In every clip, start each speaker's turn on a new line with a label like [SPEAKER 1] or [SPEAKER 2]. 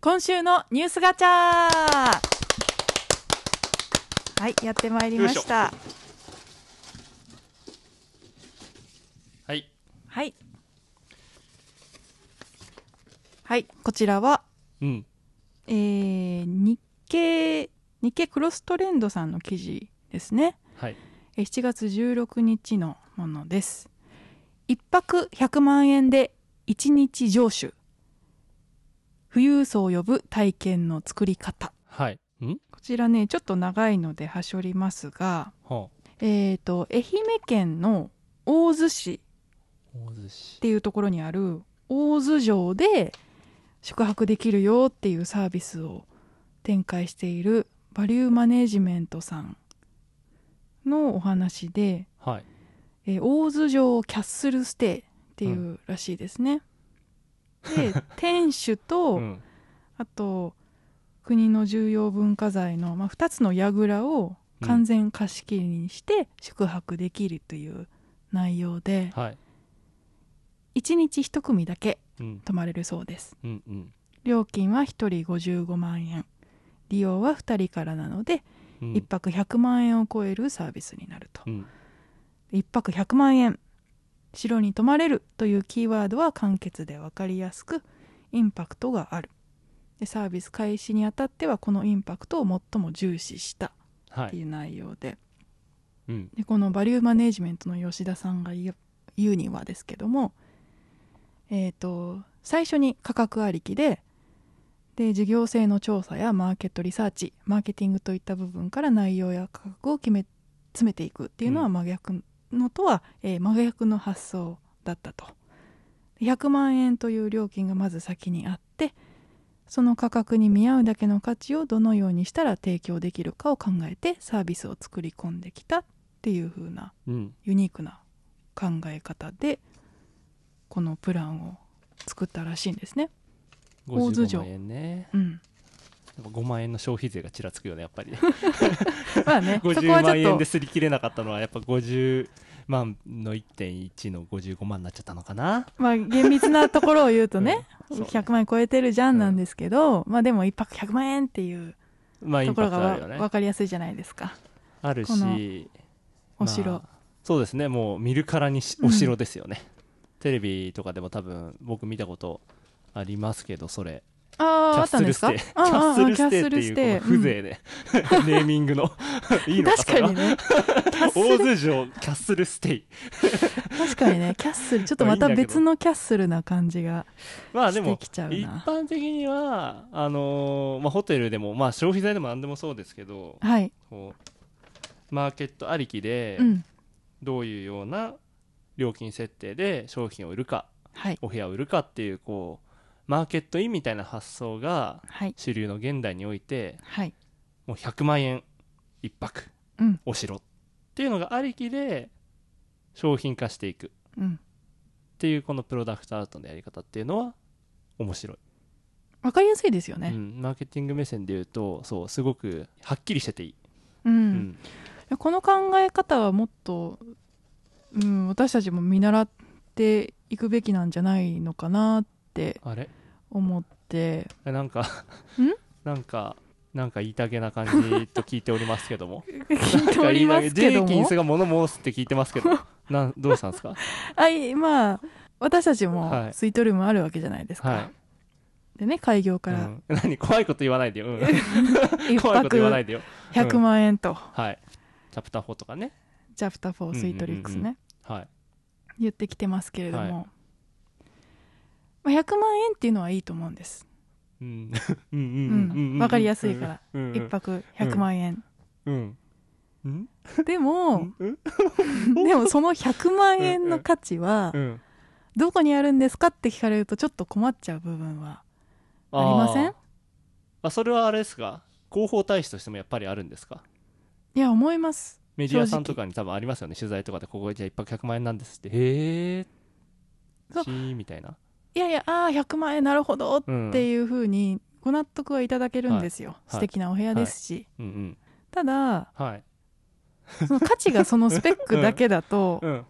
[SPEAKER 1] 今週のニュースガチャはいやってまいりました
[SPEAKER 2] はい
[SPEAKER 1] はいはいこちらは、
[SPEAKER 2] うん
[SPEAKER 1] えー日経日経クロストレンドさんの記事ですね
[SPEAKER 2] はい
[SPEAKER 1] えー7月16日のものです1泊100万円で1日上手富裕層を呼ぶ体験の作り方
[SPEAKER 2] はいん
[SPEAKER 1] こちらねちょっと長いのではしょりますが
[SPEAKER 2] はあ
[SPEAKER 1] えー、と愛媛県の大洲市
[SPEAKER 2] 大寿
[SPEAKER 1] っ
[SPEAKER 2] 司
[SPEAKER 1] ていうところにある大洲城で宿泊できるよっていうサービスを展開しているバリューマネジメントさんのお話で
[SPEAKER 2] はい
[SPEAKER 1] えー大洲城キャッスルステイっていうらしいですね。で天守と、
[SPEAKER 2] うん
[SPEAKER 1] あと国の重要文化財の、まあ、2つの櫓を完全貸し切りにして宿泊できるという内容で、
[SPEAKER 2] はい
[SPEAKER 1] 1日1組だけ
[SPEAKER 2] うん
[SPEAKER 1] 泊まれるそうです。
[SPEAKER 2] うんうん
[SPEAKER 1] 料金は1人55万円利用は2人からなので、
[SPEAKER 2] うん
[SPEAKER 1] 1泊100万円を超えるサービスになると。
[SPEAKER 2] うん
[SPEAKER 1] 1泊100万円城に泊まれるというキーワードは簡潔で分かりやすくインパクトがあるでサービス開始にあたってはこのインパクトを最も重視した
[SPEAKER 2] は
[SPEAKER 1] って
[SPEAKER 2] い
[SPEAKER 1] いう内容で,、
[SPEAKER 2] うん
[SPEAKER 1] でこのバリューマネジメントの吉田さんが言う言うにはですけどもえっ、と最初に価格ありきでで事業性の調査やマーケットリサーチマーケティングといった部分から内容や価格を決め詰めていくっていうのは
[SPEAKER 2] うん
[SPEAKER 1] 真逆のとは、えー真逆の発想だったと100万円という料金がまず先にあってその価格に見合うだけの価値をどのようにしたら提供できるかを考えてサービスを作り込んできたっていう風な
[SPEAKER 2] うん
[SPEAKER 1] ユニークな考え方でこのプランを作ったらしいんですね。大洲
[SPEAKER 2] 55
[SPEAKER 1] 城
[SPEAKER 2] 万円ね
[SPEAKER 1] うん、
[SPEAKER 2] やっぱ5万円の消費税がちらつくよねやっぱりね
[SPEAKER 1] まあ ね そこ
[SPEAKER 2] 50
[SPEAKER 1] はち
[SPEAKER 2] 万
[SPEAKER 1] ょ
[SPEAKER 2] 円
[SPEAKER 1] っ
[SPEAKER 2] で
[SPEAKER 1] と
[SPEAKER 2] すり切れなかったのはやっぱ50万の1.1の55万になっちゃったのかな
[SPEAKER 1] まあ厳密なところを言うとね
[SPEAKER 2] うん そうね
[SPEAKER 1] 100万円超えてるじゃんなんですけど、まあでも1泊100万円っていう
[SPEAKER 2] まあイ
[SPEAKER 1] と
[SPEAKER 2] ン
[SPEAKER 1] こ
[SPEAKER 2] パ
[SPEAKER 1] ろ
[SPEAKER 2] ク
[SPEAKER 1] が
[SPEAKER 2] トある
[SPEAKER 1] わ、
[SPEAKER 2] よね
[SPEAKER 1] 分かりやすいじゃないですか
[SPEAKER 2] ある
[SPEAKER 1] この
[SPEAKER 2] し
[SPEAKER 1] お城、
[SPEAKER 2] まあそうですねもう見るからにし
[SPEAKER 1] うん
[SPEAKER 2] お城ですよね、テレビとかでも多分僕見たことありますけどそれ
[SPEAKER 1] あ
[SPEAKER 2] キ
[SPEAKER 1] あ、
[SPEAKER 2] ャ
[SPEAKER 1] あ
[SPEAKER 2] ッ
[SPEAKER 1] った
[SPEAKER 2] ス
[SPEAKER 1] んで
[SPEAKER 2] ル
[SPEAKER 1] す
[SPEAKER 2] ステ
[SPEAKER 1] か
[SPEAKER 2] イキャッスルステイっていうこの風
[SPEAKER 1] イ。
[SPEAKER 2] 情で、 ネーミン グのいいのか
[SPEAKER 1] 確かに
[SPEAKER 2] ね
[SPEAKER 1] ね。キャッス
[SPEAKER 2] 大
[SPEAKER 1] ル
[SPEAKER 2] 洲城キャッスルステイ
[SPEAKER 1] 確かにね、キャッスル。ちょっと
[SPEAKER 2] まあ
[SPEAKER 1] また
[SPEAKER 2] いいんだけど
[SPEAKER 1] 別のキャッスルな感じが。
[SPEAKER 2] まあでも
[SPEAKER 1] してきちゃうな
[SPEAKER 2] 一般的にはあのーまあ、ホテルでも、まあ、消費財でも何でもそうですけど
[SPEAKER 1] はい。
[SPEAKER 2] こうマーケットありきで
[SPEAKER 1] うん。
[SPEAKER 2] どういうような料金設定で商品を売るか
[SPEAKER 1] はい。
[SPEAKER 2] お部屋を売るかっていうこうマーケットインみたいな発想が
[SPEAKER 1] はい。
[SPEAKER 2] 主流の現代において
[SPEAKER 1] はい。
[SPEAKER 2] もう100万円一泊
[SPEAKER 1] うん。
[SPEAKER 2] お城っていうのがありきで商品化していくっ
[SPEAKER 1] うん。
[SPEAKER 2] ていうこのプロダクトアートのやり方っていうのは面白い、
[SPEAKER 1] わかりやすいですよ
[SPEAKER 2] う
[SPEAKER 1] ね。
[SPEAKER 2] んマーケティング目線で言うとそうすごくはっきりしてていい、
[SPEAKER 1] うん。
[SPEAKER 2] うん
[SPEAKER 1] この考え方はもっと、うん、私たちも見習っていくべきなんじゃないのかなって
[SPEAKER 2] あれ
[SPEAKER 1] 思って。
[SPEAKER 2] なんか
[SPEAKER 1] ん
[SPEAKER 2] なんかなんか言いたげな感じと聞いておりますけども
[SPEAKER 1] 聞いておりますけど
[SPEAKER 2] なんか言いたげジェイキン
[SPEAKER 1] も
[SPEAKER 2] ス。が物申すって聞いてますけ どなんどうしたんですか
[SPEAKER 1] はい、まあ、私たち
[SPEAKER 2] は
[SPEAKER 1] も
[SPEAKER 2] い
[SPEAKER 1] スイートルームあるわけじゃないですか。
[SPEAKER 2] はい
[SPEAKER 1] でね、開業から。
[SPEAKER 2] うん何怖いこと言わないでよ、うん
[SPEAKER 1] 一
[SPEAKER 2] 怖いこと言わない
[SPEAKER 1] 泊
[SPEAKER 2] でよ
[SPEAKER 1] 100万円と、
[SPEAKER 2] はいチャプター4とかね
[SPEAKER 1] チャプター4スイートリックスね、
[SPEAKER 2] うんうんはい
[SPEAKER 1] 言ってきてますけれども、
[SPEAKER 2] は
[SPEAKER 1] まあ、100万円っていうのはいいと思うんです、
[SPEAKER 2] うんうん
[SPEAKER 1] う
[SPEAKER 2] うんうん
[SPEAKER 1] ん、わかりやすいから、
[SPEAKER 2] うんうん
[SPEAKER 1] 一泊100万円、
[SPEAKER 2] うんうん
[SPEAKER 1] で
[SPEAKER 2] う
[SPEAKER 1] も
[SPEAKER 2] ん、うん
[SPEAKER 1] でもその100万円の価値は
[SPEAKER 2] うん
[SPEAKER 1] どこにあるんですかって聞かれるとちょっと困っちゃう部分はありません
[SPEAKER 2] あーあそれはあれですか広報大使としてもやっぱりあるんですか
[SPEAKER 1] いや思います
[SPEAKER 2] メディアさんとかに多分ありますよね取材とかでここじゃあ一泊100万円なんですってへえ
[SPEAKER 1] そう
[SPEAKER 2] シーみたいない
[SPEAKER 1] やいやああ100万円なるほどっ
[SPEAKER 2] うん
[SPEAKER 1] ていうふうにご納得はいただけるんですよ、
[SPEAKER 2] い
[SPEAKER 1] 素敵なお部屋ですし、
[SPEAKER 2] うんうん
[SPEAKER 1] ただ
[SPEAKER 2] はい
[SPEAKER 1] その価値がそのスペックだけだと、
[SPEAKER 2] うん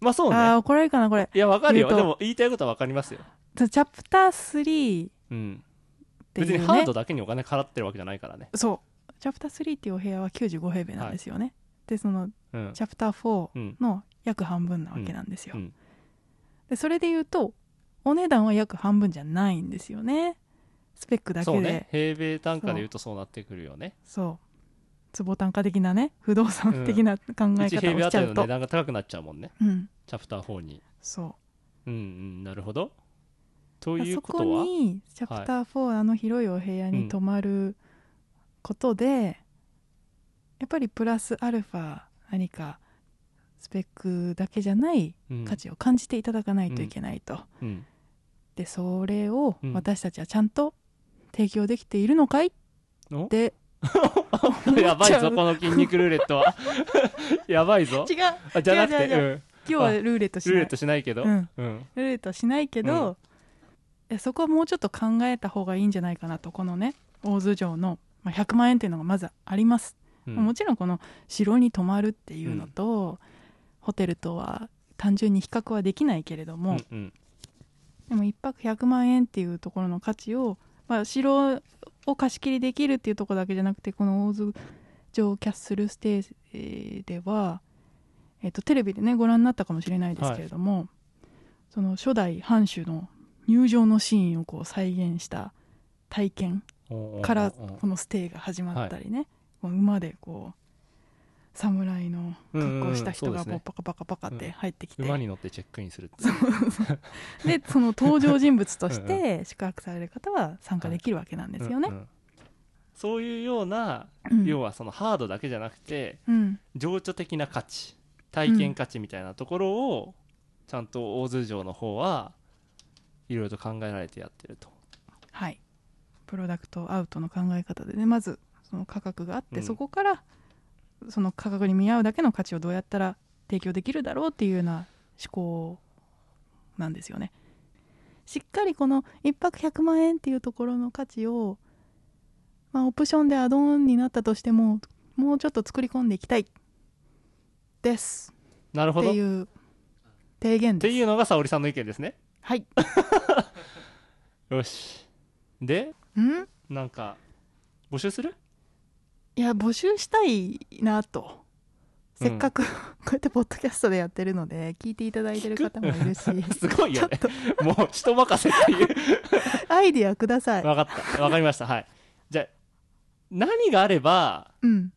[SPEAKER 2] まあ そう
[SPEAKER 1] ああ
[SPEAKER 2] ね
[SPEAKER 1] 怒られるかなこれ
[SPEAKER 2] いやわかるよ
[SPEAKER 1] 言う
[SPEAKER 2] で
[SPEAKER 1] と
[SPEAKER 2] も言いたいことはわかりますよ
[SPEAKER 1] チャプター3
[SPEAKER 2] うん
[SPEAKER 1] ていう
[SPEAKER 2] 別
[SPEAKER 1] ね
[SPEAKER 2] にハードだけにお金払ってるわけじゃないからね。
[SPEAKER 1] そうチャプター3っていうお部屋は95平米なんですよね、でその
[SPEAKER 2] うん。
[SPEAKER 1] チャプター
[SPEAKER 2] う
[SPEAKER 1] 4
[SPEAKER 2] ん。
[SPEAKER 1] の約半分なわけなんですよ、
[SPEAKER 2] うん。
[SPEAKER 1] でそれで言うとお値段は約半分じゃないんですよねスペックだけ
[SPEAKER 2] そ
[SPEAKER 1] で
[SPEAKER 2] うね。平米単価で言うとそうなってくるよね。
[SPEAKER 1] そう坪単価的なね不動産的な考え方を
[SPEAKER 2] 1平米
[SPEAKER 1] し
[SPEAKER 2] あ
[SPEAKER 1] ち
[SPEAKER 2] た
[SPEAKER 1] ゃ
[SPEAKER 2] り
[SPEAKER 1] う
[SPEAKER 2] の
[SPEAKER 1] と、
[SPEAKER 2] 値段が高くなっちゃうもんね。
[SPEAKER 1] うん
[SPEAKER 2] チャプター4に。
[SPEAKER 1] そ
[SPEAKER 2] うんうん。なるほど。と
[SPEAKER 1] う
[SPEAKER 2] いう
[SPEAKER 1] そ
[SPEAKER 2] こ
[SPEAKER 1] こと
[SPEAKER 2] は、
[SPEAKER 1] にチャプター4、あの広いお部屋に泊まることで、やっぱりプラスアルファ何かスペックだけじゃない
[SPEAKER 2] うん
[SPEAKER 1] 価値を感じていただかないといけないと、
[SPEAKER 2] うん。
[SPEAKER 1] でそれを
[SPEAKER 2] うん
[SPEAKER 1] 私たちはちゃんと提供できているのかいっ
[SPEAKER 2] お
[SPEAKER 1] て、
[SPEAKER 2] やば
[SPEAKER 1] 思っ
[SPEAKER 2] い
[SPEAKER 1] ちゃ
[SPEAKER 2] ぞ、
[SPEAKER 1] う
[SPEAKER 2] この筋肉ルーレッ トは。やばいぞ
[SPEAKER 1] 違。う今
[SPEAKER 2] あじゃなくて、
[SPEAKER 1] 違う違う違
[SPEAKER 2] うん
[SPEAKER 1] 日はルーレットし
[SPEAKER 2] ルー
[SPEAKER 1] な
[SPEAKER 2] レ
[SPEAKER 1] い
[SPEAKER 2] ットしないけど。
[SPEAKER 1] う
[SPEAKER 2] うんん。
[SPEAKER 1] ルーレットはしないけど、
[SPEAKER 2] うん
[SPEAKER 1] いやそこはもうちょっと考えた方がいいんじゃないかなとこのね大洲城の、まあ、100万円っていうのがまずあります、
[SPEAKER 2] うん
[SPEAKER 1] もちろんこの城に泊まるっていうのと、ホテルとは単純に比較はできないけれども、
[SPEAKER 2] うんうん
[SPEAKER 1] でも1泊100万円っていうところの価値を、まあ、城を貸し切りできるっていうところだけじゃなくてこの大洲城キャッスルステージでは、えっとテレビでねご覧になったかもしれないですけれども、その初代藩主の入場のシーンをこう再現した体験
[SPEAKER 2] おー
[SPEAKER 1] から
[SPEAKER 2] おーおー
[SPEAKER 1] このステーが始まったりね、こう馬でこう侍の格好をした人
[SPEAKER 2] うんうんうんそうで
[SPEAKER 1] が
[SPEAKER 2] すね
[SPEAKER 1] こうパカパカパカって入ってきて、
[SPEAKER 2] 馬に乗ってチェックインするって
[SPEAKER 1] でその登場人物と して宿泊される方は参加できるわけなんですよね
[SPEAKER 2] うん。うんそういうような、
[SPEAKER 1] うん
[SPEAKER 2] 要はそのハードだけじゃなくて
[SPEAKER 1] うん
[SPEAKER 2] 情緒的な価値体験価値みたいなところを、ちゃんと大洲城の方はいろいろと考えられてやってると。
[SPEAKER 1] はい、プロダクトアウトの考え方でねまずその価格があって、
[SPEAKER 2] うん
[SPEAKER 1] そこからその価格に見合うだけの価値をどうやったら提供できるだろうっていうような思考なんですよね。しっかりこの1泊100万円っていうところの価値を、まあ、オプションでアドオンになったとしてももうちょっと作り込んでいきたいです。
[SPEAKER 2] なるほ
[SPEAKER 1] っ
[SPEAKER 2] ど。
[SPEAKER 1] て
[SPEAKER 2] っ
[SPEAKER 1] いう提言
[SPEAKER 2] て
[SPEAKER 1] です。
[SPEAKER 2] いうのが沙織さんの意見ですね。
[SPEAKER 1] はい。
[SPEAKER 2] よし。で
[SPEAKER 1] うん？い
[SPEAKER 2] なんか募集する
[SPEAKER 1] や募集したいなと。せっかく こうやってポッドキャストでやってるので聞いていただいてる方もいるし
[SPEAKER 2] すごいよね。もう人任せっ ていう。
[SPEAKER 1] アイディアください
[SPEAKER 2] 分かった。分かりました。はい。じゃあ何があれば
[SPEAKER 1] うん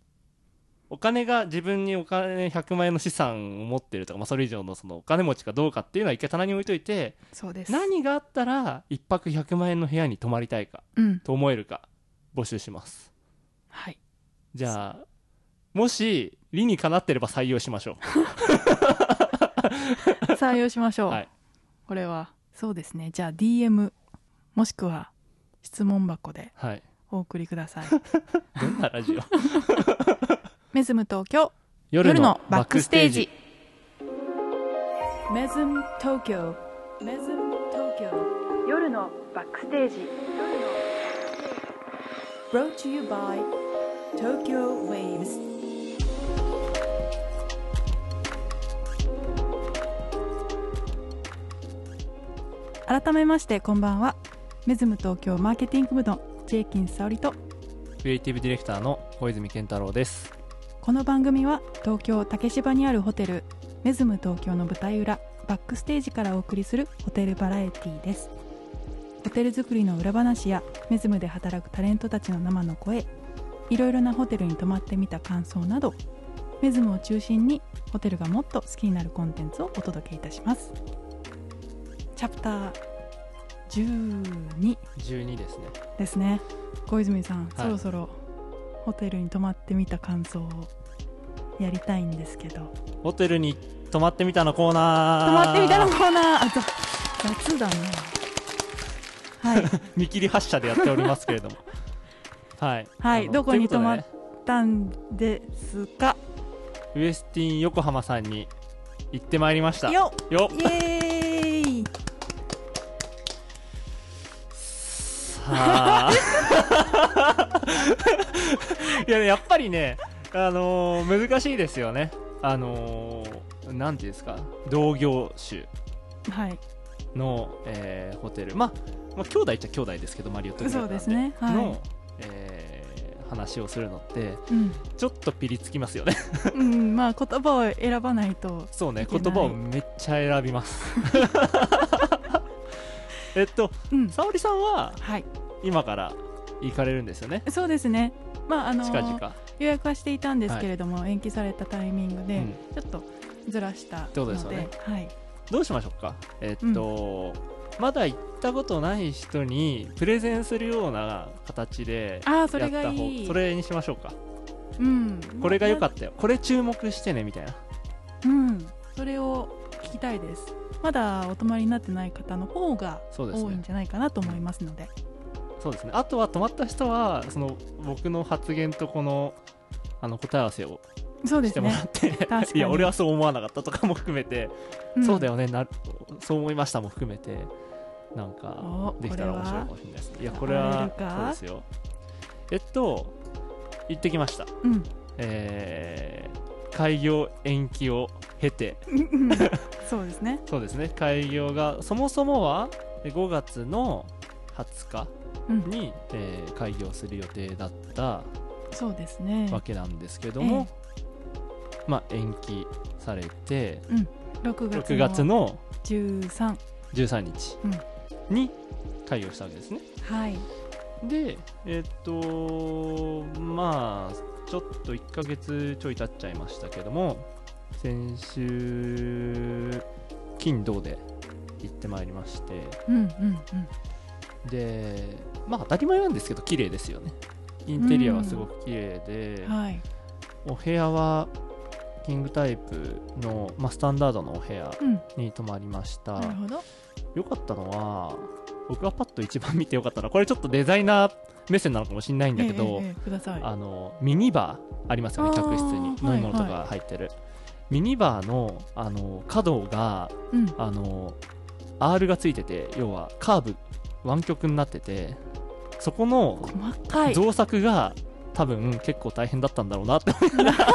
[SPEAKER 2] お金が自分にお金100万円の資産を持ってるとか、まあ、それ以上のそのお金持ちかどうかっていうのは一回棚に置いといて
[SPEAKER 1] そうです
[SPEAKER 2] 何があったら1泊100万円の部屋に泊まりたいか
[SPEAKER 1] うん
[SPEAKER 2] と思えるか募集します
[SPEAKER 1] はい
[SPEAKER 2] じゃあもし理にかなってれば採用しましょ
[SPEAKER 1] 採用しまし
[SPEAKER 2] う
[SPEAKER 1] ょう、
[SPEAKER 2] はい
[SPEAKER 1] これはそうですねじゃあ DM もしくは質問箱で
[SPEAKER 2] はい
[SPEAKER 1] お送りくだ さい
[SPEAKER 2] どんなラ ジオ
[SPEAKER 1] メズム東京
[SPEAKER 2] 夜のバックステージ
[SPEAKER 1] メズム東京メズム東京夜のバックステージ Brought to you by Tokyo Waves 改めましてこんばんはメズム東京マーケティング部のジェイキン沙織と
[SPEAKER 2] クリエイティブディレクターの小泉健太郎です
[SPEAKER 1] この番組は東京竹芝にあるホテルメズム東京の舞台裏バックステージからお送りするホテルバラエティーですホテル作りの裏話やメズムで働くタレントたちの生の声いろいろなホテルに泊まってみた感想などメズムを中心にホテルがもっと好きになるコンテンツをお届けいたしますチャプター12
[SPEAKER 2] 12ですね
[SPEAKER 1] ですね小泉さん、
[SPEAKER 2] い
[SPEAKER 1] そろそろホテルに泊まってみた感想をやりたいんですけど
[SPEAKER 2] ホテルに泊まってみたのコーナー
[SPEAKER 1] 泊まってみたのコーナーあざ雑だなはい
[SPEAKER 2] 見切り発車でやっておりますけれどもはい
[SPEAKER 1] はい
[SPEAKER 2] あの
[SPEAKER 1] どこに
[SPEAKER 2] というとでね
[SPEAKER 1] たんですか
[SPEAKER 2] ウエスティン横浜さんに行ってまいりました
[SPEAKER 1] よ
[SPEAKER 2] よ
[SPEAKER 1] イエーイ
[SPEAKER 2] さあ いややっぱりねあのー難しいですよねあのーなんていうんですか同業種
[SPEAKER 1] はい
[SPEAKER 2] の、えーホテルまあまあ、兄弟っちゃ兄弟ですけどマリオットグルー
[SPEAKER 1] そ
[SPEAKER 2] プな
[SPEAKER 1] うん
[SPEAKER 2] で
[SPEAKER 1] ですねはい
[SPEAKER 2] の、えー話をするのって
[SPEAKER 1] うん
[SPEAKER 2] ちょっとピリつきますよ ね
[SPEAKER 1] うん、まあ言葉を選ばないと
[SPEAKER 2] そうね
[SPEAKER 1] いけ
[SPEAKER 2] 言
[SPEAKER 1] ない
[SPEAKER 2] 葉をめっちゃ選びます えっと
[SPEAKER 1] うん
[SPEAKER 2] 沙織さんは
[SPEAKER 1] はい
[SPEAKER 2] 今から行かれるんですよね
[SPEAKER 1] そうですねまああの
[SPEAKER 2] 近々
[SPEAKER 1] 予約はしていたんですけれども、延期されたタイミングで、
[SPEAKER 2] うん
[SPEAKER 1] ちょっとずらした
[SPEAKER 2] てこ
[SPEAKER 1] の
[SPEAKER 2] と
[SPEAKER 1] で
[SPEAKER 2] ですよね
[SPEAKER 1] はい、
[SPEAKER 2] どうしましょうかえっと、まだ行ったことない人にプレゼンするような形で
[SPEAKER 1] ああ
[SPEAKER 2] や
[SPEAKER 1] そ
[SPEAKER 2] った
[SPEAKER 1] れ
[SPEAKER 2] 方
[SPEAKER 1] がいい
[SPEAKER 2] それにしましょうか
[SPEAKER 1] うん、
[SPEAKER 2] これが良かったよこれ注目してねみたいな
[SPEAKER 1] た、うん、それを聞きたいですまだお泊まりになってない方の方が
[SPEAKER 2] そうです
[SPEAKER 1] 多い
[SPEAKER 2] ね
[SPEAKER 1] んじゃないかなと思いますので
[SPEAKER 2] そうですねあとは泊まった人はその僕の発言とこのあの答え合わせを
[SPEAKER 1] そうで
[SPEAKER 2] して
[SPEAKER 1] す
[SPEAKER 2] も
[SPEAKER 1] ね
[SPEAKER 2] らって、
[SPEAKER 1] かに
[SPEAKER 2] いや俺はそう思わなかったとかも含めて、
[SPEAKER 1] ん
[SPEAKER 2] そうだよねなそう思いましたも含めてなん
[SPEAKER 1] お
[SPEAKER 2] かできたら面白いかもしれないですいやこ
[SPEAKER 1] こ
[SPEAKER 2] れ
[SPEAKER 1] れは現れ
[SPEAKER 2] は
[SPEAKER 1] るか
[SPEAKER 2] そうですよえっと行ってきました
[SPEAKER 1] うん
[SPEAKER 2] えー開業延期を経て
[SPEAKER 1] うん そうですね
[SPEAKER 2] そうですね開業がそもそもはえ5月の20日
[SPEAKER 1] うん
[SPEAKER 2] に、えー開業する予定だった
[SPEAKER 1] そうですね
[SPEAKER 2] わけなんですけども、まあ延期されて
[SPEAKER 1] 6
[SPEAKER 2] 6
[SPEAKER 1] 月
[SPEAKER 2] 月
[SPEAKER 1] の
[SPEAKER 2] の
[SPEAKER 1] 13
[SPEAKER 2] 13日に開業したわけですね
[SPEAKER 1] はい
[SPEAKER 2] でえっとまあちょっと1ヶ月ちょい経っちゃいましたけども先週金土で行ってまいりまして
[SPEAKER 1] うんうんうん
[SPEAKER 2] でまあ当たり前なんですけど綺麗ですよねインテリアはすごく綺麗で、
[SPEAKER 1] はい、
[SPEAKER 2] お部屋はキングタイプの、まあ、スタンダードのお部屋
[SPEAKER 1] うん、
[SPEAKER 2] に泊まりました
[SPEAKER 1] なるほど。
[SPEAKER 2] 良かったのは僕がパッと一番見て良かったのはこれちょっとデザイナー目線なのかもしれないんだけど、
[SPEAKER 1] ええええください。
[SPEAKER 2] あのミニバーありますよね
[SPEAKER 1] あー
[SPEAKER 2] 客室に飲
[SPEAKER 1] はい
[SPEAKER 2] み物とか入ってる、ミニバーのあの角が
[SPEAKER 1] うん、
[SPEAKER 2] あの R がついてて要はカーブ湾曲になっててそこの
[SPEAKER 1] 細かい。
[SPEAKER 2] 造作が多分結構大変だったんだろうなって思いながら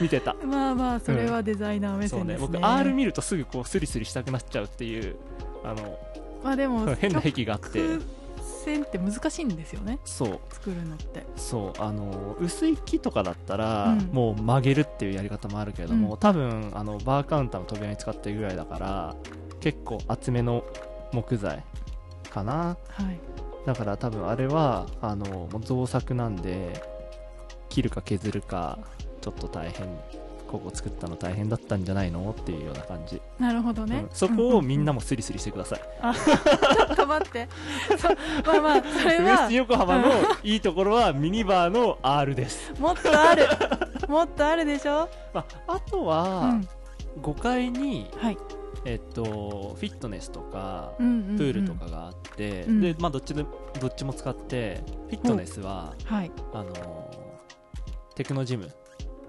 [SPEAKER 2] 見てた。
[SPEAKER 1] まあまあ、それはデザイナー目
[SPEAKER 2] そう
[SPEAKER 1] 線
[SPEAKER 2] ね
[SPEAKER 1] ですね。
[SPEAKER 2] 僕 R 見るとすぐこうスリスリしたくなっちゃうっていうあの
[SPEAKER 1] まあでも、
[SPEAKER 2] 変な癖があって
[SPEAKER 1] 曲線って難しいんですよね。
[SPEAKER 2] そう
[SPEAKER 1] 作るのって。
[SPEAKER 2] そうあの薄い木とかだったら、
[SPEAKER 1] うん
[SPEAKER 2] もう曲げるっていうやり方もあるけれども、
[SPEAKER 1] うん
[SPEAKER 2] 多分あのバーカウンターの扉に使ってるぐらいだから結構厚めの木材かな
[SPEAKER 1] はい。
[SPEAKER 2] だから多分あれはあのもう造作なんで切るか削るかちょっと大変ここ作ったの大変だったんじゃないのっていうような感じ、
[SPEAKER 1] なるほどね
[SPEAKER 2] うん。そこをみんな
[SPEAKER 1] も。
[SPEAKER 2] もスリスリしてください、
[SPEAKER 1] ちょっと待って。 そうまあまあ、それ
[SPEAKER 2] ウエス
[SPEAKER 1] は
[SPEAKER 2] ト横浜のいいところはミニバーの R です、
[SPEAKER 1] もっとある。もっとあるでしょ。
[SPEAKER 2] まあ、あと
[SPEAKER 1] う
[SPEAKER 2] は、
[SPEAKER 1] ん。
[SPEAKER 2] 5階に、
[SPEAKER 1] はい。
[SPEAKER 2] えっと、フィットネスとか、
[SPEAKER 1] うんうんうん
[SPEAKER 2] プールと。かがあって、
[SPEAKER 1] うん
[SPEAKER 2] でまあ、どっちでどっちも使ってフィットネスは
[SPEAKER 1] はい。
[SPEAKER 2] あのテクノジム、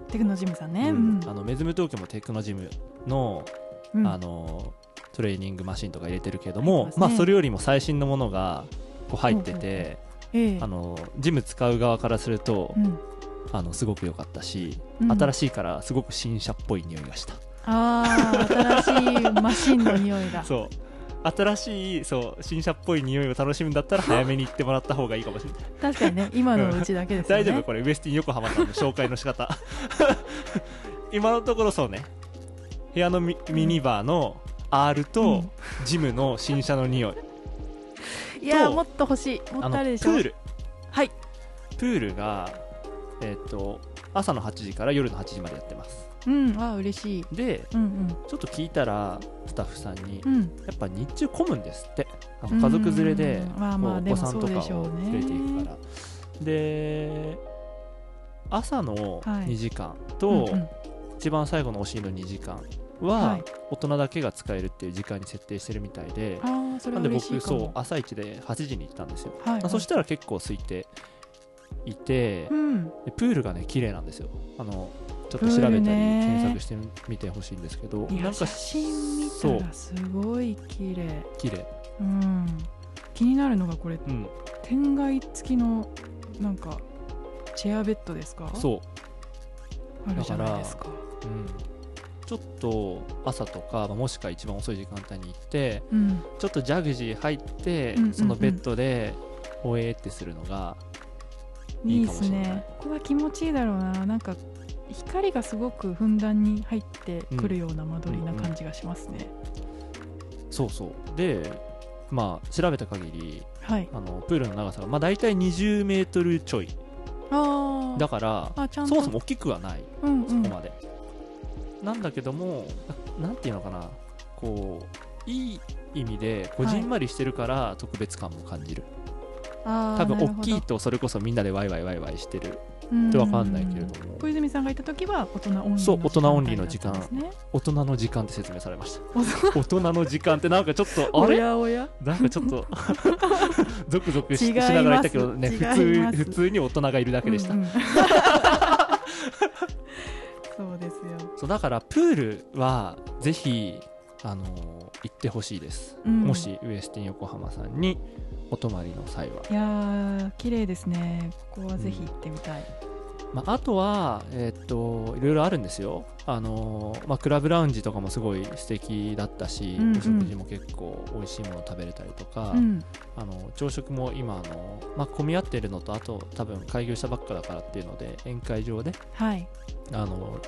[SPEAKER 1] テクノジムさんね。う
[SPEAKER 2] う
[SPEAKER 1] ん。
[SPEAKER 2] んあのメズム東京もテクノジムの,、
[SPEAKER 1] うん
[SPEAKER 2] あのトレーニングマシンとか入れてるけども、
[SPEAKER 1] 入ってま
[SPEAKER 2] ます
[SPEAKER 1] ね
[SPEAKER 2] あ、それよりも最新のものがこう入ってて、
[SPEAKER 1] ええ
[SPEAKER 2] あのジム使う側からすると、
[SPEAKER 1] うん
[SPEAKER 2] あのすごく良かったし、
[SPEAKER 1] うん
[SPEAKER 2] 新しいからすごく新車っぽい匂いがした。
[SPEAKER 1] ああ、新しいマシンの匂いだ。
[SPEAKER 2] そう新しいそう新車っぽい匂いを楽しむん だったら早めに行ってもらった方がいいかもしれない
[SPEAKER 1] 確かにね、今のうちだけですよね。
[SPEAKER 2] 大丈夫これウエスティン横浜さんの紹介の 仕方今のところそうね部屋のミミニバーの R
[SPEAKER 1] う
[SPEAKER 2] と
[SPEAKER 1] ん
[SPEAKER 2] ジムの新車の匂い、
[SPEAKER 1] いやー
[SPEAKER 2] と
[SPEAKER 1] もっと欲しいも
[SPEAKER 2] あ
[SPEAKER 1] っと
[SPEAKER 2] のプ
[SPEAKER 1] あるでしょ
[SPEAKER 2] ール
[SPEAKER 1] はい
[SPEAKER 2] プールがえっ、と朝の8時から夜の8時までやってます
[SPEAKER 1] うんあー嬉しい
[SPEAKER 2] で
[SPEAKER 1] うん
[SPEAKER 2] ちょっと聞いたらスタッフさんに
[SPEAKER 1] うんうん
[SPEAKER 2] やっぱ日中混むんですってあの家族連れで
[SPEAKER 1] うんまあまあ
[SPEAKER 2] こう
[SPEAKER 1] で
[SPEAKER 2] お子
[SPEAKER 1] も
[SPEAKER 2] さんと
[SPEAKER 1] そう
[SPEAKER 2] かを
[SPEAKER 1] でしょうね
[SPEAKER 2] 連れていくからで朝の
[SPEAKER 1] はい
[SPEAKER 2] 2時間
[SPEAKER 1] うん
[SPEAKER 2] と
[SPEAKER 1] うん
[SPEAKER 2] 一番最後のお尻の2時間
[SPEAKER 1] は
[SPEAKER 2] はい大人だけが使えるっていう時間に設定してるみたいで
[SPEAKER 1] あーそれは
[SPEAKER 2] なんで
[SPEAKER 1] 嬉し
[SPEAKER 2] 僕
[SPEAKER 1] いかも
[SPEAKER 2] そう朝一で8時に行ったんですよ
[SPEAKER 1] はい
[SPEAKER 2] まあそしたら結構空いていて
[SPEAKER 1] うん
[SPEAKER 2] でプールがね綺麗なんですよあのちょっと
[SPEAKER 1] プー
[SPEAKER 2] 調べた
[SPEAKER 1] ル
[SPEAKER 2] り
[SPEAKER 1] ね
[SPEAKER 2] 検索してみてほしいんですけど
[SPEAKER 1] いや
[SPEAKER 2] なん
[SPEAKER 1] 写
[SPEAKER 2] か
[SPEAKER 1] 真見
[SPEAKER 2] そう
[SPEAKER 1] たらすごい綺麗
[SPEAKER 2] 綺麗
[SPEAKER 1] うん気になるのがこれ
[SPEAKER 2] うん
[SPEAKER 1] 天蓋付きのなんかチェアベッドですか
[SPEAKER 2] そう
[SPEAKER 1] あるじゃないですか
[SPEAKER 2] うん、ちょっと朝とか、まあもしくは一番遅い時間帯に行って
[SPEAKER 1] うん
[SPEAKER 2] ちょっとジャグジー入って、
[SPEAKER 1] うんうんうん
[SPEAKER 2] そのベッドでほえーってするのがい
[SPEAKER 1] い
[SPEAKER 2] い
[SPEAKER 1] い
[SPEAKER 2] か
[SPEAKER 1] で
[SPEAKER 2] も
[SPEAKER 1] す
[SPEAKER 2] しれない
[SPEAKER 1] ねここは気持ちいいだろうななんか光がすごくふんだんに入ってくるような間取りな感じがしますね、
[SPEAKER 2] そうそうでまあ調べた限り
[SPEAKER 1] はい
[SPEAKER 2] あのプールの長さが、まあ、大体2 0ルちょい
[SPEAKER 1] あ
[SPEAKER 2] だから
[SPEAKER 1] ああちゃん
[SPEAKER 2] そ
[SPEAKER 1] と
[SPEAKER 2] もそも大きくはない
[SPEAKER 1] あうんう
[SPEAKER 2] こ
[SPEAKER 1] ん
[SPEAKER 2] こまで、なんだけどもななんていうのかなこういい意味でこじんまりしてるから特別感も感じる、
[SPEAKER 1] あー
[SPEAKER 2] 多分
[SPEAKER 1] なるほ
[SPEAKER 2] 大
[SPEAKER 1] ど
[SPEAKER 2] きいとそれこそみんなでワイワイワイワイしてる
[SPEAKER 1] うん
[SPEAKER 2] ってわかんないけれども
[SPEAKER 1] 小泉さんがいた時は大人オンリーの
[SPEAKER 2] そう大人オンリーの
[SPEAKER 1] 時
[SPEAKER 2] 時
[SPEAKER 1] 間
[SPEAKER 2] 間
[SPEAKER 1] 帯だったんですね
[SPEAKER 2] 大人の時間って説明されました
[SPEAKER 1] 大人
[SPEAKER 2] 大人の時間ってなんかちょっ とあ
[SPEAKER 1] お
[SPEAKER 2] れ
[SPEAKER 1] やおや
[SPEAKER 2] なんかちょ っとゾクゾクし
[SPEAKER 1] 違い
[SPEAKER 2] し
[SPEAKER 1] ま
[SPEAKER 2] な
[SPEAKER 1] す
[SPEAKER 2] がら言ったけどね
[SPEAKER 1] 違い
[SPEAKER 2] 普
[SPEAKER 1] ま
[SPEAKER 2] 通
[SPEAKER 1] す
[SPEAKER 2] 普通に大人がいるだけでした、
[SPEAKER 1] うんうんそうですよ、
[SPEAKER 2] そうだからプールはぜひあのー行ってほしいです、
[SPEAKER 1] うん
[SPEAKER 2] もしウエスティン横浜さんにお泊まりの際は、
[SPEAKER 1] いやー綺麗ですねここはぜひ行ってみたい、
[SPEAKER 2] まあ、あとはえーっといろいろあるんですよあのー、まあ、クラブラウンジとかもすごい素敵だったし、
[SPEAKER 1] うんうん
[SPEAKER 2] お食事も結構美味しいもの食べれたりとか、
[SPEAKER 1] うん
[SPEAKER 2] あの朝食も今あの、まあ、混み合ってるのとあと多分開業したばっかだからっていうので宴会場で
[SPEAKER 1] はい
[SPEAKER 2] あの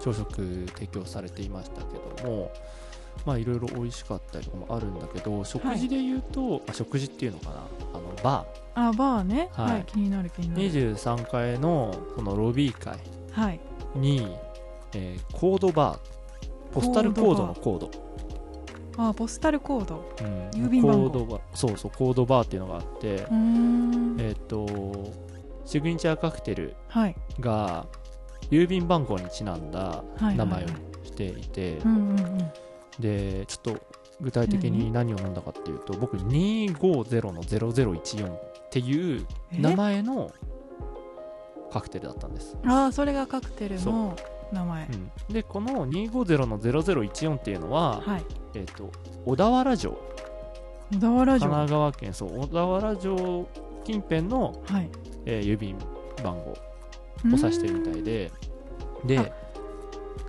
[SPEAKER 2] 朝食提供されていましたけどもまあいろいろ美味しかったりとかもあるんだけど食事で言うと、あ食事っていうのかなあのバ
[SPEAKER 1] あバーね
[SPEAKER 2] はい
[SPEAKER 1] はい、気になる気になる
[SPEAKER 2] ー23階のそのロビー階
[SPEAKER 1] はい
[SPEAKER 2] に、えーコードバーポスタルコードのコード
[SPEAKER 1] あポスタルコード
[SPEAKER 2] うん
[SPEAKER 1] 郵便番号
[SPEAKER 2] コードバーそうそうコードバーっていうのがあって、
[SPEAKER 1] うーん
[SPEAKER 2] えっ、とシグニチャーカクテル
[SPEAKER 1] はい
[SPEAKER 2] が郵便番号にちなんだ
[SPEAKER 1] はい
[SPEAKER 2] 名前を
[SPEAKER 1] はい
[SPEAKER 2] していて、
[SPEAKER 1] うんうんうん
[SPEAKER 2] でちょっと具体的に何を飲んだかっていうと僕250の0014っていう
[SPEAKER 1] え
[SPEAKER 2] 名前のカクテルだったんです、
[SPEAKER 1] ああそれがカクテルの名前
[SPEAKER 2] うんでこの250の0014っていうのは、
[SPEAKER 1] はい
[SPEAKER 2] えっと小田原城
[SPEAKER 1] 小田原
[SPEAKER 2] 神
[SPEAKER 1] 城は
[SPEAKER 2] 奈川県そう小田原城近辺の、
[SPEAKER 1] い
[SPEAKER 2] えー郵便番号を指してるみたいで
[SPEAKER 1] あ
[SPEAKER 2] で
[SPEAKER 1] うん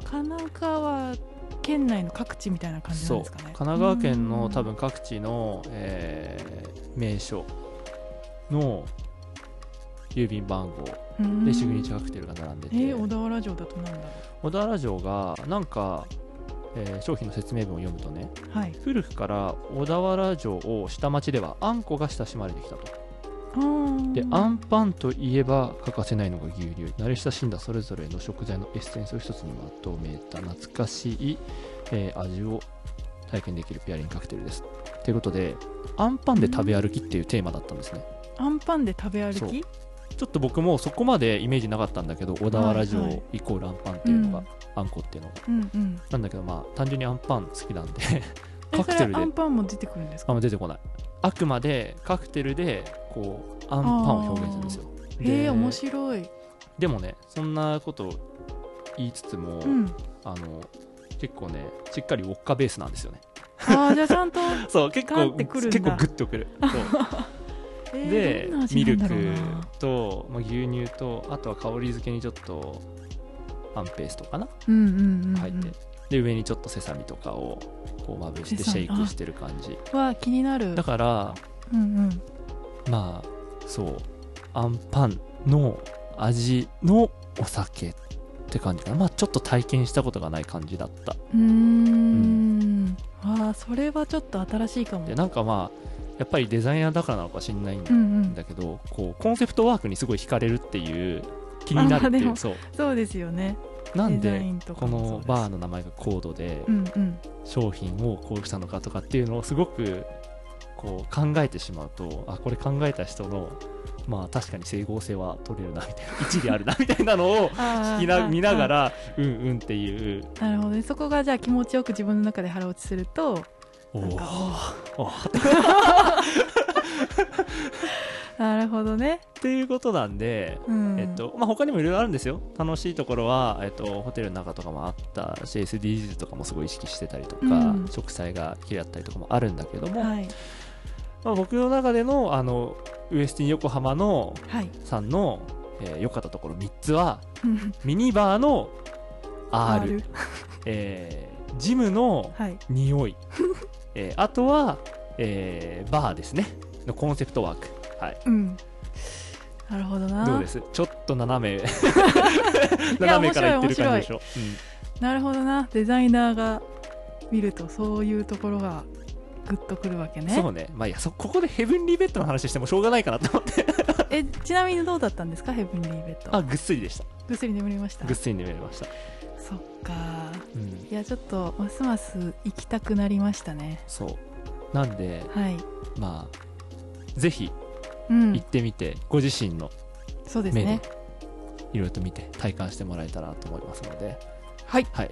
[SPEAKER 1] 神奈川県内の各地みたいな感じなん
[SPEAKER 2] そう
[SPEAKER 1] ですかね
[SPEAKER 2] 神奈川県
[SPEAKER 1] う
[SPEAKER 2] の
[SPEAKER 1] ん
[SPEAKER 2] 多分各地の、えー名所の郵便番号
[SPEAKER 1] うん
[SPEAKER 2] でシグニチャーカクテルが並んでて、
[SPEAKER 1] えー、小田原城だとなんだろ
[SPEAKER 2] 小田原城がなんか、えー商品の説明文を読むとね
[SPEAKER 1] うはい
[SPEAKER 2] 古くから小田原城を下町ではあんこが親しまれてきたとであんパンといえば欠かせないのが牛乳慣れ親しんだそれぞれの食材のエッセンスを一つにまとめた懐かしい、えー味を体験できるペアリングカクテルですということであんパンで食べ歩きっていうテーマだったんですね
[SPEAKER 1] あんパンで食べ歩
[SPEAKER 2] そう
[SPEAKER 1] き
[SPEAKER 2] ちょっと僕もそこまでイメージなかったんだけど小田原城
[SPEAKER 1] はいはい
[SPEAKER 2] イコールあんパンっていうのが、
[SPEAKER 1] うん
[SPEAKER 2] あんこっていうのが
[SPEAKER 1] うんうん
[SPEAKER 2] なんだけどまあ単純にあんパン好きなんで
[SPEAKER 1] え
[SPEAKER 2] カクテル
[SPEAKER 1] それ
[SPEAKER 2] で
[SPEAKER 1] アンパンも出てくるんです
[SPEAKER 2] あ
[SPEAKER 1] か
[SPEAKER 2] んま出てこないあくまでカクテルでこうあんパンを表現するんですよ
[SPEAKER 1] へえ
[SPEAKER 2] で
[SPEAKER 1] 面白い
[SPEAKER 2] でもねそんなこと言いつつも、
[SPEAKER 1] うん
[SPEAKER 2] あの結構ねしっかりウォッカベースなんですよね
[SPEAKER 1] ああじゃあちゃんと
[SPEAKER 2] そう結
[SPEAKER 1] ガ
[SPEAKER 2] 構
[SPEAKER 1] ンってくるんだ
[SPEAKER 2] 結構グッとく るそう
[SPEAKER 1] えー
[SPEAKER 2] で
[SPEAKER 1] どんな味
[SPEAKER 2] ミ
[SPEAKER 1] な
[SPEAKER 2] ル
[SPEAKER 1] んだろう
[SPEAKER 2] ク
[SPEAKER 1] な
[SPEAKER 2] と、まあ、牛乳とあとは香りづけにちょっとアンペーストかな
[SPEAKER 1] うんうんうんうん
[SPEAKER 2] 入って、で上にちょっとセサミとかをこうまぶして
[SPEAKER 1] セサ
[SPEAKER 2] シェ
[SPEAKER 1] ミ
[SPEAKER 2] イクしてる感じ
[SPEAKER 1] は気になる
[SPEAKER 2] だから
[SPEAKER 1] うんうん
[SPEAKER 2] まあそうあんパンの味のお酒って感じかなまあちょっと体験したことがない感じだった
[SPEAKER 1] うーんああそれはちょっと新しいかも
[SPEAKER 2] でなんかまあやっぱりデザイナーだからなのか知んないん
[SPEAKER 1] うんうん
[SPEAKER 2] だけど、こうコンセプトワークにすごい惹かれるっていう気になるって
[SPEAKER 1] あまあで
[SPEAKER 2] いう
[SPEAKER 1] も
[SPEAKER 2] そう
[SPEAKER 1] そうですよね
[SPEAKER 2] なん
[SPEAKER 1] デザイ
[SPEAKER 2] で
[SPEAKER 1] ンとか
[SPEAKER 2] こ
[SPEAKER 1] もそう
[SPEAKER 2] の
[SPEAKER 1] です
[SPEAKER 2] バーの名前がコードで
[SPEAKER 1] うんうん
[SPEAKER 2] 商品をこうしたのかとかっていうのをすごくこう考えてしまうとあこれ考えた人のまあ確かに整合性は取れるなみたいな一理あるなみたいなのを
[SPEAKER 1] あー
[SPEAKER 2] 聞きな
[SPEAKER 1] あー
[SPEAKER 2] 見なが
[SPEAKER 1] あ
[SPEAKER 2] らうんうんっていう
[SPEAKER 1] ーなるほどねそこがじゃあ気持ちよく自分の中で腹落ちすると
[SPEAKER 2] お
[SPEAKER 1] なんか
[SPEAKER 2] ーおーっ
[SPEAKER 1] なるほどね
[SPEAKER 2] ていうことなんで
[SPEAKER 1] うん
[SPEAKER 2] えっとまあ、他にもいろいろあるんですよ楽しいところは、えっと、ホテルの中とかもあったし SDGs とかもすごい意識してたりとか、
[SPEAKER 1] うん
[SPEAKER 2] 植栽が綺麗だったりとかもあるんだけども、
[SPEAKER 1] はい
[SPEAKER 2] まあ、僕の中でのあのウエスティン横浜の
[SPEAKER 1] はい
[SPEAKER 2] さんの良、えー良かったところ3つは
[SPEAKER 1] うん
[SPEAKER 2] ミニバーの R,
[SPEAKER 1] R
[SPEAKER 2] えージムの
[SPEAKER 1] はい
[SPEAKER 2] 匂い、えーあとは、えーバーですねのコンセプトワークはい
[SPEAKER 1] うんなるほどな
[SPEAKER 2] どうですちょっと 斜め
[SPEAKER 1] いや
[SPEAKER 2] 斜めからいってる感じでしょ、うん
[SPEAKER 1] なるほどなデザイナーが見るとそういうところがグッとくるわけね
[SPEAKER 2] そうねまあいやそここでヘブンリーベッドの話してもしょうがないかなと思って
[SPEAKER 1] えちなみにどうだったんですかヘブンリーベッド
[SPEAKER 2] あぐっすりでした
[SPEAKER 1] ぐっすり眠りました
[SPEAKER 2] ぐっすり眠れました、
[SPEAKER 1] そっか
[SPEAKER 2] うん、
[SPEAKER 1] いやちょっとますます行きたくなりましたね
[SPEAKER 2] そうなんで
[SPEAKER 1] はい
[SPEAKER 2] まあぜひ
[SPEAKER 1] う
[SPEAKER 2] 行
[SPEAKER 1] ん
[SPEAKER 2] ってみて、ご自身の
[SPEAKER 1] そうです
[SPEAKER 2] 目で
[SPEAKER 1] ね
[SPEAKER 2] いろいろと見て体感してもらえたらと思いますので
[SPEAKER 1] はい
[SPEAKER 2] はい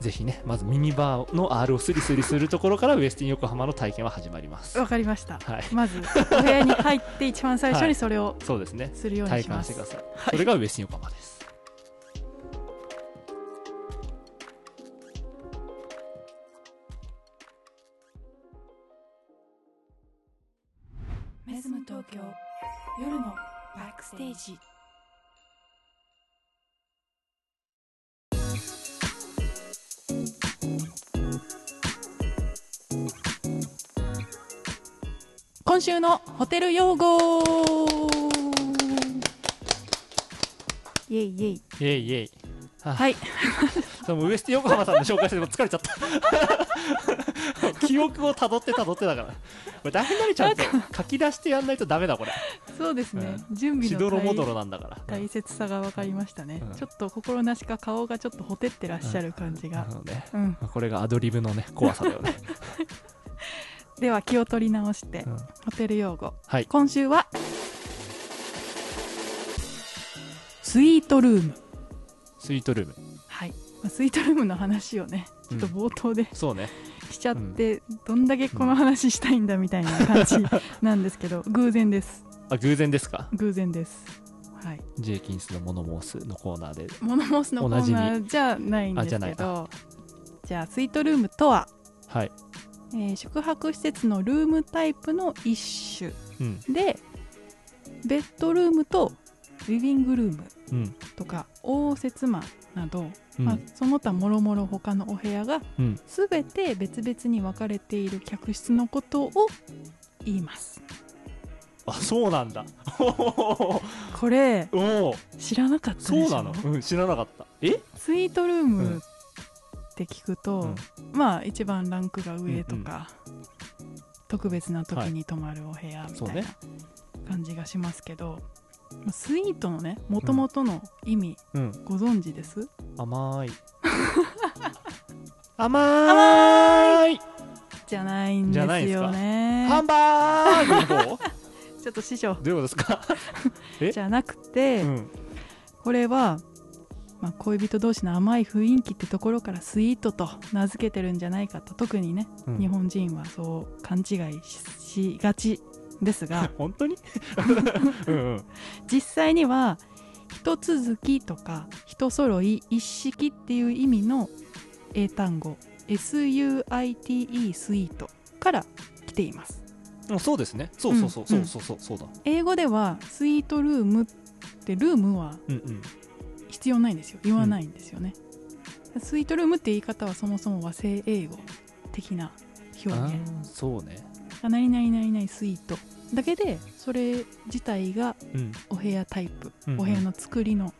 [SPEAKER 2] ぜひねまずミニバーの R をスリスリするところからウエスティン横浜の体験は始まります
[SPEAKER 1] わかりました
[SPEAKER 2] はい
[SPEAKER 1] まずお部屋に入って一番最初にそれを
[SPEAKER 2] そうですね
[SPEAKER 1] するように
[SPEAKER 2] 体
[SPEAKER 1] しま
[SPEAKER 2] 感し
[SPEAKER 1] す
[SPEAKER 2] てください、
[SPEAKER 1] はい
[SPEAKER 2] それがウエスティン横浜です
[SPEAKER 3] メズム東京夜のバックステージ
[SPEAKER 1] 今週のホテル用語イエイイエイ
[SPEAKER 2] イェイイェイは
[SPEAKER 1] はい
[SPEAKER 2] そのウエスティ横浜さんの紹介してても疲れちゃった 記憶をたどってたどってだからこれ大変だねちゃんと書き出してやんないとダメだこれ
[SPEAKER 1] そうですね、準備
[SPEAKER 2] し
[SPEAKER 1] の
[SPEAKER 2] どろもどろ
[SPEAKER 1] 大
[SPEAKER 2] なんだから
[SPEAKER 1] 大切さが分かりましたね、
[SPEAKER 2] うん
[SPEAKER 1] ちょっと心なしか顔がちょっとほてってらっしゃる感じ
[SPEAKER 2] な
[SPEAKER 1] が
[SPEAKER 2] ので
[SPEAKER 1] うん、
[SPEAKER 2] これがアドリブのね怖さだ よね、
[SPEAKER 1] では気を取り直して、
[SPEAKER 2] うん
[SPEAKER 1] ホテル用語
[SPEAKER 2] はい
[SPEAKER 1] 今週はスイートルーム
[SPEAKER 2] スイートルーム
[SPEAKER 1] はい、まあスイートルームの話をねちょっと冒頭で、
[SPEAKER 2] そうね
[SPEAKER 1] しちゃって、どんだけこの話したいんだみたいな感じなん ですけど偶然です
[SPEAKER 2] あ偶然ですか
[SPEAKER 1] 偶然ですはい
[SPEAKER 2] ジェイキンスのモノ申すのコーナーで
[SPEAKER 1] モノモースのコーナーじゃないんです
[SPEAKER 2] おな
[SPEAKER 1] け
[SPEAKER 2] じみ
[SPEAKER 1] どじゃあスイートルームとは、
[SPEAKER 2] はい
[SPEAKER 1] えー宿泊施設のルームタイプの一種
[SPEAKER 2] うん
[SPEAKER 1] でベッドルームとリビングルーム
[SPEAKER 2] うん
[SPEAKER 1] とか応接間など、
[SPEAKER 2] うん、
[SPEAKER 1] まあ、その他もろもろ他のお部屋が
[SPEAKER 2] うん
[SPEAKER 1] 全て別々に分かれている客室のことを言います
[SPEAKER 2] あそうなんだ お
[SPEAKER 1] これ
[SPEAKER 2] お
[SPEAKER 1] 知らなかったでし
[SPEAKER 2] そう
[SPEAKER 1] ょ
[SPEAKER 2] なの、うん、知らなかったえ
[SPEAKER 1] スイートルー
[SPEAKER 2] うん
[SPEAKER 1] ムって聞くと、
[SPEAKER 2] うん
[SPEAKER 1] まあ一番ランクが上とか、特別な時に泊まるお部屋み
[SPEAKER 2] そう
[SPEAKER 1] たい
[SPEAKER 2] ね
[SPEAKER 1] な感じがしますけど、まあスイートのねもともとの意味、
[SPEAKER 2] うん
[SPEAKER 1] ご存知です
[SPEAKER 2] 甘い甘い
[SPEAKER 1] じゃないん
[SPEAKER 2] じ
[SPEAKER 1] で
[SPEAKER 2] ゃない
[SPEAKER 1] す
[SPEAKER 2] ですか
[SPEAKER 1] よね
[SPEAKER 2] ハンバーグの方
[SPEAKER 1] ちょっと師匠
[SPEAKER 2] どういうことですか、え
[SPEAKER 1] じゃなくて、
[SPEAKER 2] うん、
[SPEAKER 1] これは、まあ、恋人同士の甘い雰囲気ってところからスイートと名付けてるんじゃないかと特にね、
[SPEAKER 2] うん
[SPEAKER 1] 日本人はそう勘違いししがちですが
[SPEAKER 2] 本当にうん、うん、
[SPEAKER 1] 実際には一続きとか一揃い一式っていう意味の英単語 SUITE スイートから来ています
[SPEAKER 2] うんそうですねそうそうそうそうそうそうそうだ
[SPEAKER 1] 英語ではスイートルームってルームは
[SPEAKER 2] うんうん
[SPEAKER 1] 必要ないんですよ言わないんですよね、スイートルームって言い方はそもそも和製英語的な表
[SPEAKER 2] あ
[SPEAKER 1] 現
[SPEAKER 2] ーそうね
[SPEAKER 1] 何々何々スイートだけでそれ自体が
[SPEAKER 2] うん
[SPEAKER 1] お部屋タイプ、
[SPEAKER 2] うんうん
[SPEAKER 1] お部屋の作りの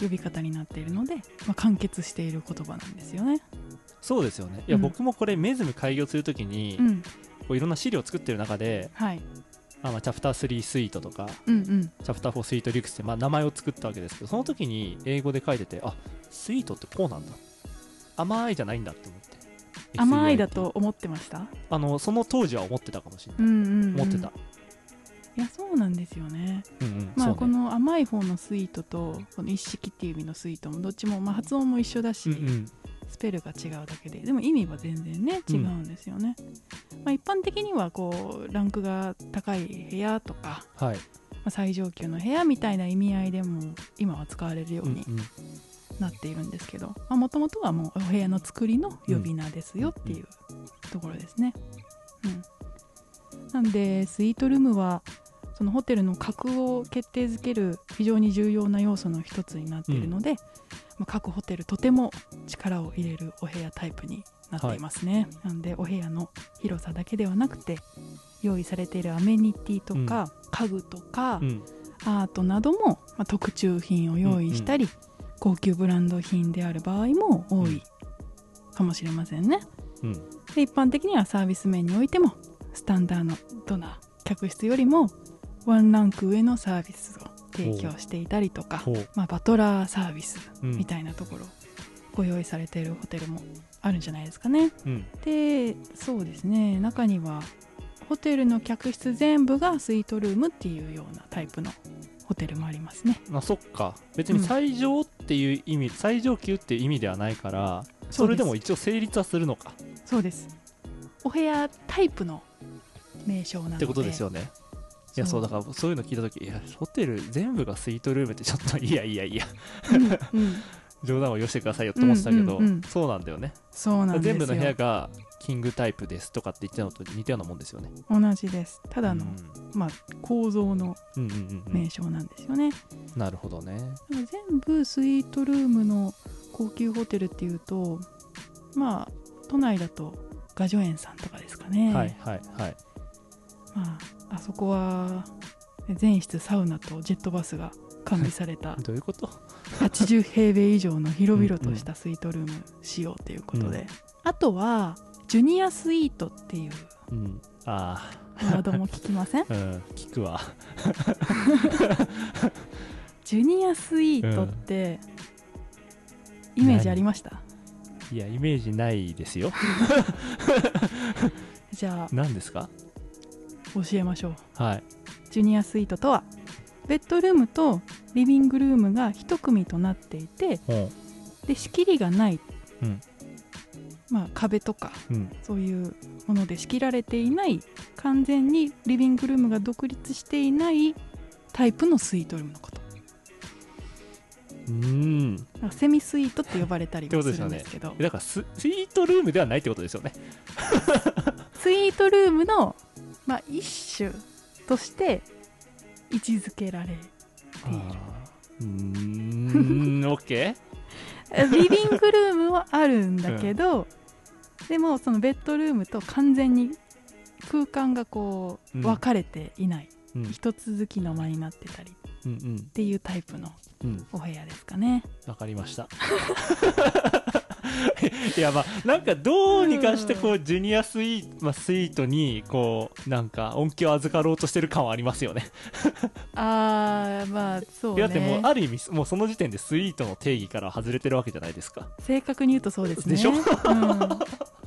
[SPEAKER 1] 呼び方になっているので、まあ、完結している言葉なんですよね、
[SPEAKER 2] そうですよねいや、
[SPEAKER 1] うん
[SPEAKER 2] 僕もこれメズム開業するときに、
[SPEAKER 1] うん、
[SPEAKER 2] こういろんな資料を作ってる中で
[SPEAKER 1] はい
[SPEAKER 2] あ、まあ、チャプター3スイートとか
[SPEAKER 1] うんうん
[SPEAKER 2] チャプター4スイートリュックスって、まあ、名前を作ったわけですけどその時に英語で書いててあスイートってこうなんだ甘いじゃないんだって思って
[SPEAKER 1] 甘い
[SPEAKER 2] SUIT
[SPEAKER 1] だと思ってました
[SPEAKER 2] あのその当時は思ってたかもしれ
[SPEAKER 1] う
[SPEAKER 2] ない、
[SPEAKER 1] んうん、うん、
[SPEAKER 2] 思ってた
[SPEAKER 1] いやそうなんですよね
[SPEAKER 2] うんうん
[SPEAKER 1] まあ、
[SPEAKER 2] そ
[SPEAKER 1] こ
[SPEAKER 2] うね
[SPEAKER 1] の甘い方のスイートとこの一式っていう意味のスイートもどっちも、まあ、発音も一緒だし、
[SPEAKER 2] うんうん
[SPEAKER 1] スペルが違うだけででも意味は全然ね
[SPEAKER 2] うん
[SPEAKER 1] 違うんですよね、まあ、一般的にはこうランクが高い部屋とか、
[SPEAKER 2] はい、
[SPEAKER 1] まあ、最上級の部屋みたいな意味合いでも今は使われるように
[SPEAKER 2] うんうん
[SPEAKER 1] なっているんですけどもともとはもうお部屋の作りの呼び名ですよっていうところですね、うん、なんでスイートルームはそのホテルの格を決定づける非常に重要な要素の一つになっているので、まあ各ホテルとても力を入れるお部屋タイプになっていますね、なのでお部屋の広さだけではなくて用意されているアメニティとか、家具とか、
[SPEAKER 2] うん
[SPEAKER 1] アートなども、まあ特注品を用意したり、高級ブランド品である場合も多いかもしれませんね、
[SPEAKER 2] うん
[SPEAKER 1] で一般的にはサービス面においてもスタンダードな客室よりもワンランク上のサービスを提供していたりとか
[SPEAKER 2] ほ、う
[SPEAKER 1] まあ、バトラーサービス
[SPEAKER 2] うん
[SPEAKER 1] みたいなところをご用意されているホテルもあるんじゃないですかね。
[SPEAKER 2] うん
[SPEAKER 1] でそうですね中にはホテルの客室全部がスイートルームっていうようなタイプのホテルもありますね。
[SPEAKER 2] まあそっか別に最上っていう意味、最上級っていう意味ではないからそれでも一応成立はするのか
[SPEAKER 1] そうですお部屋タイプの名称なので
[SPEAKER 2] ってことですよねいやそうだからそういうの聞いた時いやホテル全部がスイートルームってちょっといやいやいや
[SPEAKER 1] うんうん
[SPEAKER 2] 冗談をよしてくださいよって思ってたけど、
[SPEAKER 1] うんうんうん
[SPEAKER 2] そうなんだよね
[SPEAKER 1] そうなんですよ
[SPEAKER 2] 全部の部屋がキングタイプですとかって言ってたのと似たようなもんですよね
[SPEAKER 1] 同じですただ
[SPEAKER 2] うん
[SPEAKER 1] の、まあ、構造の
[SPEAKER 2] うんうんうんうん、
[SPEAKER 1] 名称なんですよね、
[SPEAKER 2] なるほど
[SPEAKER 1] だ
[SPEAKER 2] ね
[SPEAKER 1] から全部スイートルームの高級ホテルっていうとまあ都内だと雅叙園さんとかですかね、
[SPEAKER 2] はいはいはい
[SPEAKER 1] まあ、あそこは全室サウナとジェットバスが完備され た
[SPEAKER 2] どういうこと
[SPEAKER 1] 80平米以上の広々としたスイートルーム仕様ということで、
[SPEAKER 2] うん
[SPEAKER 1] あとはジュニアスイートっていう
[SPEAKER 2] うんあ
[SPEAKER 1] ワードも聞きません
[SPEAKER 2] あうん聞くわ
[SPEAKER 1] ジュニアスイートって、イメージありました
[SPEAKER 2] いやイメージないですよ
[SPEAKER 1] じゃあ
[SPEAKER 2] 何ですか
[SPEAKER 1] 教えましょう
[SPEAKER 2] はい
[SPEAKER 1] ジュニアスイートとはベッドルームとリビングルームが一組となっていて
[SPEAKER 2] うん
[SPEAKER 1] で仕切りがない、
[SPEAKER 2] うん
[SPEAKER 1] まあ、壁とか
[SPEAKER 2] うん
[SPEAKER 1] そういうもので仕切られていない完全にリビングルームが独立していないタイプのスイートルームのこと
[SPEAKER 2] うん
[SPEAKER 1] だからセミスイートって呼ばれたりもするん
[SPEAKER 2] ってことですよ
[SPEAKER 1] です
[SPEAKER 2] ね
[SPEAKER 1] け ど
[SPEAKER 2] えだからススイートルームではないってことですよね
[SPEAKER 1] スイートルームの、まあ、一種として位置づけ られている
[SPEAKER 2] うーんオッケ
[SPEAKER 1] えリビングルームはあるんだけど、でもそのベッドルームと完全に空間がこう
[SPEAKER 2] うん
[SPEAKER 1] 分かれていない、
[SPEAKER 2] ーうん
[SPEAKER 1] 一続きの間になってたりっ
[SPEAKER 2] うん
[SPEAKER 1] ていうタイプの
[SPEAKER 2] うんうん
[SPEAKER 1] お部屋ですかね
[SPEAKER 2] わかりました いやまあなんかどうにかしてこうジュニアスイート、まあ、スイートにこうなんか恩恵を預かろうとしてる感はありますよね
[SPEAKER 1] あーまあそう
[SPEAKER 2] いやだっても
[SPEAKER 1] ね
[SPEAKER 2] うある意味もうその時点でスイートの定義から外れてるわけじゃないですか
[SPEAKER 1] 正確に言うとそうですね
[SPEAKER 2] でしょ
[SPEAKER 1] うん、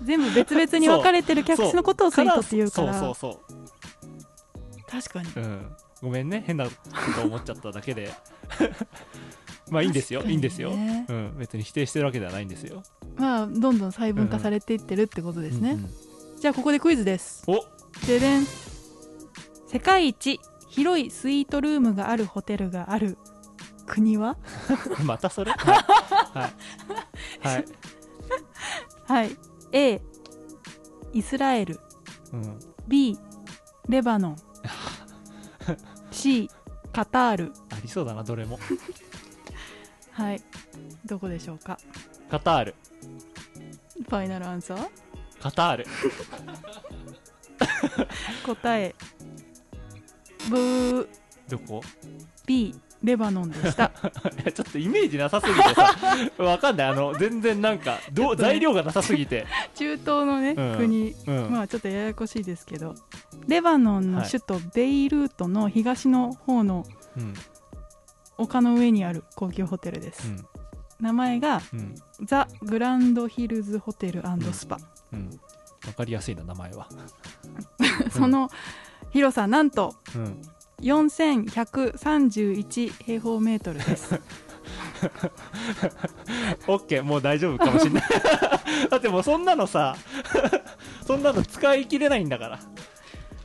[SPEAKER 1] 全部別々に分かれてる客室のことをスイートっていうから
[SPEAKER 2] そうそうそう
[SPEAKER 1] 確かに
[SPEAKER 2] うん、ごめんね変なこと思っちゃっただけで まあいいんですよ、
[SPEAKER 1] 確か
[SPEAKER 2] いいん
[SPEAKER 1] にね
[SPEAKER 2] ですよ、うん、別に否定してるわけではないんですよ
[SPEAKER 1] まあどんどん細分化されていってるってことですね、
[SPEAKER 2] うんうん
[SPEAKER 1] じゃあここでクイズです
[SPEAKER 2] お
[SPEAKER 1] ででん世界一広いスイートルームがあるホテルがある国は
[SPEAKER 2] また それはい、はいはい
[SPEAKER 1] はい A イスラエル
[SPEAKER 2] うん
[SPEAKER 1] B レバ ノン C カタール
[SPEAKER 2] ありそうだなどれも
[SPEAKER 1] はいどこでしょうか
[SPEAKER 2] カタール
[SPEAKER 1] ファイナルアンサー
[SPEAKER 2] カタール
[SPEAKER 1] 答えブー
[SPEAKER 2] どこ
[SPEAKER 1] B レバノンでした
[SPEAKER 2] いやちょっとイメージなさすぎて さわかんないあの全然なんかど
[SPEAKER 1] ちょっ
[SPEAKER 2] う
[SPEAKER 1] とね
[SPEAKER 2] 材料がなさすぎて、
[SPEAKER 1] 中東のね、
[SPEAKER 2] うん
[SPEAKER 1] 国
[SPEAKER 2] うん
[SPEAKER 1] まあちょっとややこしいですけどレバノンの
[SPEAKER 2] はい
[SPEAKER 1] 首都ベイルートの東の方の
[SPEAKER 2] うん
[SPEAKER 1] 丘の上にある高級ホテルです、名前が
[SPEAKER 2] うんうん
[SPEAKER 1] ザ・グランドヒルズホテルスパ、
[SPEAKER 2] うんわかりやすいな名前 は、
[SPEAKER 1] その広さなんと
[SPEAKER 2] うん、
[SPEAKER 1] 4131平方メートルです
[SPEAKER 2] オッケーもう大丈夫かもしれない だってもうそんなのさ そんなの使い切れないんだか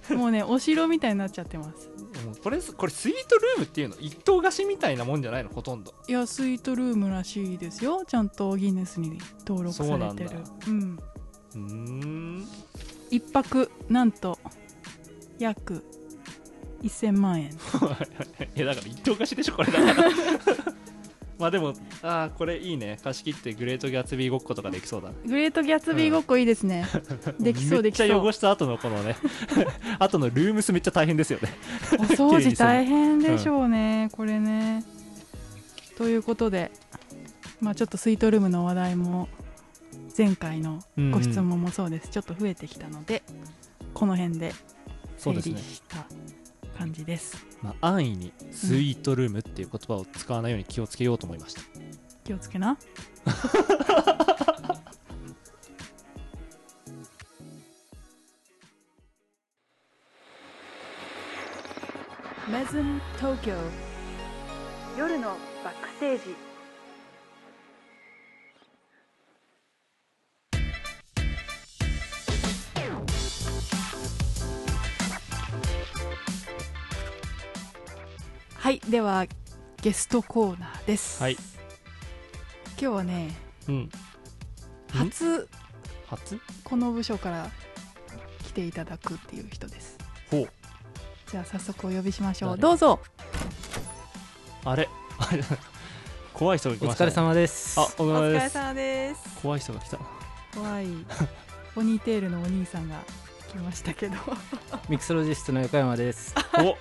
[SPEAKER 2] ら
[SPEAKER 1] もうねお城みたいになっちゃってます
[SPEAKER 2] もうこれこれスイートルームっていうの一棟貸しみたいなもんじゃないのほとんど
[SPEAKER 1] いやスイートルームらしいですよちゃんとギネスに登録されてる
[SPEAKER 2] そうなんだ
[SPEAKER 1] うん
[SPEAKER 2] うーん
[SPEAKER 1] 一泊なんと約1000万円
[SPEAKER 2] いやだから一棟貸しでしょこれだからまあでもああこれいいね貸し切ってグレートギャツビーごっことかできそうだ
[SPEAKER 1] グレートギャツビーごっこいいですね、 できそうできそ
[SPEAKER 2] めっちゃ
[SPEAKER 1] う
[SPEAKER 2] 汚した後のこのね後のルームスめっちゃ大変ですよね
[SPEAKER 1] お掃除大変でしょうね、これねということでまあちょっとスイートルームの話題も前回のご質問もそうです、ちょっと増えてきたのでこの辺で
[SPEAKER 2] そ
[SPEAKER 1] 整
[SPEAKER 2] うで
[SPEAKER 1] 理
[SPEAKER 2] すね、
[SPEAKER 1] した感じです
[SPEAKER 2] まあ、安易にスイートルームっていう言葉を使わないように気をつけようと思いました、
[SPEAKER 1] 気をつけなメズム東京夜のバックステージはいではゲストコーナーです、
[SPEAKER 2] はい、
[SPEAKER 1] 今日はね
[SPEAKER 2] うん、
[SPEAKER 1] 初
[SPEAKER 2] 初
[SPEAKER 1] この部署から来ていただくっていう人です
[SPEAKER 2] ほう
[SPEAKER 1] じゃあ早速お呼びしましょう
[SPEAKER 4] 誰
[SPEAKER 1] どうぞ
[SPEAKER 2] あれ あれ怖い人が来
[SPEAKER 4] お
[SPEAKER 2] ました、
[SPEAKER 4] 疲
[SPEAKER 2] ね、
[SPEAKER 4] れ様です。
[SPEAKER 2] あお
[SPEAKER 1] お
[SPEAKER 2] 疲れ
[SPEAKER 1] 疲
[SPEAKER 2] 様で
[SPEAKER 1] れ
[SPEAKER 2] す
[SPEAKER 1] 様です
[SPEAKER 2] 怖い人が来た
[SPEAKER 1] 怖いポニーテールのお兄さんが来ましたけど
[SPEAKER 4] ミクソロジストの横山です。
[SPEAKER 2] お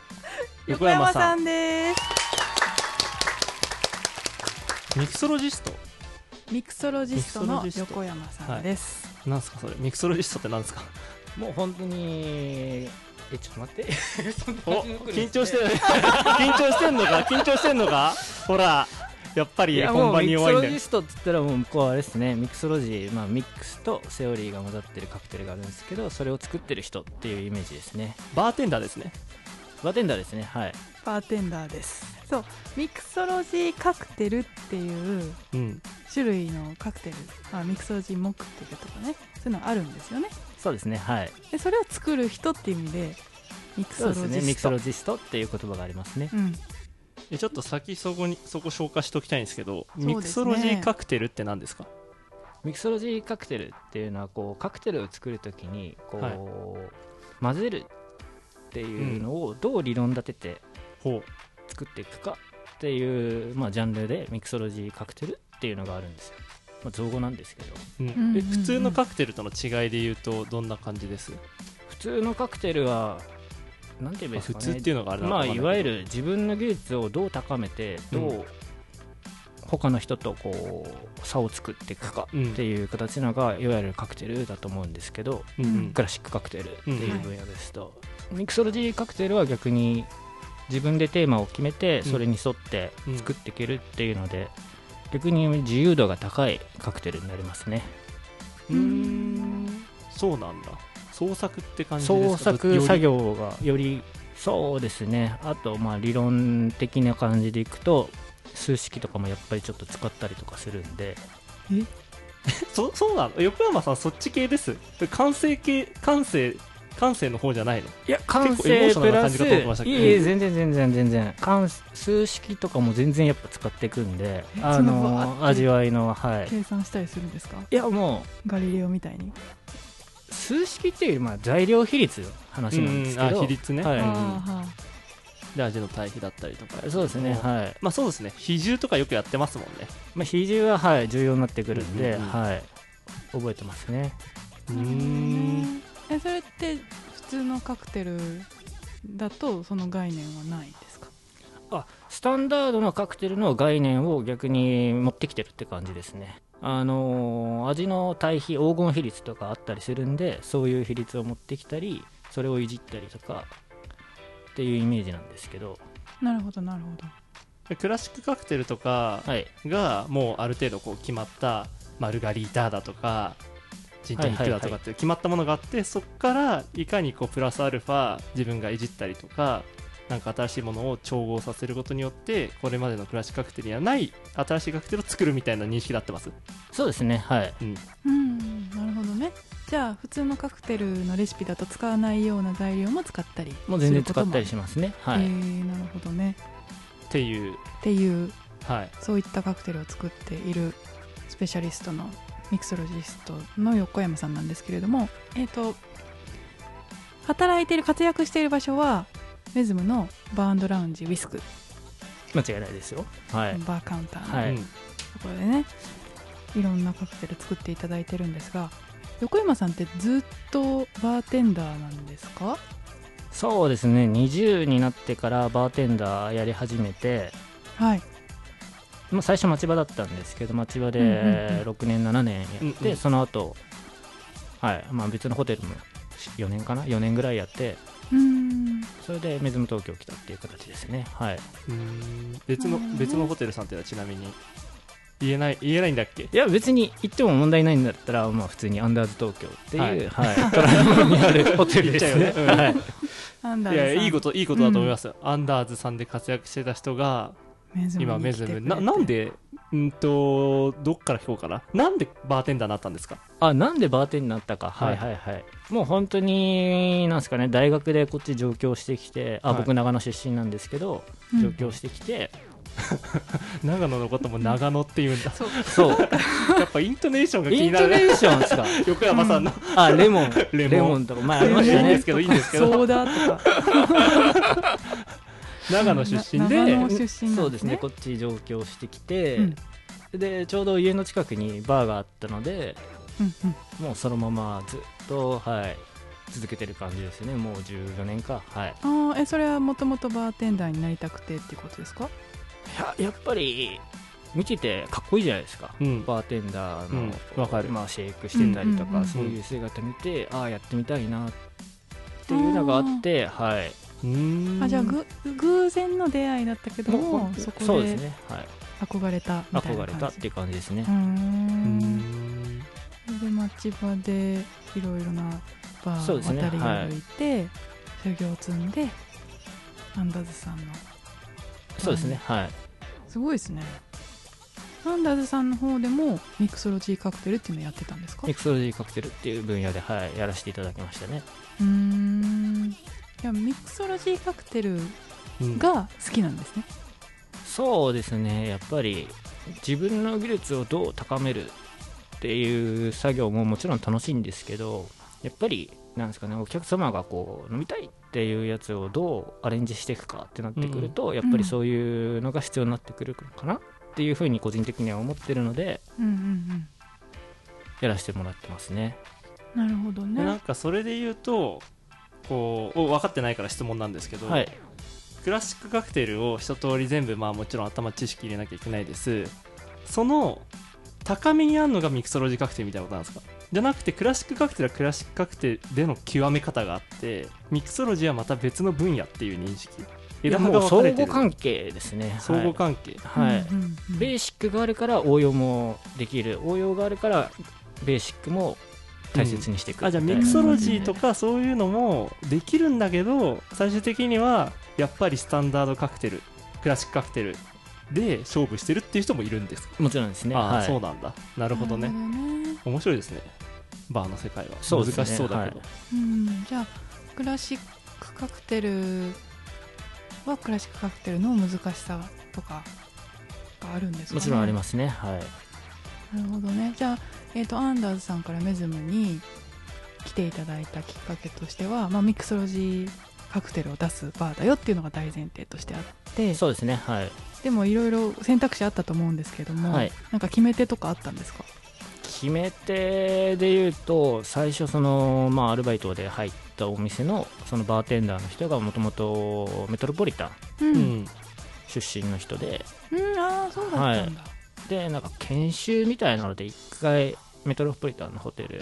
[SPEAKER 2] 横山さん
[SPEAKER 1] んです
[SPEAKER 2] ミクソロジスト
[SPEAKER 1] ミクソロジストの
[SPEAKER 2] ミクソロジスト
[SPEAKER 1] 横山さんです、
[SPEAKER 2] なんですかそれミクソロジストってなんですか
[SPEAKER 4] もう本当に、え、ちょっと待って。そんな
[SPEAKER 2] お
[SPEAKER 4] 感じの声
[SPEAKER 2] 緊張して
[SPEAKER 4] で
[SPEAKER 2] る 緊張してんのか緊張してんのかほらやっぱ
[SPEAKER 4] すねい
[SPEAKER 2] り
[SPEAKER 4] や
[SPEAKER 2] 本
[SPEAKER 4] もう
[SPEAKER 2] 番に
[SPEAKER 4] ミク
[SPEAKER 2] 弱いん
[SPEAKER 4] ソロ
[SPEAKER 2] だよ
[SPEAKER 4] ジストって言ったらもう向こうあれですねミクソロジー、まあ、ミックスとセオリーが混ざってるカクテルがあるんですけどそれを作ってる人っていうイメージですね
[SPEAKER 2] バーテンダーですね
[SPEAKER 4] バーテンダーですねはい
[SPEAKER 1] バーテンダーですそうミクソロジーカクテルっていう
[SPEAKER 2] うん
[SPEAKER 1] 種類のカクテル、まあ、ミクソロジーモクテルとかねそういうのあるんですよね
[SPEAKER 4] そうですねはい
[SPEAKER 1] でそれを作る人っていう意味でミクソ
[SPEAKER 4] そう
[SPEAKER 1] ロジスト
[SPEAKER 4] ですねミクソロジストっていう言葉がありますね
[SPEAKER 1] うん、
[SPEAKER 2] えちょっと先そこにそこ消化しておきたいんですけど
[SPEAKER 1] すね
[SPEAKER 2] ミクソロジーカクテルって何ですか
[SPEAKER 4] ミクソロジーカクテルっていうのはこうカクテルを作るときにこう、
[SPEAKER 2] はい
[SPEAKER 4] 混ぜるっていうのをどう理論立てて
[SPEAKER 2] ほう
[SPEAKER 4] 作っていくかっていう、まあ、ジャンルでミクソロジーカクテルっていうのがあるんですよ、まあ、造語なんですけど
[SPEAKER 2] うん
[SPEAKER 1] んうんうん
[SPEAKER 2] え普通のカクテルとの違いで言うとどんな感じです、
[SPEAKER 4] 普通のカクテルはなんて言えばいい
[SPEAKER 2] あ
[SPEAKER 4] です
[SPEAKER 2] 普
[SPEAKER 4] か
[SPEAKER 2] 通
[SPEAKER 4] ね
[SPEAKER 2] っていうのがあれなの
[SPEAKER 4] ま
[SPEAKER 2] か
[SPEAKER 4] あ
[SPEAKER 2] わかんないけど
[SPEAKER 4] わゆる自分の技術をどう高めてど
[SPEAKER 2] うん
[SPEAKER 4] う他の人とこう差を作っていくか
[SPEAKER 2] うん
[SPEAKER 4] っていう形のがいわゆるカクテルだと思うんですけど
[SPEAKER 2] うんうん
[SPEAKER 4] クラシックカクテルってい
[SPEAKER 2] は
[SPEAKER 4] う
[SPEAKER 2] い
[SPEAKER 4] 分野ですと、ミクソロジーカクテルは逆に自分でテーマを決めてそれに沿って
[SPEAKER 2] うん
[SPEAKER 4] 作っていけるっていうので、逆に自由度が高いカクテルになりますね
[SPEAKER 2] うーんそうなんだ創作って感じです
[SPEAKER 4] 創
[SPEAKER 2] か
[SPEAKER 4] 作作
[SPEAKER 2] 業
[SPEAKER 4] 業がよりそうですねあとまあ理論的な感じでいくと数式とかもやっぱりちょっと使ったりとかするんで
[SPEAKER 2] そそうなの横山さんそっち系です完成系感性感性の方じゃないの
[SPEAKER 4] いや
[SPEAKER 2] 構
[SPEAKER 4] 感
[SPEAKER 2] エモー
[SPEAKER 4] 性
[SPEAKER 2] ショナルな
[SPEAKER 4] プラ
[SPEAKER 2] 感じ
[SPEAKER 4] ス
[SPEAKER 2] が通ってましたけ
[SPEAKER 4] い
[SPEAKER 2] ど
[SPEAKER 4] えいえ全然全然全然感数式とかも全然やっぱ使っていくんで
[SPEAKER 1] え
[SPEAKER 4] あ
[SPEAKER 1] そんなのあっ
[SPEAKER 4] の
[SPEAKER 1] て
[SPEAKER 4] 味わいのはい
[SPEAKER 1] 計算したりするんですか
[SPEAKER 4] いやも
[SPEAKER 1] ガリレオみたいに
[SPEAKER 4] う数式っていうよりまあ材料比率の話なんですけ
[SPEAKER 2] うんうん
[SPEAKER 4] ど
[SPEAKER 2] あ比率ね
[SPEAKER 4] はい
[SPEAKER 2] うん
[SPEAKER 1] あーは
[SPEAKER 2] で味の対比だったりとか
[SPEAKER 4] そうですね
[SPEAKER 2] い
[SPEAKER 4] はい、
[SPEAKER 2] まあそうですね比重とかよくやってますもんね
[SPEAKER 4] まあ、比重ははい重要になってくるんで、
[SPEAKER 2] うんうんうん
[SPEAKER 4] はい覚えてますね
[SPEAKER 2] う
[SPEAKER 1] あ
[SPEAKER 2] ーん
[SPEAKER 1] えそれって普通のカクテルだとその概念はないんですか
[SPEAKER 4] スタンダードのカクテルの概念を逆に持ってきてるって感じですねあのー味の対比黄金比率とかあったりするんでそういう比率を持ってきたりそれをいじったりとかっていうイメージなんですけど
[SPEAKER 1] なるほどなるほど
[SPEAKER 2] でクラシックカクテルとか
[SPEAKER 4] はい
[SPEAKER 2] がもうある程度こう決まったマルガリータだとかジントニックだとかっていう決まったものがあってそこからいかにこうプラスアルファ自分がいじったりとかなんか新しいものを調合させることによってこれまでのクラシックカクテルにはない新しいカクテルを作るみたいな認識になってます
[SPEAKER 4] そうですねはい
[SPEAKER 1] うんなるほどねじゃあ普通のカクテルのレシピだと使わないような材料も使ったり
[SPEAKER 4] もう全然使ったり
[SPEAKER 1] す
[SPEAKER 4] しますね
[SPEAKER 1] ること
[SPEAKER 4] は
[SPEAKER 1] もえ
[SPEAKER 4] い、
[SPEAKER 1] ーなるほどね
[SPEAKER 2] っていう
[SPEAKER 1] っていう
[SPEAKER 2] はい
[SPEAKER 1] そういったカクテルを作っているスペシャリストのミクソロジストの横山さんなんですけれども、えー、と働いている活躍している場所はメズムのバーンドラウンジウィスク
[SPEAKER 4] 間違いないですよはい、
[SPEAKER 1] バーカウンターの
[SPEAKER 4] はい
[SPEAKER 2] うん
[SPEAKER 1] ところでね、い、ろんなカクテル作っていただいてるんですが横山さんってずっとバーテンダーなんですか
[SPEAKER 4] そうですね20になってからバーテンダーやり始めて、
[SPEAKER 1] はい
[SPEAKER 4] まあ、最初町場だったんですけど町場で
[SPEAKER 1] うんうんうん
[SPEAKER 4] 6年7年やって、
[SPEAKER 2] うんうん
[SPEAKER 4] その後、はいまあ別のホテルも4年かな4年ぐらいやって
[SPEAKER 1] うーん
[SPEAKER 4] それでメズム東京来たっていう形ですねはい
[SPEAKER 2] うん別の
[SPEAKER 1] うん
[SPEAKER 2] 別のホテルさんっていうのはちなみに言えない言えないんだっけ
[SPEAKER 4] いや別に行っても問題ないんだったら、まあ、普通にアンダーズ東京っていう、はいトラノにあるホテルです
[SPEAKER 2] 行
[SPEAKER 4] ね
[SPEAKER 2] っちゃうよねうん
[SPEAKER 4] はい
[SPEAKER 1] アンダー
[SPEAKER 2] い
[SPEAKER 1] ズさん
[SPEAKER 2] やいいこといいことだと思います、アンダーズさんで活躍してた人が
[SPEAKER 1] メズムに
[SPEAKER 2] 今メ
[SPEAKER 1] 来て
[SPEAKER 2] ズ
[SPEAKER 1] くれ
[SPEAKER 2] ム
[SPEAKER 1] て
[SPEAKER 2] ななんでうんとどっから聞こうかななんでバーテンダーになったんですか
[SPEAKER 4] あなんでバーテンになったか、はい、はいはいもう本当になんですかね大学でこっち上京してきてあ、
[SPEAKER 2] はい
[SPEAKER 4] 僕長野出身なんですけど
[SPEAKER 1] うん
[SPEAKER 4] 上京してきて、
[SPEAKER 2] 長野のことも長野って 言うんだ
[SPEAKER 1] そう
[SPEAKER 4] そう
[SPEAKER 2] やっぱイントネーションが気
[SPEAKER 4] イ
[SPEAKER 2] に
[SPEAKER 4] ン
[SPEAKER 2] な
[SPEAKER 4] ト
[SPEAKER 2] る
[SPEAKER 4] ネ
[SPEAKER 2] ね
[SPEAKER 4] ーションですか
[SPEAKER 2] 横山さんの、
[SPEAKER 4] あレモン
[SPEAKER 2] レモン
[SPEAKER 4] レモンとか前あ
[SPEAKER 2] い
[SPEAKER 4] りまし
[SPEAKER 2] い
[SPEAKER 4] た
[SPEAKER 2] ん
[SPEAKER 4] ね
[SPEAKER 2] ですけどいいんですけ
[SPEAKER 1] ソ
[SPEAKER 2] ど
[SPEAKER 1] ーダとか
[SPEAKER 2] 長野出身
[SPEAKER 1] な長
[SPEAKER 2] で
[SPEAKER 1] 野出身なん
[SPEAKER 4] そうですねこっち上京してきて、
[SPEAKER 1] うん
[SPEAKER 4] でちょうど家の近くにバーがあったので
[SPEAKER 1] うんうん
[SPEAKER 4] もうそのままずっとはい続けてる感じですねもう14年かはい
[SPEAKER 1] あーえそれはもともとバーテンダーになりたくてっていうことですか
[SPEAKER 4] ややっぱり見ててかっこいいじゃないですか、
[SPEAKER 2] うん
[SPEAKER 4] バーテンダーの、
[SPEAKER 2] うんわかる
[SPEAKER 4] まあ、シェイクしてたりと
[SPEAKER 1] うんうん
[SPEAKER 4] か、
[SPEAKER 1] うん
[SPEAKER 4] そういう姿見てああやってみたいなっていうのがあってはい
[SPEAKER 2] うん
[SPEAKER 1] あじゃあぐ偶然の出会いだったけども
[SPEAKER 4] う
[SPEAKER 1] そ
[SPEAKER 4] そ
[SPEAKER 1] こ
[SPEAKER 4] うです
[SPEAKER 1] で
[SPEAKER 4] ね、はい、
[SPEAKER 1] 憧れたみたいな
[SPEAKER 4] 憧
[SPEAKER 1] 感じ
[SPEAKER 4] れたっていう感じですね
[SPEAKER 1] うー、
[SPEAKER 2] うんん
[SPEAKER 1] で町場でいろいろなバ
[SPEAKER 4] そ
[SPEAKER 1] ー
[SPEAKER 4] う
[SPEAKER 1] を
[SPEAKER 4] ですね
[SPEAKER 1] 渡り歩いて、修行を積んでアンダーズさんの
[SPEAKER 4] そうですねはい
[SPEAKER 1] すごいですねアンダーズさんの方でもミクソロジーカクテルっていうのやってたんですか
[SPEAKER 4] ミクソロジーカクテルっていう分野で、はい、やらせていただきましたね
[SPEAKER 1] うーんいやミクソロジーカクテル
[SPEAKER 2] うん
[SPEAKER 1] が好きなんですね
[SPEAKER 4] そうですねやっぱり自分の技術をどう高めるっていう作業ももちろん楽しいんですけどやっぱりなんですかねお客様がこう飲みたいっていうやつをどうアレンジしていくかってなってくると、やっぱりそういうのが必要になってくるかなっていうふうに個人的には思ってるので
[SPEAKER 1] うんうん
[SPEAKER 4] やらせてもらってますね
[SPEAKER 1] うんなるほど
[SPEAKER 2] でなん
[SPEAKER 1] ね
[SPEAKER 2] かそれで言うとこうお分かってないから質問なんですけど、
[SPEAKER 4] はい
[SPEAKER 2] クラシックカクテルを一通り全部まあもちろん頭知識入れなきゃいけないですその高めにあるのがミクソロジーカクテルみたいなことなんですかじゃなくてクラシックカクテルはクラシックカクテルでの極め方があってミクソロジーはまた別の分野っていう認識枝葉
[SPEAKER 4] も
[SPEAKER 2] が
[SPEAKER 4] う
[SPEAKER 2] 分か
[SPEAKER 4] 相
[SPEAKER 2] れて
[SPEAKER 4] 互
[SPEAKER 2] る
[SPEAKER 4] 関係ですねはい
[SPEAKER 2] 相互関係、
[SPEAKER 4] はい、
[SPEAKER 1] うんうんうん
[SPEAKER 4] ベーシックがあるから応用もできる応用があるからベーシックも大切にしていく、
[SPEAKER 2] あじゃあ
[SPEAKER 4] みた
[SPEAKER 2] ミ
[SPEAKER 4] い
[SPEAKER 2] ク
[SPEAKER 4] な
[SPEAKER 2] ソロジーとかそういうのもできるんだけど最終的にはやっぱりスタンダードカクテルクラシックカクテルで勝負してるっていう人もいるんですか
[SPEAKER 4] もちろんですね
[SPEAKER 2] ああ、
[SPEAKER 4] はい、
[SPEAKER 2] そうなんだなるほどね
[SPEAKER 1] なるほどね
[SPEAKER 2] 面白いですねバーの世界は
[SPEAKER 4] そうですね
[SPEAKER 2] 難しそうだけど、
[SPEAKER 1] うん、じゃあクラシックカクテルはクラシックカクテルの難しさとかがあるんですか、ね、
[SPEAKER 4] もちろんありますすね、はい、
[SPEAKER 1] なるほどねじゃあ、えー、とアンダーズさんからメズムに来ていただいたきっかけとしては、まあ、ミクソロジーカクテルを出すバーだよっていうのが大前提としてあって
[SPEAKER 4] そうですね、はい、
[SPEAKER 1] でもいろいろ選択肢あったと思うんですけども、
[SPEAKER 4] はい
[SPEAKER 1] なんか決め手とかあったんですか
[SPEAKER 4] 決め手で言うと、最初その、まあ、アルバイトで入ったお店のそのバーテンダーの人がもともとメトロポリタ
[SPEAKER 1] う、
[SPEAKER 4] ン
[SPEAKER 2] うんん
[SPEAKER 4] 出身の人で、
[SPEAKER 1] うん、ああそうだったんだ、
[SPEAKER 4] でなんか研修みたいなので、一回、メトロポリタンのホテル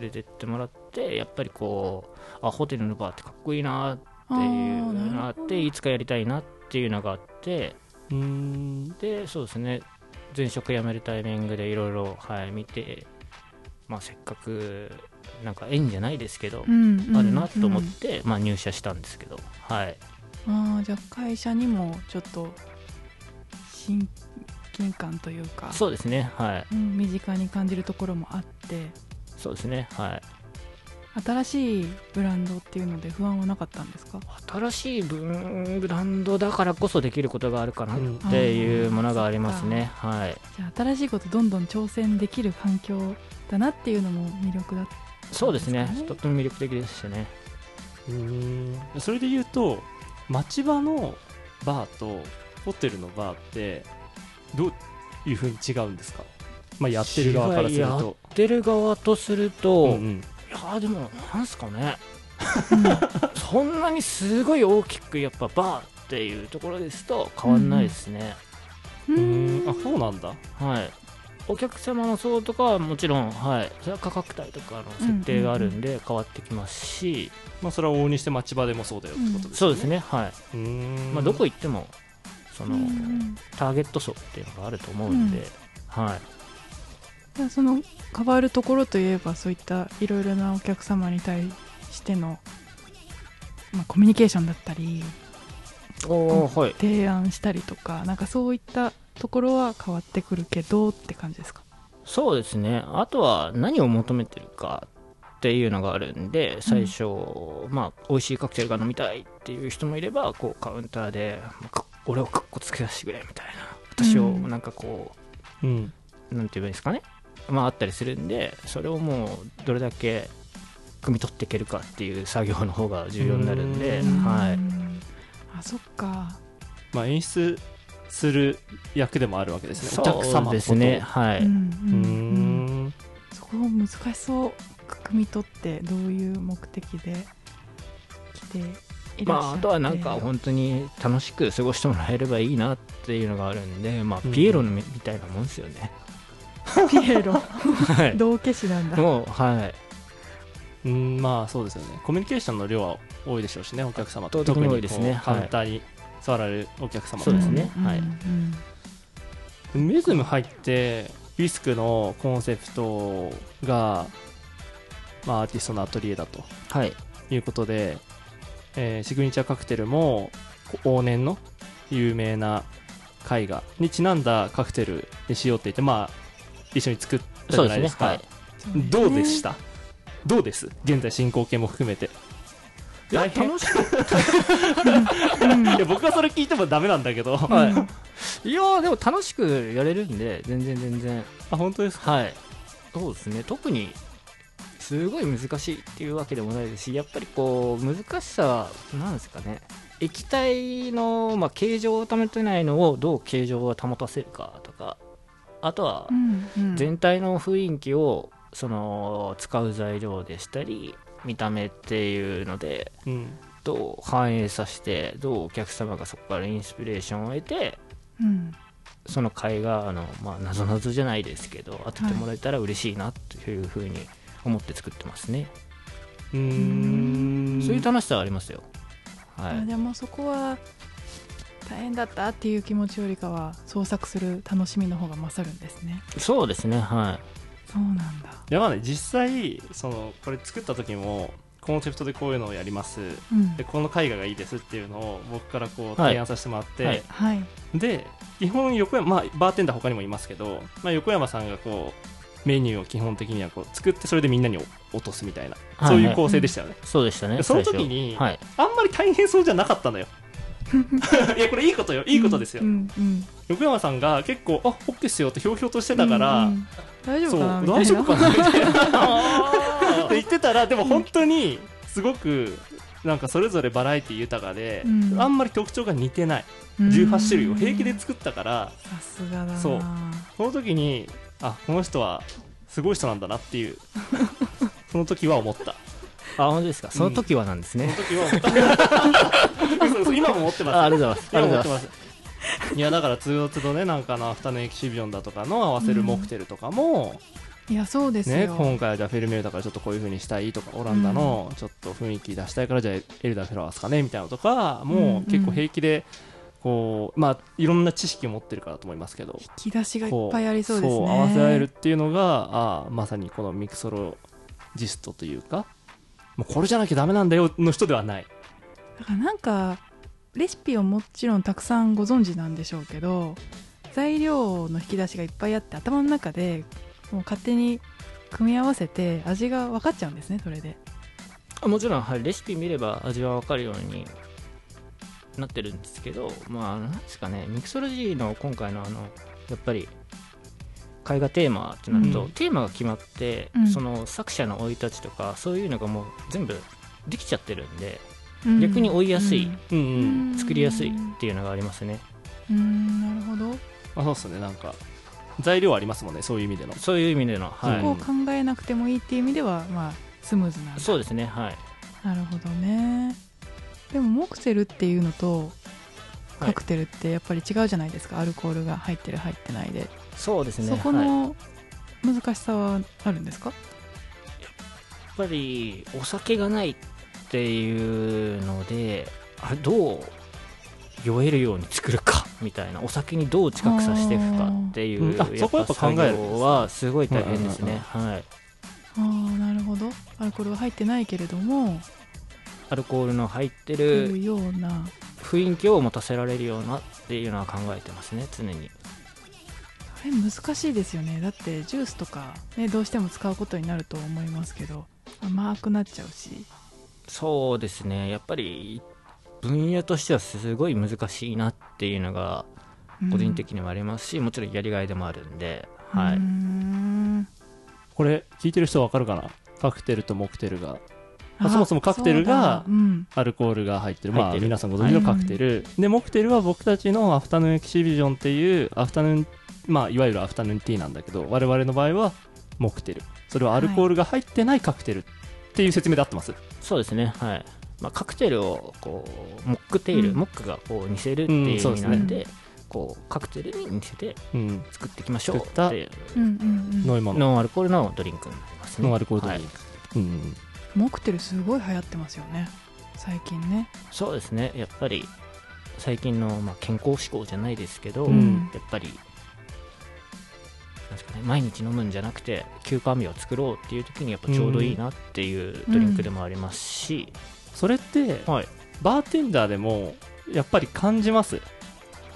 [SPEAKER 4] 連れてってもらって、やっぱりこう、あホテルのバーってかっこいいなって
[SPEAKER 1] あ
[SPEAKER 4] い
[SPEAKER 1] あ
[SPEAKER 4] うのがあ
[SPEAKER 1] なる
[SPEAKER 4] っ
[SPEAKER 1] ほど
[SPEAKER 4] て、いつかやりたいなっていうのがあって。
[SPEAKER 2] うーん
[SPEAKER 4] でそうですね前職辞めるタイミングでいろいろはい見て、まあ、せっかくなんか縁じゃないですけど、
[SPEAKER 1] うんうん
[SPEAKER 4] あるなと思っ
[SPEAKER 1] うん
[SPEAKER 4] て、まあ、入社したんですけどはい
[SPEAKER 1] ああじゃあ会社にもちょっと親近感というか
[SPEAKER 4] そうですねはい
[SPEAKER 1] うん、身近に感じるところもあって
[SPEAKER 4] そうですねはい
[SPEAKER 1] 新しいブランドっていうので不安はなかったんですか
[SPEAKER 4] 新しいブブランドだからこそできることがあるかなっていうものがありますね、はい
[SPEAKER 1] じゃあ新しいことどんどん挑戦できる環境だなっていうのも魅力だっ
[SPEAKER 4] そうです
[SPEAKER 1] そう
[SPEAKER 4] ね
[SPEAKER 1] ですね
[SPEAKER 4] とっても魅力的でしたね
[SPEAKER 2] うーんそれで言うと町場のバーとホテルのバーってどういうふうに違うんですか、まあ、やってる側からする
[SPEAKER 4] 違いや
[SPEAKER 2] と。
[SPEAKER 4] ってる側とすると、
[SPEAKER 2] うんう
[SPEAKER 4] い
[SPEAKER 2] ん
[SPEAKER 4] やーでもなんすかねそんなにすごい大きくやっぱバーっていうところですと変わんないですね、
[SPEAKER 2] う
[SPEAKER 1] うん
[SPEAKER 2] ーんあそうなんだ
[SPEAKER 4] はいお客様の層とかはもちろん、はい、それは価格帯とかの設定があるんで変わってきますし、
[SPEAKER 2] まあ、それは往々にして町場でもそうだよってことです
[SPEAKER 4] そうですね、はい
[SPEAKER 2] ね。うーん
[SPEAKER 4] まあ、どこ行ってもその、
[SPEAKER 1] うん
[SPEAKER 4] ターゲット層っていうのがあると思うんで、
[SPEAKER 1] うん
[SPEAKER 4] はい、
[SPEAKER 1] じゃあその変わるところといえばそういったいろいろなお客様に対しての、まあ、コミュニケーションだったり
[SPEAKER 4] おーはい
[SPEAKER 1] 提案したりとかなんかそういったところは変わってくるけどって感じですか
[SPEAKER 4] そうですねあとは何を求めてるかっていうのがあるんで最初、まあ美味しいカクテルが飲みたいっていう人もいればこうカウンターでか俺をかっこつけさせてくれみたいな私を
[SPEAKER 1] うん
[SPEAKER 4] なんかこ
[SPEAKER 2] うん
[SPEAKER 4] う、なんて言えばいいんですかねまああったりするんでそれをもうどれだけ汲み取っていけるかっていう作業の方が重要になるんで、
[SPEAKER 2] うん
[SPEAKER 4] は
[SPEAKER 1] う
[SPEAKER 4] い、
[SPEAKER 1] んあそっか
[SPEAKER 2] まあ、演出する役でもあるわけですね。お客様の
[SPEAKER 4] そう
[SPEAKER 2] こと
[SPEAKER 4] ですね、。はい、
[SPEAKER 1] うん
[SPEAKER 2] うー
[SPEAKER 1] うんうん
[SPEAKER 2] ん
[SPEAKER 1] そこ難しそう組み取ってどういう目的で来てい
[SPEAKER 4] ま
[SPEAKER 1] らっしゃって
[SPEAKER 4] あ、あとはなんか本当に楽しく過ごしてもらえればいいなっていうのがあるんで、まあ、
[SPEAKER 2] うん
[SPEAKER 4] ピエロみみたいなもんですよね。
[SPEAKER 1] ピエロ
[SPEAKER 4] はい、
[SPEAKER 1] 道化師なんだ
[SPEAKER 4] もう、はい、
[SPEAKER 2] うんまあそうですよねコミュニケーションの量は多いでしょうしねお客様
[SPEAKER 4] 圧倒的に多いですね
[SPEAKER 2] 特にこう
[SPEAKER 4] はい
[SPEAKER 2] カウンターに座られるお客様
[SPEAKER 4] そうですね
[SPEAKER 1] うん
[SPEAKER 4] はい
[SPEAKER 1] うん
[SPEAKER 2] メズム入ってリスクのコンセプトが、まあ、アーティストのアトリエだと
[SPEAKER 4] はい、
[SPEAKER 2] いうことで、えーシグニチャーカクテルもこう往年の有名な絵画にちなんだカクテルにしようって言って、まあ、一緒に作ったじ
[SPEAKER 4] そ
[SPEAKER 2] ゃ
[SPEAKER 4] う
[SPEAKER 2] ないで
[SPEAKER 4] ですね、
[SPEAKER 2] すか
[SPEAKER 4] はい。
[SPEAKER 2] どうでした、どうです現在進行形も含めて
[SPEAKER 4] いや
[SPEAKER 2] 大変
[SPEAKER 4] 楽しかっ
[SPEAKER 2] いや僕はそれ聞いてもダメなんだけど、
[SPEAKER 4] た、はい、いやーでも楽しくやれるんで、全然全然、
[SPEAKER 2] あ本当ですか
[SPEAKER 4] はい、そうですね、特にすごい難しいっていうわけでもないですし、やっぱりこう、難しさは、なんですかね、液体の、まあ、形状を保てないのをどう形状を保たせるかとか、あとは
[SPEAKER 1] うんうん
[SPEAKER 4] 全体の雰囲気をその使う材料でしたり見た目っていうので
[SPEAKER 2] うん
[SPEAKER 4] どう反映させてどうお客様がそこからインスピレーションを得て
[SPEAKER 1] うん
[SPEAKER 4] その絵画のまあなぞなぞじゃないですけど当ててもらえたら嬉しいなというふうに思って作ってますね、
[SPEAKER 2] うーん
[SPEAKER 4] そういう楽しさはありますよは
[SPEAKER 1] あ
[SPEAKER 4] い
[SPEAKER 1] でもそこは大変だったっていう気持ちよりかは創作する楽しみの方が勝るんですね
[SPEAKER 4] そうですねは
[SPEAKER 1] そうなんだ
[SPEAKER 2] いやまあね実際そのこれ作った時もコンセプトでこういうのをやります
[SPEAKER 1] うん
[SPEAKER 2] でこの絵画がいいですっていうのを僕からこう
[SPEAKER 4] はい
[SPEAKER 2] 提案させてもらって、
[SPEAKER 4] はい
[SPEAKER 1] はい
[SPEAKER 2] で基本横山、まあ、バーテンダー他にもいますけど、まあ、横山さんがこうメニューを基本的にはこう作ってそれでみんなに落とすみたいな、
[SPEAKER 4] はい
[SPEAKER 2] そういう構成でしたよね、
[SPEAKER 4] いそうでしたね
[SPEAKER 2] その時
[SPEAKER 4] 最初
[SPEAKER 2] に
[SPEAKER 4] はい
[SPEAKER 2] あんまり大変そうじゃなかった のよ いやこれいいことよいいことですよ、
[SPEAKER 1] うんうん
[SPEAKER 2] 横山さんが結構あオッケーっすよってひょうひょうとしてたか
[SPEAKER 1] う
[SPEAKER 2] ら、
[SPEAKER 1] んうん大丈
[SPEAKER 2] そ
[SPEAKER 1] 夫
[SPEAKER 2] う
[SPEAKER 1] かなみたいな
[SPEAKER 2] 大丈夫かなみたいな って言ってたらでも本当にすごくなんかそれぞれバラエティ豊かで、
[SPEAKER 1] うん
[SPEAKER 2] あんまり特徴が似てない
[SPEAKER 1] うん
[SPEAKER 2] 18種類を平気で作ったから
[SPEAKER 1] さすがだな
[SPEAKER 2] そうその時にあこの人はすごい人なんだなって いうその時は思った
[SPEAKER 4] あ本当ですかその時はなんです
[SPEAKER 2] その
[SPEAKER 4] ね、
[SPEAKER 2] 時は思った嘘嘘今も思って
[SPEAKER 4] ああ
[SPEAKER 2] ま
[SPEAKER 4] りがとうございますすありがとう
[SPEAKER 2] 今も
[SPEAKER 4] ございま
[SPEAKER 2] 思っ
[SPEAKER 4] す
[SPEAKER 2] てますいやだからつどつどねなんかのアフタヌーンエキシビジョンだとかの合わせるモクテルとかも、
[SPEAKER 1] いやそうですよ、
[SPEAKER 2] ね、今回はじゃあフェルメールだからちょっとこういう風にしたいとかオランダのちょっと雰囲気出したいからじゃあエルダーフェラワーですかねみたいなのとか
[SPEAKER 1] うんう
[SPEAKER 2] も
[SPEAKER 1] ん
[SPEAKER 2] う結構平気でこうまあいろんな知識を持ってるからだと思いますけど
[SPEAKER 1] 引き出しがいっ
[SPEAKER 2] こ
[SPEAKER 1] ぱいありそうですね
[SPEAKER 2] そう合わせられるっていうのがああまさにこのミクソロジストというかもうこれじゃなきゃダメなんだよの人ではない
[SPEAKER 1] だからなんかレシピをもちろんたくさんご存知なんでしょうけど材料の引き出しがいっぱいあって頭の中でもう勝手に組み合わせて味が分かっちゃうんですねそれで
[SPEAKER 4] もちろん、はい、レシピ見れば味は分かるようになってるんですけど、まあ、なんですかね、ミクソロジーの今回のあのやっぱり絵画テーマってなると、
[SPEAKER 2] うん
[SPEAKER 4] テーマが決まって、
[SPEAKER 1] うん
[SPEAKER 4] その作者の生い立ちとか、そういうのがもう全部できちゃってるんで、逆に追いやすい
[SPEAKER 2] うんうん
[SPEAKER 1] うん
[SPEAKER 4] 作りやすいっていうのがありますね。
[SPEAKER 1] うんなるほど、
[SPEAKER 2] あそうっすねなんか材料ありますもんねそういう意味での
[SPEAKER 4] そういう意味での、は
[SPEAKER 1] そこ
[SPEAKER 4] い
[SPEAKER 1] を考えなくてもいいっていう意味ではまあスムーズなんだ
[SPEAKER 4] そうですねはい
[SPEAKER 1] なるほどねでもモクセルっていうのと
[SPEAKER 4] はい
[SPEAKER 1] カクテルってやっぱり違うじゃないですか、アルコールが入ってる入ってないで、
[SPEAKER 4] そうですね
[SPEAKER 1] そこ
[SPEAKER 4] はいやっ
[SPEAKER 1] の難しさはあるんですか、
[SPEAKER 4] ぱりお酒がないっていうのであどう酔えるように作るかみたいなお酒にどう近くさせていくかってい
[SPEAKER 2] うんあ
[SPEAKER 4] う、
[SPEAKER 2] そこはやっぱ考えるんですね
[SPEAKER 4] 作業はすごい大変ですね、はい
[SPEAKER 1] ああなるほどアルコールは入ってないけれども
[SPEAKER 4] アルコールの入って
[SPEAKER 1] と
[SPEAKER 4] る
[SPEAKER 1] いうような
[SPEAKER 4] 雰囲気を持たせられるようなっていうのは考えてますね常に
[SPEAKER 1] あれ難しいですよねだってジュースとか、ね、どうしても使うことになると思いますけど甘くなっちゃうし
[SPEAKER 4] そうですねやっぱり分野としてはすごい難しいなっていうのが個人的にもありますし、もちろんやりがいでもあるんで、
[SPEAKER 1] うんう
[SPEAKER 4] は
[SPEAKER 1] ー
[SPEAKER 4] い、
[SPEAKER 1] ん
[SPEAKER 2] これ聞いてる人わかるかなカクテルとモクテルがまあ
[SPEAKER 1] あ
[SPEAKER 2] そもそもカクテルが
[SPEAKER 1] そうだうん
[SPEAKER 2] アルコールが入ってる
[SPEAKER 4] 入っ
[SPEAKER 2] まあ
[SPEAKER 4] てる
[SPEAKER 2] 皆さんご存知のカクテル、でモクテルは僕たちのアフタヌーンエキシビジョンっていうアフタヌーンまあいわゆるアフタヌーンティーなんだけど我々の場合はモクテルそれはアルコールが入ってないカクテルっていう説明で合ってます、
[SPEAKER 4] そうですねはい、まあ、カクテルをこうモックテール、
[SPEAKER 1] うん
[SPEAKER 4] モックがこう似せるっていう意味なんで,、
[SPEAKER 1] うんそうで
[SPEAKER 4] こうカクテルに似せて
[SPEAKER 2] うん、
[SPEAKER 4] 作っていきましょう
[SPEAKER 2] 作った
[SPEAKER 4] っていう
[SPEAKER 1] うんうんうん
[SPEAKER 2] 飲み物
[SPEAKER 4] ノンアルコールのドリンクになりますね
[SPEAKER 2] ノンアルコールドリン
[SPEAKER 4] はい
[SPEAKER 2] ク、うん
[SPEAKER 1] モクテルすごい流行ってますよね最近ね
[SPEAKER 4] そうですねやっぱり最近の、まあ、健康志向じゃないですけど、
[SPEAKER 2] ん
[SPEAKER 4] やっぱりなんですかね毎日飲むんじゃなくて休暇日を作ろうっていう時にやっぱちょうどいいなっていうドリンクでもありますし、
[SPEAKER 2] それって
[SPEAKER 4] はい
[SPEAKER 2] バーテンダーでもやっぱり感じます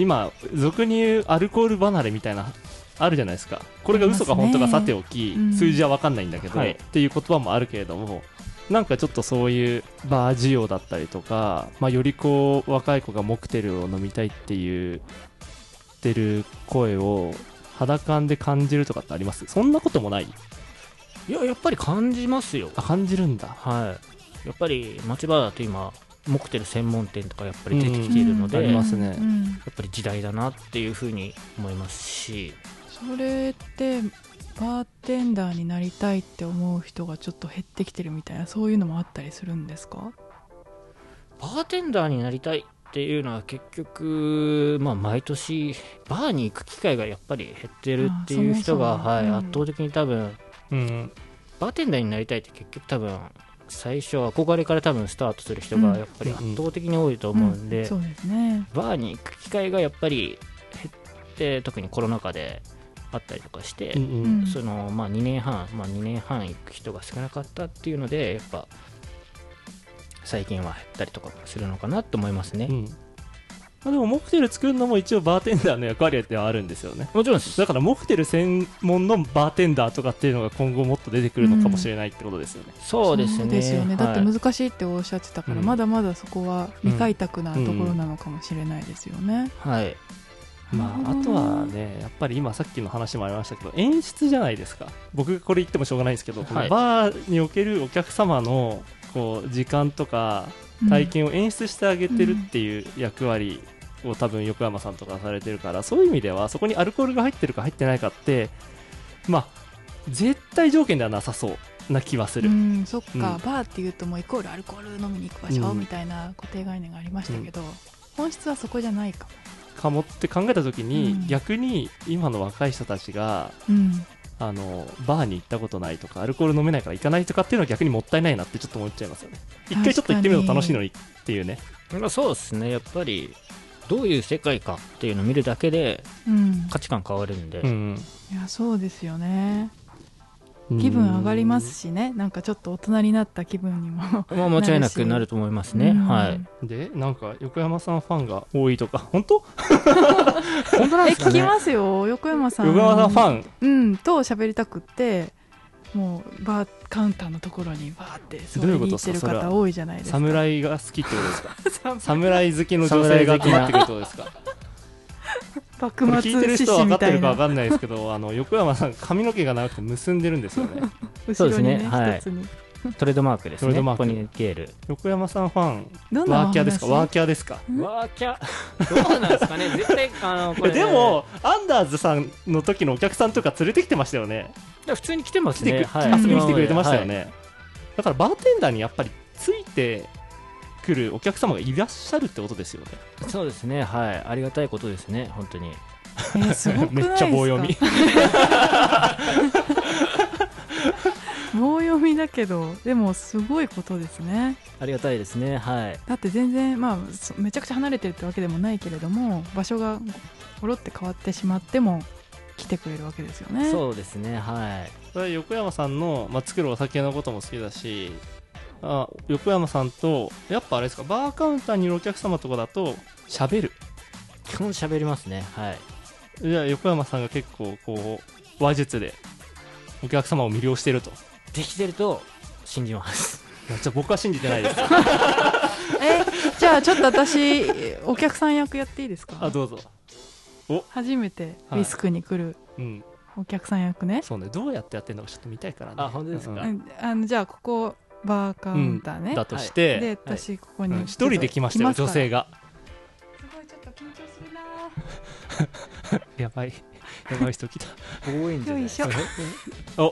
[SPEAKER 2] 今俗に言うアルコール離れみたいなあるじゃないですかこれが嘘か本当かさてお
[SPEAKER 1] あり
[SPEAKER 2] き、
[SPEAKER 1] ますねうん
[SPEAKER 2] 数字は分かんないんだけど、
[SPEAKER 4] はい
[SPEAKER 2] っていう言葉もあるけれどもなんかちょっとそういうバー需要だったりとか、まあ、よりこう若い子がモクテルを飲みたいっていう言ってる声を肌感で感じるとかってありますそんなこともない
[SPEAKER 4] いややっぱり感じますよ
[SPEAKER 2] あ感じるんだ
[SPEAKER 4] はいやっぱり町場だと今モクテル専門店とかやっぱり出てきているので、
[SPEAKER 2] うんあり
[SPEAKER 4] や
[SPEAKER 2] ま
[SPEAKER 4] っ
[SPEAKER 2] すね
[SPEAKER 1] うん
[SPEAKER 4] ぱり時代だなっていうふうに思いますし
[SPEAKER 1] それってバーテンダーになりたいって思う人がちょっと減ってきてるみたいなそういうのもあったりするんですか
[SPEAKER 4] バーテンダーになりたいっていうのは結局、まあ、毎年バーに行く機会がやっぱり減ってるっていう人
[SPEAKER 1] あ
[SPEAKER 4] が
[SPEAKER 1] ーそもそも
[SPEAKER 4] はい
[SPEAKER 1] うん
[SPEAKER 4] 圧倒的に多分
[SPEAKER 2] うん
[SPEAKER 4] バーテンダーになりたいって結局多分最初憧れから多分スタートする人がやっぱり圧倒的に多いと思うんで、
[SPEAKER 1] そうですね
[SPEAKER 4] バーに行く機会がやっぱり減って特にコロナ禍であったりとかして、
[SPEAKER 2] うんうん
[SPEAKER 4] そのまあ2年半、まあ、2年半行く人が少なかったっていうのでやっぱ最近は減ったりとかもするのかなと思いますね。
[SPEAKER 2] うんまあ、でもモクテル作るのも一応バーテンダーの役割ではあるんですよね
[SPEAKER 4] もちろんです
[SPEAKER 2] だからモクテル専門のバーテンダーとかっていうのが今後もっと出てくるのかもしれないってことですよね、
[SPEAKER 4] そうですね。
[SPEAKER 1] よねだって
[SPEAKER 4] はい
[SPEAKER 1] 難しいっておっしゃってたから、
[SPEAKER 2] うん
[SPEAKER 1] まだまだそこは未開拓なところなのかもしれないですよね、
[SPEAKER 4] はい。
[SPEAKER 2] まあ、
[SPEAKER 1] なる
[SPEAKER 2] あ
[SPEAKER 1] ほ
[SPEAKER 2] と
[SPEAKER 1] ど
[SPEAKER 2] はねやっぱり今さっきの話もありましたけど演出じゃないですか僕がこれ言ってもしょうがないんですけど、
[SPEAKER 4] はい
[SPEAKER 2] このバーにおけるお客様のこう時間とか
[SPEAKER 1] うん
[SPEAKER 2] 体験を演出してあげてるっていう役割を多分横山さんとかされてるからそういう意味ではそこにアルコールが入ってるか入ってないかってまあ絶対条件ではなさそうな気はする、
[SPEAKER 1] うん、そっか、
[SPEAKER 2] うん
[SPEAKER 1] バーっていうともうイコールアルコール飲みに行く場所
[SPEAKER 2] うん
[SPEAKER 1] みたいな固定概念がありましたけど、本質はそこじゃないかも、
[SPEAKER 2] かもって考えた時に、
[SPEAKER 1] うん
[SPEAKER 2] 逆に今の若い人たちが
[SPEAKER 1] うん、
[SPEAKER 2] あのバーに行ったことないとかアルコール飲めないから行かないとかっていうのは逆にもったいないなってちょっと思っちゃいますよね一回ちょっと行ってみると楽しいのにっていうね
[SPEAKER 4] まあそうですね。やっぱりどういう世界かっていうのを見るだけで
[SPEAKER 1] うん、
[SPEAKER 4] 価値観変わるんで、
[SPEAKER 2] うん
[SPEAKER 1] いやそうですよね気分上がりますしねなんかちょっと大人になった気分にも
[SPEAKER 4] まあ間違いなくなると思いますね。
[SPEAKER 1] うん
[SPEAKER 4] はい。
[SPEAKER 2] でなんか横山さんファンが多いとか本当
[SPEAKER 4] 本当
[SPEAKER 1] え聞きますよ横山さん
[SPEAKER 2] 横山さんファン
[SPEAKER 1] うんと喋りたくってもうバーカウンターのところにバーって座りに行ってる
[SPEAKER 2] どういうことですかそれは
[SPEAKER 1] 方多いじゃないですか
[SPEAKER 2] 侍が好きってことですか 侍好きの女性
[SPEAKER 4] 侍
[SPEAKER 2] が
[SPEAKER 4] 好
[SPEAKER 2] 集
[SPEAKER 4] きな
[SPEAKER 2] まってくるってことです かこれ
[SPEAKER 1] 幕
[SPEAKER 2] 聞いて
[SPEAKER 1] 末
[SPEAKER 2] る
[SPEAKER 1] 志
[SPEAKER 2] 人は
[SPEAKER 1] 士
[SPEAKER 2] 分か
[SPEAKER 1] み
[SPEAKER 2] って
[SPEAKER 1] た
[SPEAKER 2] る
[SPEAKER 1] い
[SPEAKER 2] か
[SPEAKER 1] な
[SPEAKER 2] 分かん ないですけどあの横山さん髪の毛が長くて結んでるんですよ
[SPEAKER 1] 後ろ
[SPEAKER 2] ね
[SPEAKER 1] にね
[SPEAKER 4] そうですねはい
[SPEAKER 1] 一つに
[SPEAKER 4] トレードマークです
[SPEAKER 2] トレー
[SPEAKER 4] ね
[SPEAKER 2] ドマーク
[SPEAKER 4] ポニーテール
[SPEAKER 2] 横山さんファン
[SPEAKER 1] どんなお話
[SPEAKER 2] ワーキャーですかワーキャーですか
[SPEAKER 1] ん
[SPEAKER 4] ワーキャ どうなんですかね絶対あのこれ
[SPEAKER 2] でもアンダーズさんの時のお客さんとか連れてきてましたよね
[SPEAKER 4] いや普通に来てま
[SPEAKER 2] 来
[SPEAKER 4] す
[SPEAKER 2] て
[SPEAKER 4] ね
[SPEAKER 2] く、
[SPEAKER 4] はい
[SPEAKER 2] 遊びに来てくれてましたよ
[SPEAKER 4] はい
[SPEAKER 2] ね、だからバーテンダーにやっぱりついてくるお客様がいらっしゃるってことですよね
[SPEAKER 4] そうですねはいありがたいことですね本当に
[SPEAKER 1] えーすごくないで
[SPEAKER 2] め
[SPEAKER 1] す
[SPEAKER 2] っ
[SPEAKER 1] か
[SPEAKER 2] ちゃ棒読み
[SPEAKER 1] 棒読みだけどでもすごいことですね
[SPEAKER 4] ありがたいですねはい
[SPEAKER 1] だって全然まあそめちゃくちゃ離れてるってわけでもないけれども場所がゴロって変わってしまっても来てくれるわけですよね
[SPEAKER 4] そうですねはい
[SPEAKER 2] それは横山さんの、まあ、作るお酒のことも好きだしあ横山さんとやっぱあれですかバーカウンターにいるお客様とかだと喋る
[SPEAKER 4] 基本喋りますねはい
[SPEAKER 2] じゃあ横山さんが結構こう話術でお客様を魅了してると
[SPEAKER 4] できてると信じます
[SPEAKER 2] いやじゃあ僕は信じて ないです
[SPEAKER 1] えじゃあちょっと私お客さん役やっていいですか
[SPEAKER 2] あどうぞ
[SPEAKER 1] 初めてリスクに来る
[SPEAKER 2] うん
[SPEAKER 1] お客さん役ね、
[SPEAKER 2] そうねどうやってやってるのかちょっと見たいからね
[SPEAKER 4] あ本当ですか
[SPEAKER 2] うん
[SPEAKER 4] は
[SPEAKER 1] うんあのじゃあここバーカウンターね、
[SPEAKER 2] だとして、
[SPEAKER 1] で私ここ
[SPEAKER 2] う
[SPEAKER 1] に
[SPEAKER 2] ん一人で来ました
[SPEAKER 1] い
[SPEAKER 2] よ
[SPEAKER 1] すから
[SPEAKER 2] 女性が
[SPEAKER 1] すごいちょっと緊張するな
[SPEAKER 2] やばいやばい人来た
[SPEAKER 4] 多いんじゃな い
[SPEAKER 1] よいしょ
[SPEAKER 2] お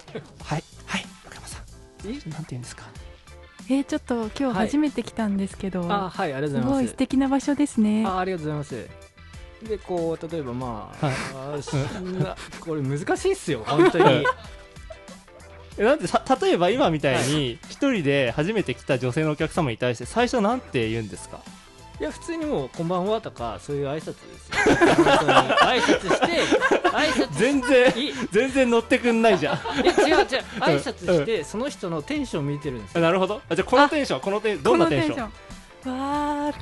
[SPEAKER 2] はいはい横山さんなんて言うんですか
[SPEAKER 1] えーちょっと今日
[SPEAKER 4] はい
[SPEAKER 1] 初めて来たんですけど、
[SPEAKER 4] あはいありがと
[SPEAKER 1] す
[SPEAKER 4] うござ
[SPEAKER 1] ごい
[SPEAKER 4] いま
[SPEAKER 1] 素
[SPEAKER 4] す
[SPEAKER 1] 敵な場所ですね
[SPEAKER 4] あありがとうございますでこう例えばまあ、
[SPEAKER 2] はい
[SPEAKER 4] あーしなこれ難しいっすよ本当に
[SPEAKER 2] えなんでさ例えば今みたいに一人で初めて来た女性のお客様に対して最初なんて言うんですか
[SPEAKER 4] いや普通にもう「こんばんは」とかそういう挨拶で すよ本当に挨拶して挨拶し
[SPEAKER 2] 全 然
[SPEAKER 4] い
[SPEAKER 2] 全然乗ってくんないじゃん
[SPEAKER 4] え違う違う挨拶してその人のテンション見てるんです
[SPEAKER 2] あ
[SPEAKER 4] よ
[SPEAKER 2] なるほどあじゃあこのテンションこのテンど
[SPEAKER 1] こ
[SPEAKER 2] んな
[SPEAKER 1] の
[SPEAKER 2] テン
[SPEAKER 1] テ
[SPEAKER 2] シ
[SPEAKER 1] ン
[SPEAKER 2] ョン
[SPEAKER 1] ションわ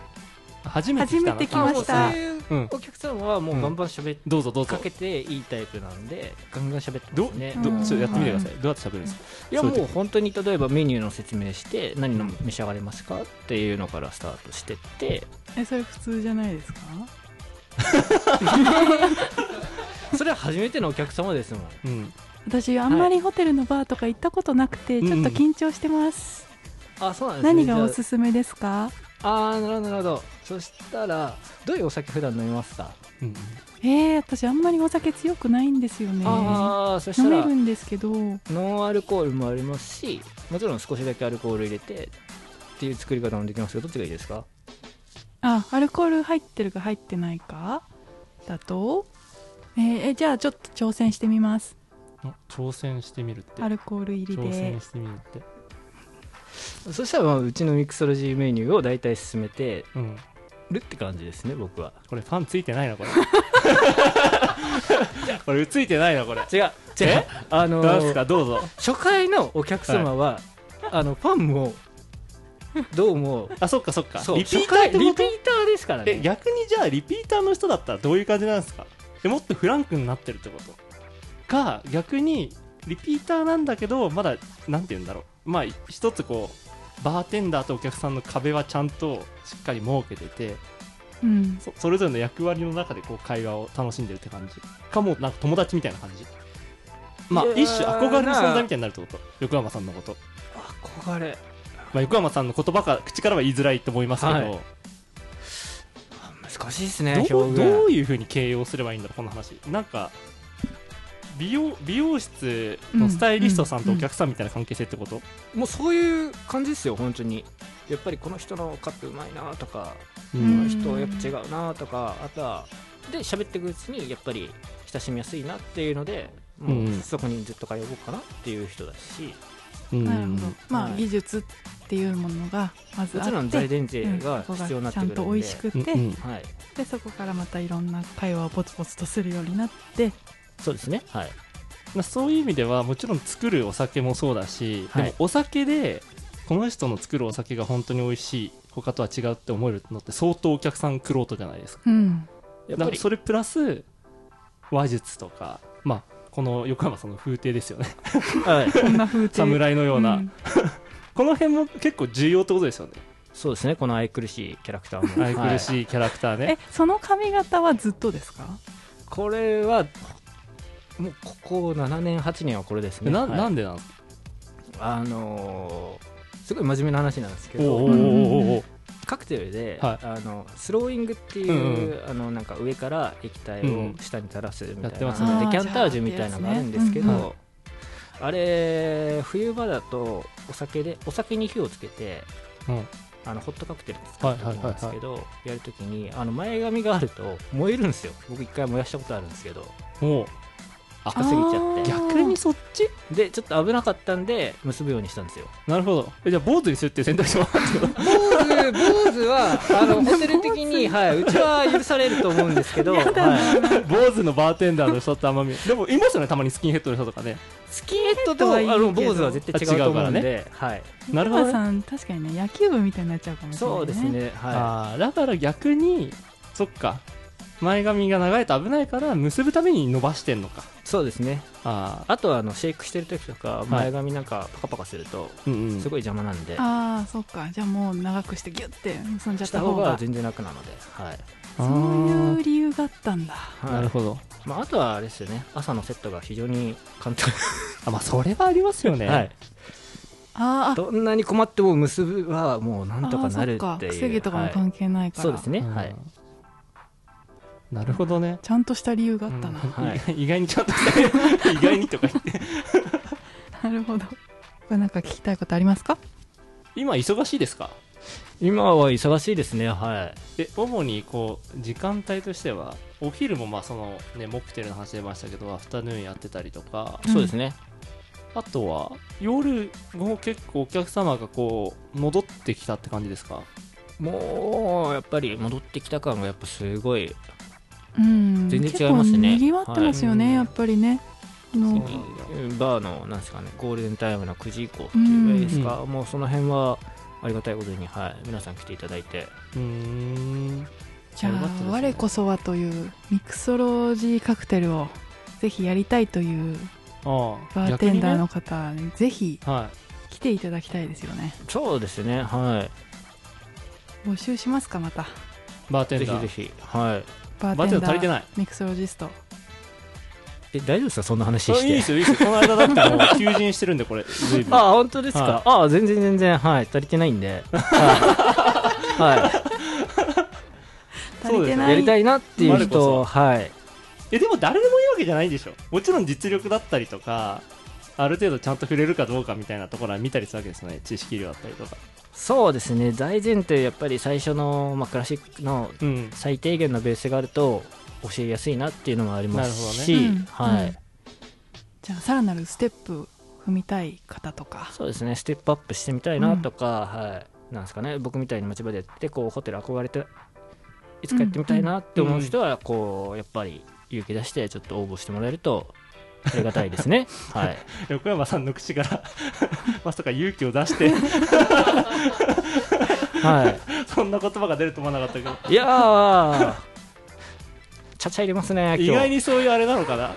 [SPEAKER 2] 初めて来たな
[SPEAKER 1] 初めて来
[SPEAKER 4] あ
[SPEAKER 1] ま
[SPEAKER 4] もう
[SPEAKER 1] し
[SPEAKER 4] そう
[SPEAKER 1] た
[SPEAKER 4] いう
[SPEAKER 2] うん
[SPEAKER 4] お客さんはもうバンバン喋っ
[SPEAKER 2] どうぞどうぞ
[SPEAKER 4] かけていいタイプなんでガンガン喋って
[SPEAKER 2] ど
[SPEAKER 4] ますね
[SPEAKER 2] ど
[SPEAKER 1] うん
[SPEAKER 2] ちょっとやってみてください、どうやって喋るんですか
[SPEAKER 4] いや
[SPEAKER 2] そ
[SPEAKER 4] も
[SPEAKER 2] うです
[SPEAKER 4] う本当に例えばメニューの説明して何の召し上がれますかっていうのからスタートしてって
[SPEAKER 1] ーえそれ普通じゃないですか
[SPEAKER 4] それは初めてのお客様ですもん
[SPEAKER 2] うん
[SPEAKER 1] 私あんまりホテルのバーとか行ったことなくて、
[SPEAKER 2] うん
[SPEAKER 1] ちょっと緊張してます、
[SPEAKER 4] あそうなんですね
[SPEAKER 1] 何がおすすめですか
[SPEAKER 4] じゃああーなるほどなるほどそしたらどういうお酒普段飲みますか
[SPEAKER 2] うん
[SPEAKER 1] えー、私あんまりお酒強くないんですよね
[SPEAKER 4] ああそした
[SPEAKER 1] 飲め
[SPEAKER 4] ら
[SPEAKER 1] るんですけどえ
[SPEAKER 4] ノンアルコールもありますしもちろん少しだけアルコール入れてっていう作り方もできますけどどっちがいいですか
[SPEAKER 1] あアルコール入ってるか入ってないかだとえーえじゃあちょっと挑戦してみます
[SPEAKER 2] あ挑戦してみるって
[SPEAKER 1] アルコール入り
[SPEAKER 2] 挑
[SPEAKER 1] で
[SPEAKER 2] 戦してみるって
[SPEAKER 4] そしたらまあうちのミクソロジーメニューを大体進めて
[SPEAKER 2] うん
[SPEAKER 4] るって感じですね僕は
[SPEAKER 2] これファンついてないなこ れこれついてないなこれ
[SPEAKER 4] 違う違う
[SPEAKER 2] え
[SPEAKER 4] あの
[SPEAKER 2] どうですかどうぞ
[SPEAKER 4] 初回のお客様は、あのファンもどう も
[SPEAKER 2] あそっかそっか
[SPEAKER 4] そう
[SPEAKER 2] リピー
[SPEAKER 4] 初
[SPEAKER 2] ターっ
[SPEAKER 4] 回
[SPEAKER 2] てこと
[SPEAKER 4] リピーターですから
[SPEAKER 2] え
[SPEAKER 4] ね
[SPEAKER 2] 逆にじゃあリピーターの人だったらどういう感じなんですかえもっとフランクになってるってことか逆にリピーターなんだけどまだなんて言うんだろうまあ一つこうバーテンダーとお客さんの壁はちゃんとしっかり設けてて
[SPEAKER 1] うん
[SPEAKER 2] そそれぞれの役割の中でこう会話を楽しんでるって感じかもうなんか友達みたいな感じまあ
[SPEAKER 4] いやー
[SPEAKER 2] 一種憧れの存在みたいになるってこと横山さんのこと、
[SPEAKER 4] 憧れ
[SPEAKER 2] まあ、横山さんの言葉か口からは言いづらいと思いますけど、
[SPEAKER 4] はい難しいですね
[SPEAKER 2] どう
[SPEAKER 4] 表現
[SPEAKER 2] どういうふうに形容すればいいんだろうこの話なんか美容美容室のスタイリストさんとお客さんみたいな関係性ってこと、
[SPEAKER 4] もうそういう感じですよ本当にやっぱりこの人のカップうまいなとか
[SPEAKER 2] う
[SPEAKER 1] うん
[SPEAKER 4] この人やっぱ違うなとかあとはで喋っていくうちにやっぱり親しみやすいなっていうのでもううんそこにずっと通おうかなっていう人だし
[SPEAKER 2] うん
[SPEAKER 1] なるほどまあ、
[SPEAKER 4] はい
[SPEAKER 1] 技術っていうものがまず
[SPEAKER 4] も
[SPEAKER 1] あ
[SPEAKER 4] ちろん
[SPEAKER 1] っ
[SPEAKER 4] 大
[SPEAKER 1] て
[SPEAKER 4] 前提
[SPEAKER 1] うん
[SPEAKER 4] が
[SPEAKER 1] そこ
[SPEAKER 4] 必要にな
[SPEAKER 1] がちゃん
[SPEAKER 4] ってくるんで
[SPEAKER 1] と美味しく
[SPEAKER 2] うん
[SPEAKER 1] て、
[SPEAKER 2] うん
[SPEAKER 4] はい
[SPEAKER 1] でそこからまたいろんな会話をポツポツとするようになって
[SPEAKER 4] そうですねはい
[SPEAKER 2] まあ、そういう意味ではもちろん作るお酒もそうだし、
[SPEAKER 4] はい
[SPEAKER 2] でもお酒でこの人の作るお酒が本当に美味しい他とは違うって思えるのって相当お客さん苦労とじゃないですか
[SPEAKER 1] うん
[SPEAKER 4] やっ
[SPEAKER 2] だ
[SPEAKER 4] ぱ
[SPEAKER 2] か
[SPEAKER 4] り
[SPEAKER 2] らそれプラス話術とかまあこの横山さんの風景ですよね
[SPEAKER 4] はい
[SPEAKER 1] こんな風景
[SPEAKER 2] 侍のような、
[SPEAKER 1] ん
[SPEAKER 2] この辺も結構重要ってことですよね
[SPEAKER 4] そうですねこの愛くるしいキャラクターも
[SPEAKER 2] 愛くる
[SPEAKER 4] はい
[SPEAKER 2] しいキャラクターね、
[SPEAKER 1] えその髪型はずっとですか
[SPEAKER 4] これはもうここ7年8年はこれですね
[SPEAKER 2] な
[SPEAKER 4] はい
[SPEAKER 2] なんでなんですか
[SPEAKER 4] あのーすごい真面目な話なんですけ
[SPEAKER 2] おー
[SPEAKER 4] ど
[SPEAKER 2] おーおーおー
[SPEAKER 4] カクテルで、
[SPEAKER 2] は
[SPEAKER 4] あのスローイングっていう、
[SPEAKER 2] うん
[SPEAKER 4] あのなんか上から液体を下に垂らすみたいな、
[SPEAKER 2] やってます
[SPEAKER 1] ね
[SPEAKER 4] デキャンタージュみたいなのがあるんですけど、
[SPEAKER 2] あーじゃ
[SPEAKER 4] あれ冬場だとお酒でお酒に火をつけて
[SPEAKER 2] おーうん
[SPEAKER 4] あのホットカクテル作ると思うんですけど、やるときにあの前髪があると燃えるんですよ僕一回燃やしたことあるんですけど
[SPEAKER 2] おー
[SPEAKER 4] 赤すぎちゃって
[SPEAKER 1] あー
[SPEAKER 2] 逆にそっち
[SPEAKER 4] でちょっと危なかったんで結ぶようにしたんですよ
[SPEAKER 2] なるほどえじゃあ坊主にするっていう選択肢もあるけど
[SPEAKER 4] 坊主坊主はあのホテル的に、はいうちは許されると思うんですけど、はい、
[SPEAKER 2] 坊主のバーテンダーの人ってあんま見 でもいますよねたまにスキンヘッドの人とかね
[SPEAKER 4] スキンヘッド
[SPEAKER 1] とはいいけど
[SPEAKER 4] あの坊主は絶対違うと思うんで、
[SPEAKER 2] あ違うか
[SPEAKER 4] はい、
[SPEAKER 2] なるほどね
[SPEAKER 1] 山さん確かにね野球部みたいになっちゃうかもしれない、ね、
[SPEAKER 4] そうですねは
[SPEAKER 2] ああだから逆にそっか前髪が長いと危ないから結ぶために伸ばしてんのか
[SPEAKER 4] いそうですね
[SPEAKER 2] ああ
[SPEAKER 4] あとはあのシェイクしてる時とか前髪なんかパカパカすると
[SPEAKER 2] うんうん
[SPEAKER 4] すごい邪魔なんで、
[SPEAKER 1] ああそっかじゃあもう長くしてギュッて結んじゃっ
[SPEAKER 4] した
[SPEAKER 1] た方
[SPEAKER 4] 方が
[SPEAKER 1] が
[SPEAKER 4] 全然楽なので、はい
[SPEAKER 1] そういう
[SPEAKER 2] う
[SPEAKER 1] 理由があったんだ
[SPEAKER 4] はい
[SPEAKER 2] なるほど
[SPEAKER 4] まあ、あとはあれですよね朝のセットが非常に簡単、
[SPEAKER 2] あまあそれはありますよね、
[SPEAKER 4] はい、
[SPEAKER 1] あーあ
[SPEAKER 4] どんなに困っても結ぶはもうな
[SPEAKER 1] あ
[SPEAKER 4] んとか
[SPEAKER 1] ーそ
[SPEAKER 4] なる
[SPEAKER 1] っ
[SPEAKER 4] っ
[SPEAKER 1] か
[SPEAKER 4] ていう
[SPEAKER 1] 防げとかも
[SPEAKER 4] はい
[SPEAKER 1] 関係ないから、
[SPEAKER 4] そうですね、
[SPEAKER 2] うん
[SPEAKER 4] はい
[SPEAKER 2] なるほどね
[SPEAKER 1] ちゃんとした理由があったな、
[SPEAKER 2] うん
[SPEAKER 4] はい
[SPEAKER 2] 意外にちょっと意外にとか言って
[SPEAKER 1] なるほどこれなんか聞きたいことありますか
[SPEAKER 2] 今忙しいですか
[SPEAKER 4] 今は忙しいですねはい
[SPEAKER 2] で主にこう時間帯としてはお昼もまあそのねモクテルの話出ましたけどアフタヌーンやってたりとか
[SPEAKER 1] うん
[SPEAKER 4] そうですね、
[SPEAKER 2] あとは夜も結構お客様がこう戻ってきたって感じですか
[SPEAKER 4] もうやっぱり戻ってきた感がやっぱすごい
[SPEAKER 1] うん
[SPEAKER 4] 全然違いますね
[SPEAKER 1] 結構にぎわってますよね、
[SPEAKER 2] はい
[SPEAKER 1] やっぱりねあ
[SPEAKER 2] う
[SPEAKER 1] の
[SPEAKER 2] ん
[SPEAKER 4] バーのなんですかねゴールデンタイムの9時以降っていうぐらいですか、もうその辺はありがたいことに、はい、皆さん来ていただいて
[SPEAKER 2] うーん
[SPEAKER 1] じゃあ、
[SPEAKER 2] よかったですね
[SPEAKER 1] 我こそはというミクソロジーカクテルをぜひやりたいという
[SPEAKER 2] ああ
[SPEAKER 1] バーテンダーの
[SPEAKER 2] 逆
[SPEAKER 1] 方にぜひ
[SPEAKER 2] にねは
[SPEAKER 1] 来ていただきたいですよね
[SPEAKER 4] そうですねは
[SPEAKER 1] 募集しますかまた
[SPEAKER 2] いバーテ
[SPEAKER 4] い
[SPEAKER 2] ン
[SPEAKER 4] ぜひ
[SPEAKER 2] ダー
[SPEAKER 4] ぜひはい
[SPEAKER 1] バ
[SPEAKER 2] バ
[SPEAKER 1] ーテ
[SPEAKER 2] ーテ
[SPEAKER 1] ン
[SPEAKER 2] ン
[SPEAKER 1] ダ
[SPEAKER 2] ダ
[SPEAKER 1] ー
[SPEAKER 2] ー足りてない
[SPEAKER 1] ミクソロジスト
[SPEAKER 4] え大丈夫ですかそんな話
[SPEAKER 2] あ
[SPEAKER 4] して
[SPEAKER 2] いいですよいいですよこの間だってもう求人してるんでこれ随 分
[SPEAKER 4] あ本当ですか、あ全然全然はい足りてない んではい、は
[SPEAKER 1] 足
[SPEAKER 2] そ
[SPEAKER 1] り
[SPEAKER 2] う
[SPEAKER 1] て
[SPEAKER 2] ですね
[SPEAKER 4] い、
[SPEAKER 1] な
[SPEAKER 4] や
[SPEAKER 1] い
[SPEAKER 4] りたいなっていう
[SPEAKER 2] 我こ
[SPEAKER 4] 人
[SPEAKER 2] そ
[SPEAKER 4] はい
[SPEAKER 2] えでも誰でもいいわけじゃないでしょもちろん実力だったりとかある程度ちゃんと触れるかどうかみたいなところは見たりするわけですよね知識量だったりとか
[SPEAKER 4] そうですね大前提やっぱり最初の、まあ、クラシックの
[SPEAKER 2] うん
[SPEAKER 4] 最低限のベースがあると教えやすいなっていうのもありますし、
[SPEAKER 1] なるほどねうん
[SPEAKER 4] はい
[SPEAKER 1] うんじゃあさらなるステップ踏みたい方とか
[SPEAKER 4] そうですねステップアップしてみたいなとか、はいなんですかね僕みたいに町場でやってこうホテル憧れていつかやってみたいなって思う人はこうやっぱり勇気出してちょっと応募してもらえるとありがたいですねはい
[SPEAKER 2] 横山さんの口から まさか勇気を出 して
[SPEAKER 4] は
[SPEAKER 2] そんな言葉が出ると思わなかったけど
[SPEAKER 4] いいやーちゃちゃ入れますね今日
[SPEAKER 2] 意外にそういうあれなのかな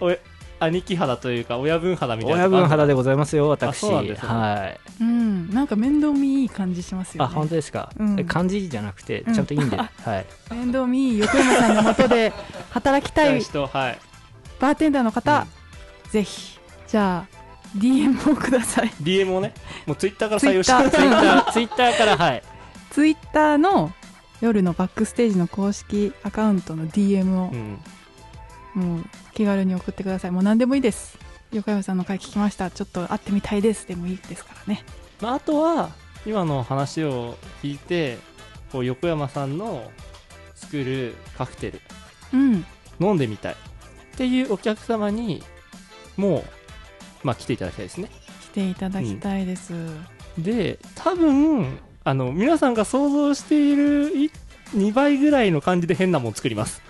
[SPEAKER 2] おや兄貴肌というか親分肌みたいな
[SPEAKER 4] 親分肌で
[SPEAKER 2] も
[SPEAKER 4] ございますよ私
[SPEAKER 2] そうなんですね
[SPEAKER 4] はい
[SPEAKER 1] うんなんか面倒見いい感じしますよ
[SPEAKER 4] あ
[SPEAKER 1] ね
[SPEAKER 4] 本当ですか、
[SPEAKER 1] うん
[SPEAKER 4] 漢字じゃなくてちゃんといいんで、はい
[SPEAKER 1] 面倒見いい横山さんのもとで働きたい
[SPEAKER 2] 人はい
[SPEAKER 1] バーテンダーの方、ぜひじゃあ DM をください
[SPEAKER 2] DM をねもうツイッターから採用して
[SPEAKER 1] Twitter
[SPEAKER 4] ツイッターツイッターからはい
[SPEAKER 1] ツイッターの夜のバックステージの公式アカウントの DM を
[SPEAKER 2] うん
[SPEAKER 1] もう気軽に送ってくださいもう何でもいいです横山さんの回聞きましたちょっと会ってみたいですでもいいですからね
[SPEAKER 2] まあ、あとは今の話を聞いてこう横山さんの作るカクテル
[SPEAKER 1] うん
[SPEAKER 2] 飲んでみたいっていうお客様にもう、まあ、来ていただきたいですね
[SPEAKER 1] 来ていただきたいです、
[SPEAKER 2] で多分あの皆さんが想像しているい2倍ぐらいの感じで変なもん作り ます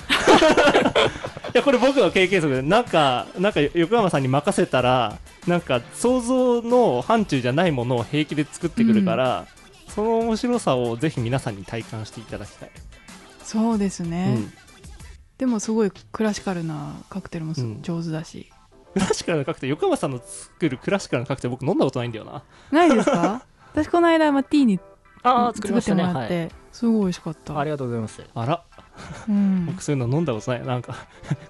[SPEAKER 2] いやこれ僕の経験則でなんかなんか横山さんに任せたらなんか想像の範疇じゃないものを平気で作ってくるから、その面白さをぜひ皆さんに体感していただきたい、
[SPEAKER 1] そうですね、
[SPEAKER 2] うん
[SPEAKER 1] でもすごいクラシカルなカクテルもす
[SPEAKER 2] うん
[SPEAKER 1] 上手だし、
[SPEAKER 2] クラシカルのカクテル横山さんの作るクラシカルのカクテル僕飲んだことないんだよな
[SPEAKER 1] ないです か私この間マティーニ
[SPEAKER 4] ああ作
[SPEAKER 1] 作
[SPEAKER 4] りま
[SPEAKER 1] っ
[SPEAKER 4] してた
[SPEAKER 1] も
[SPEAKER 4] ね
[SPEAKER 1] らっ
[SPEAKER 4] はい
[SPEAKER 1] てすごい美味しかった、
[SPEAKER 4] ありがとうございます
[SPEAKER 2] あら
[SPEAKER 1] うん
[SPEAKER 2] 僕そういうの飲んだことないなんか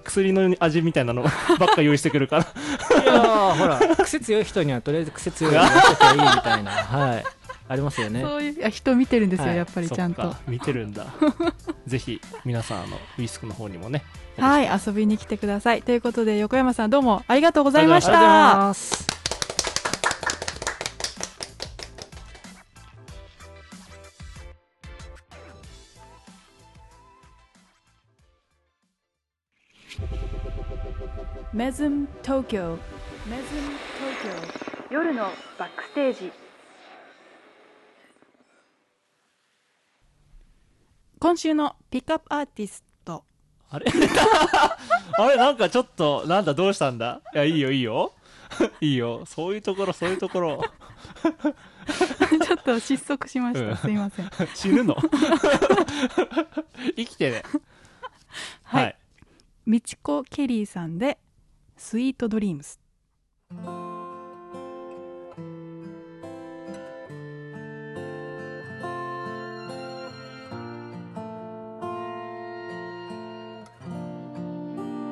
[SPEAKER 2] 薬の味みたいなのばっか用意してくるから
[SPEAKER 4] やほら癖強い人にはとりあえず癖強いのやっときゃいいみたいなはいありますよね
[SPEAKER 1] そういうあ人見てるんですよ、
[SPEAKER 4] はい
[SPEAKER 1] やっぱりちゃん
[SPEAKER 2] そ
[SPEAKER 1] と
[SPEAKER 2] っか見てるんだ ぜひ皆さんあのウィスクの方にもね
[SPEAKER 1] はい遊びに来てくださいということで横山さんどうもありがとうございまし
[SPEAKER 4] ありがとうござい
[SPEAKER 1] た
[SPEAKER 4] ます
[SPEAKER 1] メズム東京メズム東京夜のバックステージ今週のピックアップアーティスト
[SPEAKER 2] あれ あれなんかちょっとなんだどうしたんだいやいいよいいよ いいよそういうところそういうところ
[SPEAKER 1] ちょっと失速しまし
[SPEAKER 2] うん
[SPEAKER 1] たすいま せんはい、
[SPEAKER 2] 死ぬの 生きてねはい、
[SPEAKER 1] みちこケリーさんで「スイートドリームス」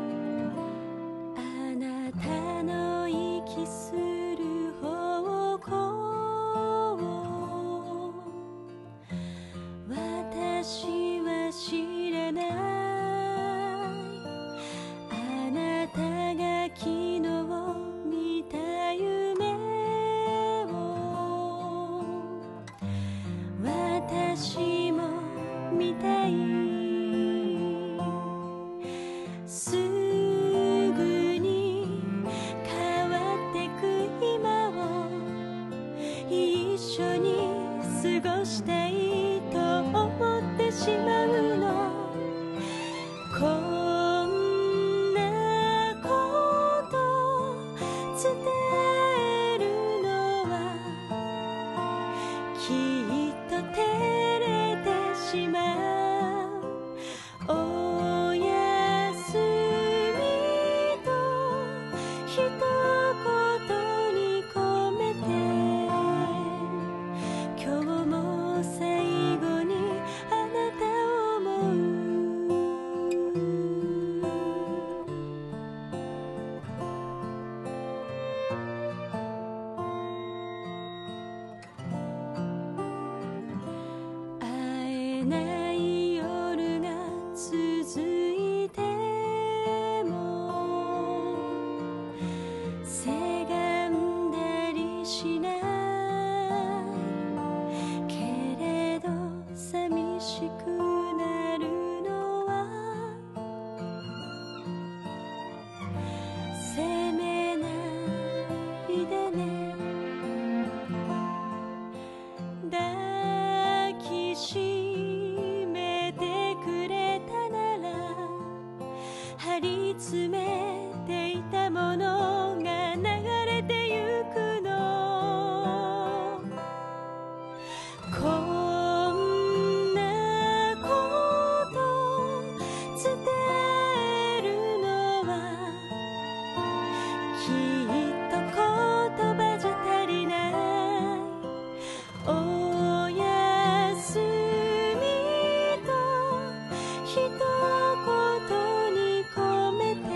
[SPEAKER 5] 「あなたの息する方向を私は知らない」「あなたが昨日見た夢を私も見たい」すぐに変わってく今を一緒に過ごしたいと思ってしまうのこんなこと伝えるのはきっと照れてしまうおやすみと一言に込めて今日も最後にあなたを思う会えない夜が続いてもせがんだりしないけれど寂しくなるのは責めないでね抱きしめてくれたなら張り詰めていたものが流れてゆくのこんなこと伝えるのはきっと言葉じゃ足りないおやすみと一言に込めて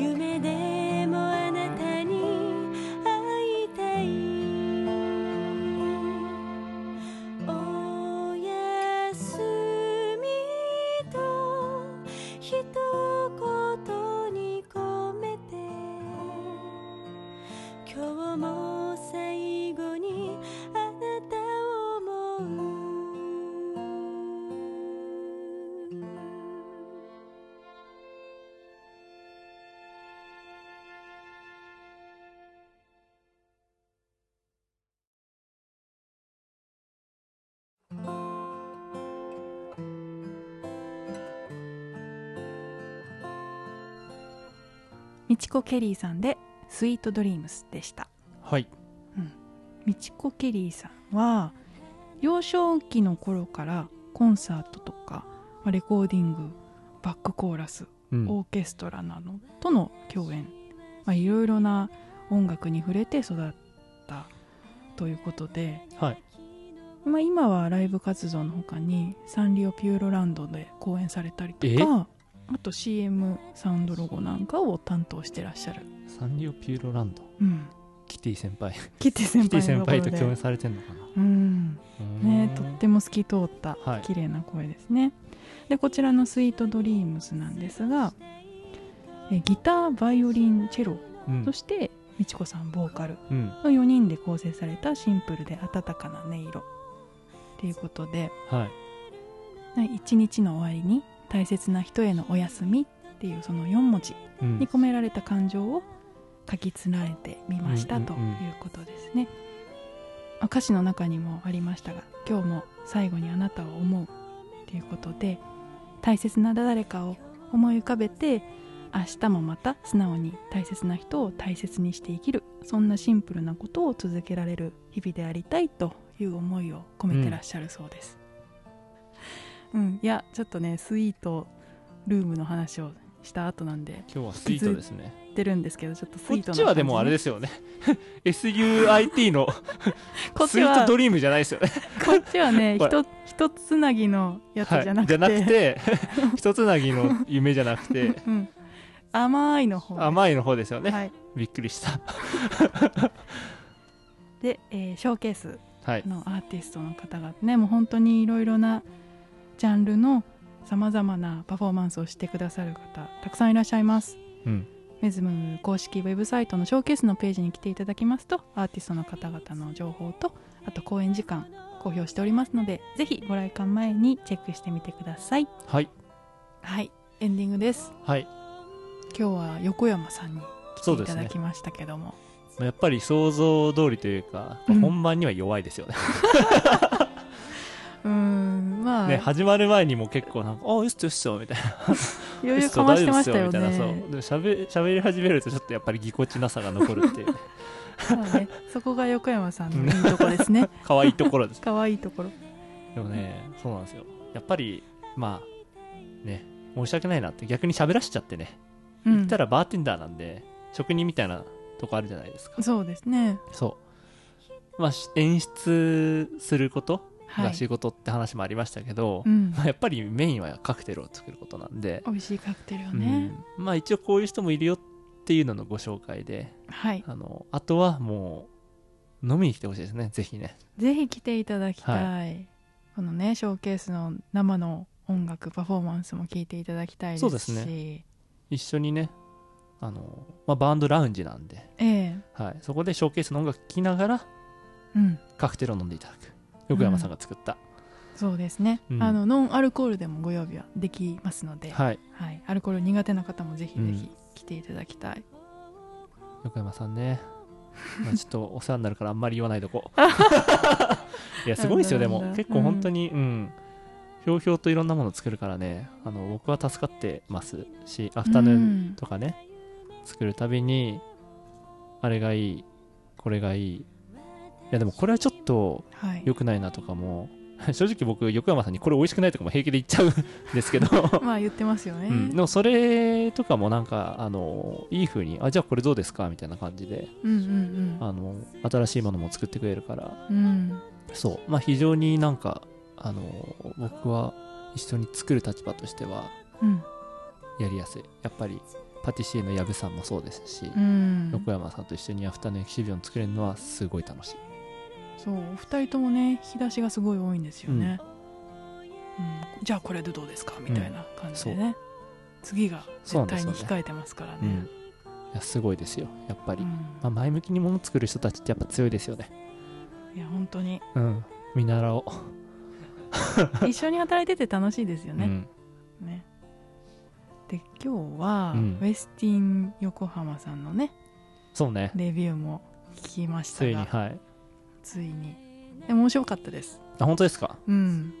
[SPEAKER 5] 夢でもあなたに会いたいおやすみと一言に込めて今日も最後にあなたを思う
[SPEAKER 1] みちこケリーさんで「スイートドリームス」でした
[SPEAKER 2] はい、
[SPEAKER 1] みちこケリーさんは幼少期の頃からコンサートとかまあレコーディングバックコーラス
[SPEAKER 2] うん
[SPEAKER 1] オーケストラなどとの共演まあいろいろな音楽に触れて育ったということで、
[SPEAKER 2] はい
[SPEAKER 1] まあ、今はライブ活動の他にサンリオピューロランドで公演されたりとかあと CM サウンドロゴなんかを担当してらっしゃる、
[SPEAKER 2] サンリオピューロランド
[SPEAKER 1] うん、
[SPEAKER 2] キティ先輩
[SPEAKER 1] キティ
[SPEAKER 2] キ
[SPEAKER 1] 先
[SPEAKER 2] ティ
[SPEAKER 1] 輩
[SPEAKER 2] 先
[SPEAKER 1] のとこ
[SPEAKER 2] 輩
[SPEAKER 1] ろ
[SPEAKER 2] と
[SPEAKER 1] で
[SPEAKER 2] 共演されてんのかな
[SPEAKER 1] うんね、とっても透き通った
[SPEAKER 2] はい
[SPEAKER 1] 綺麗な声ですね、でこちらの「スイートドリームスなんですがえギターバイオリンチェロ
[SPEAKER 2] うん
[SPEAKER 1] そして美智子さんボーカル
[SPEAKER 2] うん
[SPEAKER 1] の4人で構成されたシンプルで温かな音色っていうことで
[SPEAKER 2] はい
[SPEAKER 1] な一日の終わりに大切な人へのお休みっていうその4文字
[SPEAKER 2] うん
[SPEAKER 1] に込められた感情を書き連ねてみました
[SPEAKER 2] うん
[SPEAKER 1] という
[SPEAKER 2] うんうん
[SPEAKER 1] ことですね、あ歌詞の中にもありましたが「今日も最後にあなたを思う」ということで大切な誰かを思い浮かべて明日もまた素直に大切な人を大切にして生きるそんなシンプルなことを続けられる日々でありたいという思いを込めてらっしゃるそうです、うんいやちょっとねスイートルームの話をした後なんで
[SPEAKER 2] 今日はスイートですね
[SPEAKER 1] 言ってるんですけどちょっとス
[SPEAKER 2] こ
[SPEAKER 1] イ
[SPEAKER 2] っ
[SPEAKER 1] ートな感
[SPEAKER 2] ちはでもあれですすよね SUIT の
[SPEAKER 1] こっ
[SPEAKER 2] ス
[SPEAKER 1] ち
[SPEAKER 2] イー
[SPEAKER 1] は
[SPEAKER 2] トドリームじゃないですよね
[SPEAKER 1] こっちはね
[SPEAKER 2] ほ
[SPEAKER 1] ひとひとつなぎのやつじゃなくて,、
[SPEAKER 2] はいじゃなくて 一つなぎの夢じゃなくて
[SPEAKER 1] うん、甘いの方
[SPEAKER 2] 甘いの方ですよね、
[SPEAKER 1] はい、
[SPEAKER 2] びっくりした
[SPEAKER 1] で、えーショーケース
[SPEAKER 2] はい
[SPEAKER 1] のアーティストの方がねもう本当にいろいろなジャンルのさまざまなパフォーマンスをしてくださる方たくさんいらっしゃいます
[SPEAKER 2] うん
[SPEAKER 1] メズム公式ウェブサイトのショーケースのページに来ていただきますとアーティストの方々の情報とあと公演時間公表しておりますのでぜひご来館前にチェックしてみてください
[SPEAKER 2] はい
[SPEAKER 1] はいエンディングです
[SPEAKER 2] はい
[SPEAKER 1] 今日は横山さんに
[SPEAKER 2] そ
[SPEAKER 1] 来てい
[SPEAKER 2] うで
[SPEAKER 1] た
[SPEAKER 2] す
[SPEAKER 1] だ
[SPEAKER 2] ね
[SPEAKER 1] きましたけども、
[SPEAKER 2] やっぱり想像通りというか、
[SPEAKER 1] うん
[SPEAKER 2] 本番には弱いですよね
[SPEAKER 1] うーんまあ、
[SPEAKER 2] ね始まる前にも結構なんか「あうっすようっすよ」みたいな
[SPEAKER 1] 余
[SPEAKER 2] 「うっ
[SPEAKER 1] 裕
[SPEAKER 2] す
[SPEAKER 1] か
[SPEAKER 2] よ
[SPEAKER 1] ま
[SPEAKER 2] 大
[SPEAKER 1] して
[SPEAKER 2] 丈夫
[SPEAKER 1] ま
[SPEAKER 2] っ
[SPEAKER 1] し
[SPEAKER 2] す
[SPEAKER 1] た
[SPEAKER 2] よ」
[SPEAKER 1] よ
[SPEAKER 2] みたいなそう
[SPEAKER 1] ね
[SPEAKER 2] でしゃべしゃべり始めるとちょっとやっぱりぎこちなさが残る っていう
[SPEAKER 1] そう ねそこが横山さんのいいとこですね
[SPEAKER 2] 可愛いところです
[SPEAKER 1] 可愛いところ
[SPEAKER 2] でもねそうなんですよやっぱりまあね申し訳ないなって逆に喋らしちゃってね
[SPEAKER 1] うん
[SPEAKER 2] 言ったらバーテンダーなんで、職人みたいなとこあるじゃないですか
[SPEAKER 1] そうですね
[SPEAKER 2] そうまあし演出すること
[SPEAKER 1] は
[SPEAKER 2] が
[SPEAKER 1] い
[SPEAKER 2] 仕、事って話もありましたけど、
[SPEAKER 1] うん
[SPEAKER 2] ま、あやっぱりメインはカクテルを作ることなんで、
[SPEAKER 1] 美味しいカクテルをね、
[SPEAKER 2] うんまあ一応こういう人もいるよっていうののご紹介で
[SPEAKER 1] はい
[SPEAKER 2] あのあとはもう飲みに来てほしいですねぜひね
[SPEAKER 1] ぜひ来ていただきたい、このねショーケースの生の音楽パフォーマンスも聞いていただきたいですし
[SPEAKER 2] そうですね一緒にねあの、まあ、バンドラウンジなんで、
[SPEAKER 1] ええ
[SPEAKER 2] はい、そこでショーケースの音楽聴きながら
[SPEAKER 1] うん
[SPEAKER 2] カクテルを飲んでいただく横山さんが作った、
[SPEAKER 1] そうですね、
[SPEAKER 2] うん
[SPEAKER 1] あのノンアルコールでもご用意はできますので、
[SPEAKER 2] はい
[SPEAKER 1] はい、アルコール苦手な方もぜひぜ
[SPEAKER 2] う
[SPEAKER 1] ひ来ていただきたい、
[SPEAKER 2] 横山さんね、まあ、ちょっとお世話になるからあんまり言わない とこいやすごいですよで
[SPEAKER 1] な
[SPEAKER 2] も
[SPEAKER 1] んだなんだ
[SPEAKER 2] 結構本当にうん、ひょうひょうといろんなもの作るからねあの僕は助かってますしアフタヌーンとかね、作るたびにあれがいいこれがいいいやでもこれはちょっと
[SPEAKER 1] はい
[SPEAKER 2] 良くないなとかも 正直僕横山さんにこれ美味しくないとかも平気で言っちゃうんですけど
[SPEAKER 1] まあ言ってますよね、
[SPEAKER 2] うん、でもそれとかもなんかあのいい風にあじゃあこれどうですかみたいな感じで
[SPEAKER 1] うんうん
[SPEAKER 2] あの新しいものも作ってくれるから
[SPEAKER 1] うんうん
[SPEAKER 2] そうまあ非常になんかあの僕は一緒に作る立場としては
[SPEAKER 1] うん
[SPEAKER 2] やりやすいやっぱりパティシエの矢部さんもそうですし、
[SPEAKER 1] うん
[SPEAKER 2] 横山さんと一緒にアフタヌーンエキシビション作れるのはすごい楽しい
[SPEAKER 1] そうお二人ともね引き出しがすごい多いんですよね、うんじゃあこれでどうですかみたいな感じでね、次が
[SPEAKER 2] そ
[SPEAKER 1] 絶
[SPEAKER 2] うなんで
[SPEAKER 1] 対
[SPEAKER 2] すよ
[SPEAKER 1] に
[SPEAKER 2] ね
[SPEAKER 1] 控えてますからね
[SPEAKER 2] うんいやすごいですよやっぱり、
[SPEAKER 1] うん
[SPEAKER 2] まあ、前向きにもの作る人たちってやっぱ強いですよね
[SPEAKER 1] いや本当に
[SPEAKER 2] うん見習おう、
[SPEAKER 1] 一緒に働いてて楽しいですよ
[SPEAKER 2] う
[SPEAKER 1] ね,、
[SPEAKER 2] ん
[SPEAKER 1] ねで今日は、
[SPEAKER 2] うん
[SPEAKER 1] ウェスティン横浜さんのね
[SPEAKER 2] そうね
[SPEAKER 1] レビューも聞きました
[SPEAKER 2] つ
[SPEAKER 1] が
[SPEAKER 2] いにはい
[SPEAKER 1] ついにでも面白かったです
[SPEAKER 2] あ本当ですか
[SPEAKER 1] うん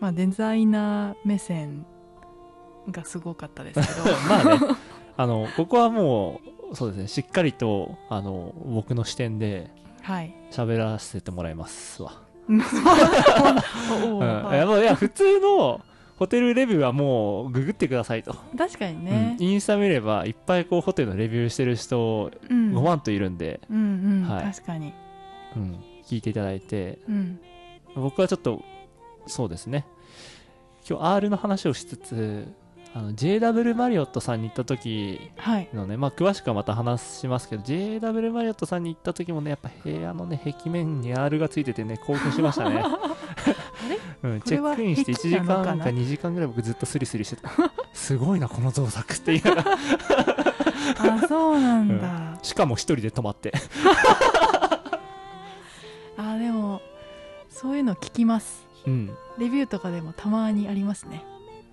[SPEAKER 1] まあデザイナー目線がすごかったですけど
[SPEAKER 2] まあね、あの、ここはもう、そうですね、しっかりと、あの、僕の視点で
[SPEAKER 1] はい
[SPEAKER 2] 喋らせてもらいますわ。
[SPEAKER 1] おお
[SPEAKER 2] うん。い
[SPEAKER 1] は
[SPEAKER 2] や、もういや普通のホテルレビューはもう、ググってくださいと。
[SPEAKER 1] い確かに
[SPEAKER 2] うん
[SPEAKER 1] ね、
[SPEAKER 2] インスタ見れば、いっぱいこう、ホテルのレビューしてる人、
[SPEAKER 1] うん
[SPEAKER 2] 5万といるんで、
[SPEAKER 1] うんうん、
[SPEAKER 2] はい
[SPEAKER 1] 確かに、
[SPEAKER 2] うん、聞いていただいて、
[SPEAKER 1] うん、
[SPEAKER 2] 僕はちょっと、そうですね、今日 R の話をしつつ、あの JW マリオットさんに行った時
[SPEAKER 1] はい
[SPEAKER 2] のね、まあ、詳しくはまた話しますけど JW マリオットさんに行った時もねやっぱ部屋のね壁面に R がついててね興奮しましたね うん、
[SPEAKER 1] こ
[SPEAKER 2] チ
[SPEAKER 1] れ
[SPEAKER 2] ェッ
[SPEAKER 1] は
[SPEAKER 2] クインして1時間
[SPEAKER 1] 壁なの
[SPEAKER 2] か
[SPEAKER 1] かな
[SPEAKER 2] 2時間ぐらい僕ずっとスリスリしてたすごいなこの造 作っていう
[SPEAKER 1] あそうなんだ、
[SPEAKER 2] しかも一人で泊まって
[SPEAKER 1] あでもそういうの聞きます
[SPEAKER 2] うん
[SPEAKER 1] レビューとかでもたまにありますね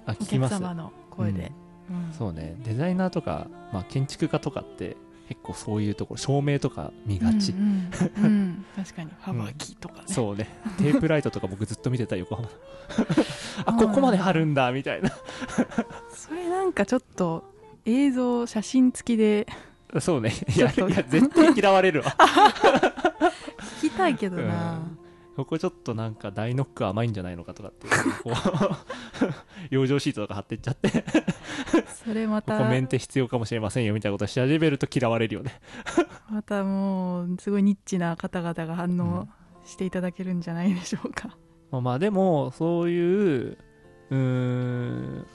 [SPEAKER 2] あ
[SPEAKER 1] お
[SPEAKER 2] 聞き
[SPEAKER 1] 客
[SPEAKER 2] ます
[SPEAKER 1] 様の声で、うん
[SPEAKER 2] そうねデザイナーとか、まあ、建築家とかって結構そういうところ照明とか見がち、
[SPEAKER 1] うんうんうん確かに幅木とかね、
[SPEAKER 2] そうねテープライトとか僕ずっと見て た横浜あ
[SPEAKER 1] うん
[SPEAKER 2] ここまで貼るんだみたいな
[SPEAKER 1] それなんかちょっと映像写真付きで
[SPEAKER 2] そう ねいやい
[SPEAKER 1] ちょっと
[SPEAKER 2] や絶対嫌われ るわ
[SPEAKER 1] 聞きたいけどな、
[SPEAKER 2] うんここちょっとなんか大ノック甘いんじゃないのかとかって こう養生シートとか貼ってっちゃってこ
[SPEAKER 1] それまた
[SPEAKER 2] こメンテ必要かもしれませんよみたいなことし始めると嫌われるよね
[SPEAKER 1] またもうすごいニッチな方々が反応していただけるんじゃないでしょうか、
[SPEAKER 2] まあまあでもそういううーん、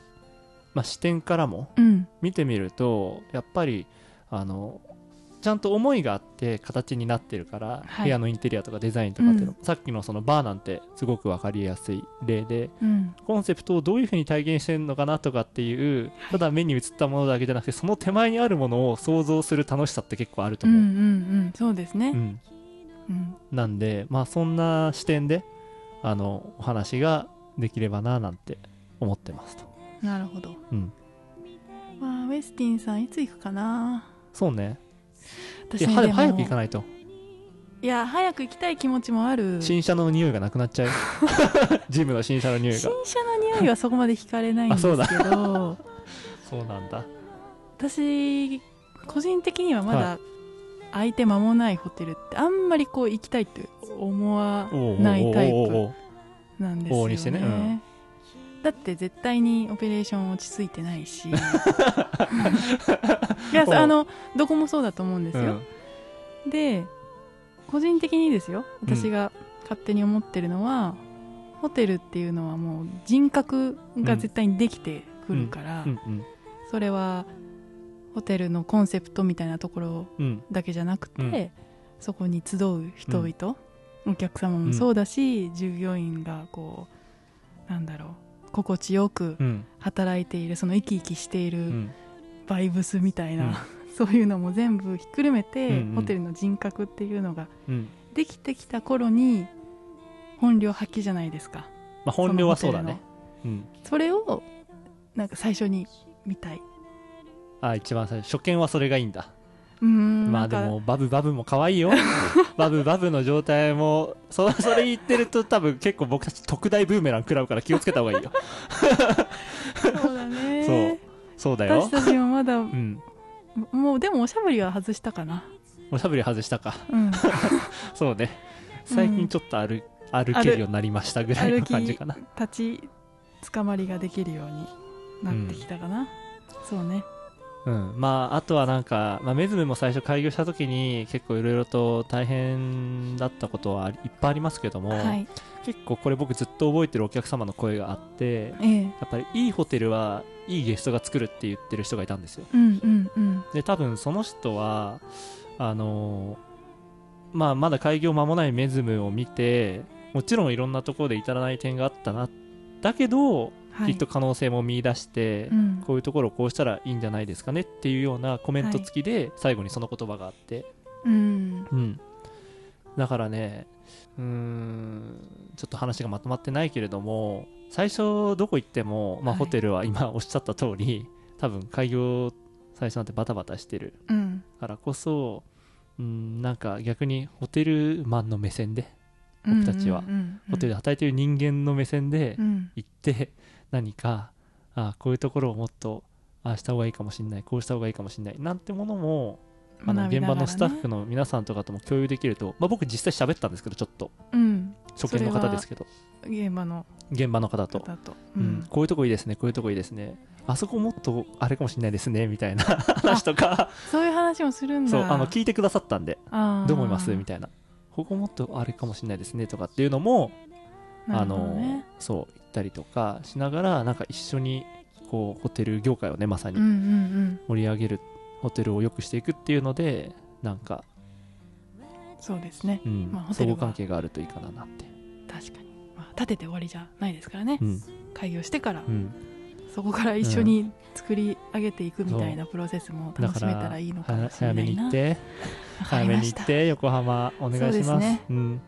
[SPEAKER 2] まあ、視点からも
[SPEAKER 1] うん、
[SPEAKER 2] 見てみるとやっぱりあのちゃんと思いがあって形になってるから、
[SPEAKER 1] はい
[SPEAKER 2] 部屋のインテリアとかデザインとかっていうの、
[SPEAKER 1] う
[SPEAKER 2] さっきのそのバーなんてすごく分かりやすい例で
[SPEAKER 1] うん、
[SPEAKER 2] コンセプトをどういうふうに体現してるのかなとかっていうただ目に映ったものだけじゃなくてその手前にあるものを想像する楽しさって結構あると
[SPEAKER 1] うんうん
[SPEAKER 2] 思う、
[SPEAKER 1] うんそうです
[SPEAKER 2] う
[SPEAKER 1] ね、
[SPEAKER 2] ん
[SPEAKER 1] うん
[SPEAKER 2] なんでまあそんな視点であのお話ができればななんて思ってますと、
[SPEAKER 1] なるほど
[SPEAKER 2] うん、
[SPEAKER 1] まあウェスティンさんいつ行くかな
[SPEAKER 2] そうねい
[SPEAKER 1] 私
[SPEAKER 2] や
[SPEAKER 1] ね
[SPEAKER 2] 早く早く行
[SPEAKER 1] い
[SPEAKER 2] かないと
[SPEAKER 1] いや早く行きたい気持ちもある新
[SPEAKER 2] 新車の匂いがなくなっ ちゃうジムの新車の匂いが
[SPEAKER 1] 車の匂いはそこまで惹かれないん
[SPEAKER 2] あ
[SPEAKER 1] ですけ
[SPEAKER 2] そうだ
[SPEAKER 1] ど
[SPEAKER 2] そうなんだ
[SPEAKER 1] 私個人的にはまだ空いて間もないホテルってあんまりこう行きたいって思わないタイプ
[SPEAKER 2] おう
[SPEAKER 1] なんです
[SPEAKER 2] 往々
[SPEAKER 1] よ
[SPEAKER 2] に
[SPEAKER 1] ね
[SPEAKER 2] してねうん
[SPEAKER 1] だって絶対にオペレーション落ち着いてない しいや
[SPEAKER 2] おう
[SPEAKER 1] あのどこもそうだと思うんです
[SPEAKER 2] う
[SPEAKER 1] よ、
[SPEAKER 2] ん
[SPEAKER 1] で個人的にですよ私が勝手に思ってるのは、ホテルっていうのはもう人格が絶対にできてくるから、
[SPEAKER 2] うんうん
[SPEAKER 1] それはホテルのコンセプトみたいなところ
[SPEAKER 2] うん
[SPEAKER 1] だけじゃなくて、
[SPEAKER 2] うん
[SPEAKER 1] そこに集う人々、お客様もそうだし、従業員がこうなんだろう心地よく
[SPEAKER 2] うん
[SPEAKER 1] 働いているその生き生きしていうる
[SPEAKER 2] ん
[SPEAKER 1] バイブスみたいな、そういうのも全部ひっくるめて、
[SPEAKER 2] うんうん
[SPEAKER 1] ホテルの人格っていうのが
[SPEAKER 2] うん
[SPEAKER 1] できてきた頃に本領発揮じゃないですか
[SPEAKER 2] まあ本領はそうだ
[SPEAKER 1] の
[SPEAKER 2] ね
[SPEAKER 1] ホテル
[SPEAKER 2] うん
[SPEAKER 1] のそれをなんか最初に見たい
[SPEAKER 2] あ一番最初初見はそれがいいんだ
[SPEAKER 1] うーん
[SPEAKER 2] ま
[SPEAKER 1] な
[SPEAKER 2] あ
[SPEAKER 1] ん
[SPEAKER 2] で
[SPEAKER 1] か
[SPEAKER 2] もバブバブも 可愛いよバブバブの状態もそそれ言ってると多分結構僕たち特大ブーメラン食らうから気をつけた方が いいよ
[SPEAKER 1] そうだね
[SPEAKER 2] そうそうだよ
[SPEAKER 1] 私たちもまだ
[SPEAKER 2] うん
[SPEAKER 1] もうでもおしゃぶりは外したかな。
[SPEAKER 2] おしゃべり外したか
[SPEAKER 1] うん、
[SPEAKER 2] そうね最近ちょっと歩歩けるようになりましたぐらいの
[SPEAKER 1] 歩き
[SPEAKER 2] 感じかな
[SPEAKER 1] 立ちつかまりができるようになってきたかな。そうね。
[SPEAKER 2] うん、まああとはなんか、まあ、メズムも最初開業した時に結構いろいろと大変だったことはいっぱいありますけども、
[SPEAKER 1] はい。
[SPEAKER 2] 結構これ僕ずっと覚えてるお客様の声があって
[SPEAKER 1] ええ。
[SPEAKER 2] やっぱりいいホテルはいいゲストが作るって言ってる人がいたんですよ
[SPEAKER 1] うんうんうん。
[SPEAKER 2] で多分その人はあのーまあまだ開業間もないメズムを見てもちろんいろんなところで至らない点があったなだけど、
[SPEAKER 1] は
[SPEAKER 2] き
[SPEAKER 1] い。
[SPEAKER 2] っと可能性も見出して、
[SPEAKER 1] うん。
[SPEAKER 2] こういうところをこうしたらいいんじゃないですかねっていうようなコメント付きで最後にその言葉があって、
[SPEAKER 1] うん。
[SPEAKER 2] うん、だからねうーんちょっと話がまとまってないけれども最初どこ行っても、まあ、
[SPEAKER 1] はい
[SPEAKER 2] ホテルは今おっしゃった通り、多分開業最初なんてバタバタしてる
[SPEAKER 1] うん。
[SPEAKER 2] からこそうんなんか逆にホテルマンの目線で僕たちは
[SPEAKER 1] うんうんうん
[SPEAKER 2] ホテルで働いてる人間の目線で、
[SPEAKER 1] うん。
[SPEAKER 2] 行って何かあこういうところをもっとああした方がいいかもしれないこうした方がいいかもしれないなんてものもあの
[SPEAKER 1] 学び
[SPEAKER 2] 現
[SPEAKER 1] ながらね
[SPEAKER 2] 場のスタッフの皆さんとかとも共有できると、まあ、僕実際喋ったんですけどちょっと
[SPEAKER 1] うん。
[SPEAKER 2] 初見の
[SPEAKER 1] それ
[SPEAKER 2] 方
[SPEAKER 1] は
[SPEAKER 2] ですけど
[SPEAKER 1] 現場の
[SPEAKER 2] 現場の方と、
[SPEAKER 1] 方と。
[SPEAKER 2] うんこういうとこいいですねこういうとこいいですねあそこもっとあれかもしれないですねみ たいな話とか
[SPEAKER 1] そういう話もするんだ。
[SPEAKER 2] そうあの聞いてくださったんで
[SPEAKER 1] あー
[SPEAKER 2] どう思いますみたいなここもっとあれかもしれないですねとかっていうのも
[SPEAKER 1] な
[SPEAKER 2] あ
[SPEAKER 1] るほど
[SPEAKER 2] の
[SPEAKER 1] ね
[SPEAKER 2] そう行ったりとかしながらなんか一緒にこうホテル業界をねまさ
[SPEAKER 1] うんう
[SPEAKER 2] に
[SPEAKER 1] ん
[SPEAKER 2] 盛り上げる、ホテルを良くしていくっていうのでなんか、
[SPEAKER 1] うんそうですね
[SPEAKER 2] うん
[SPEAKER 1] まあホテ
[SPEAKER 2] 相
[SPEAKER 1] ルは
[SPEAKER 2] 互関係があるといいかななんて、
[SPEAKER 1] 確かに、まあ、建てて終わりじゃないですからね、
[SPEAKER 2] うん
[SPEAKER 1] 開業してから、
[SPEAKER 2] うん、
[SPEAKER 1] そこから一緒に作り上げていくみたいなプロセスも
[SPEAKER 2] だ
[SPEAKER 1] 楽
[SPEAKER 2] か
[SPEAKER 1] しめたらいいのかも
[SPEAKER 2] は
[SPEAKER 1] しれな
[SPEAKER 2] 早め
[SPEAKER 1] い
[SPEAKER 2] に行
[SPEAKER 1] な
[SPEAKER 2] って
[SPEAKER 1] わか
[SPEAKER 2] 早
[SPEAKER 1] り
[SPEAKER 2] め
[SPEAKER 1] ま
[SPEAKER 2] に
[SPEAKER 1] し
[SPEAKER 2] 行
[SPEAKER 1] た
[SPEAKER 2] っ。て横浜お願いし
[SPEAKER 1] そう
[SPEAKER 2] ます
[SPEAKER 1] ですね
[SPEAKER 2] うん、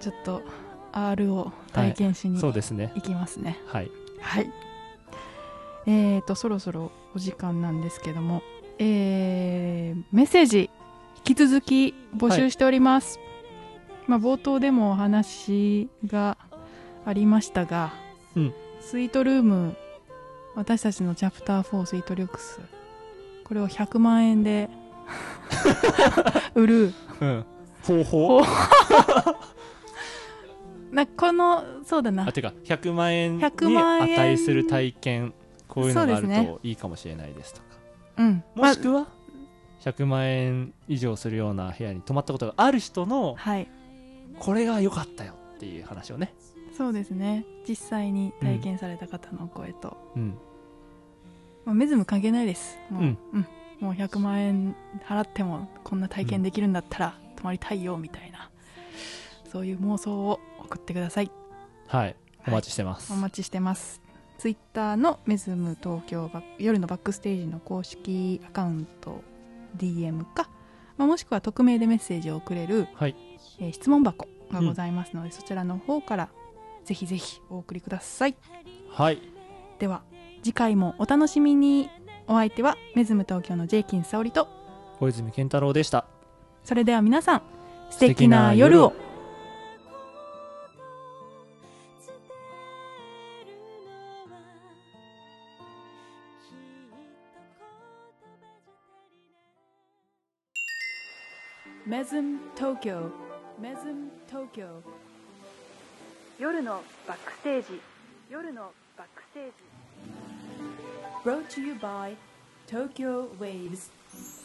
[SPEAKER 1] ちょっと R を体験しに
[SPEAKER 2] そう
[SPEAKER 1] 行
[SPEAKER 2] ですね
[SPEAKER 1] きますね。
[SPEAKER 2] はい
[SPEAKER 1] はい。えーと、そろそろお時間なんですけども、えーメッセージ、引き続き募集しております。まあ、冒頭でもお話がありましたが、
[SPEAKER 2] うん
[SPEAKER 1] スイートルーム、私たちのチャプター4スイートリュックス、これを100万円 で売る。
[SPEAKER 2] うん方
[SPEAKER 1] ほ
[SPEAKER 2] 法
[SPEAKER 1] うなこの、そうだな
[SPEAKER 2] あ、てか100万円に
[SPEAKER 1] 100万円
[SPEAKER 2] 値する体験こういうのがあ
[SPEAKER 1] そうです
[SPEAKER 2] る
[SPEAKER 1] ね
[SPEAKER 2] といいかもしれないですとか
[SPEAKER 1] うん、
[SPEAKER 2] もしくは100万円以上するような部屋に泊まったことがある人の
[SPEAKER 1] はい、
[SPEAKER 2] これが良かったよっていう話をね、
[SPEAKER 1] そうですね実際に体験された方のお声と、
[SPEAKER 2] うん、
[SPEAKER 1] まあ、メズム関係ないですもう,、
[SPEAKER 2] うん
[SPEAKER 1] もう100万円払ってもこんな体験できるんだったら泊まりたいよみたいな、そういう妄想を送ってください
[SPEAKER 2] はいお待ちしてます、
[SPEAKER 1] お待ちしてますツイッターのメズム東京バック夜のバックステージの公式アカウント DM か、まあ、もしくは匿名でメッセージを送れる、
[SPEAKER 2] はい
[SPEAKER 1] えー質問箱がございますので、そちらの方からぜひぜひお送りください
[SPEAKER 2] はい
[SPEAKER 1] では次回もお楽しみにお相手はメズム東京のジェイキン沙織と
[SPEAKER 2] 小泉健太郎でした
[SPEAKER 1] それでは皆さん素敵な夜を
[SPEAKER 5] 伝えるのはきっと言葉じゃ足り
[SPEAKER 1] メ
[SPEAKER 5] ない
[SPEAKER 1] ズム東京メズム東京夜のバックステージ夜のバックステージ
[SPEAKER 3] Brought to you by Tokyo Waves.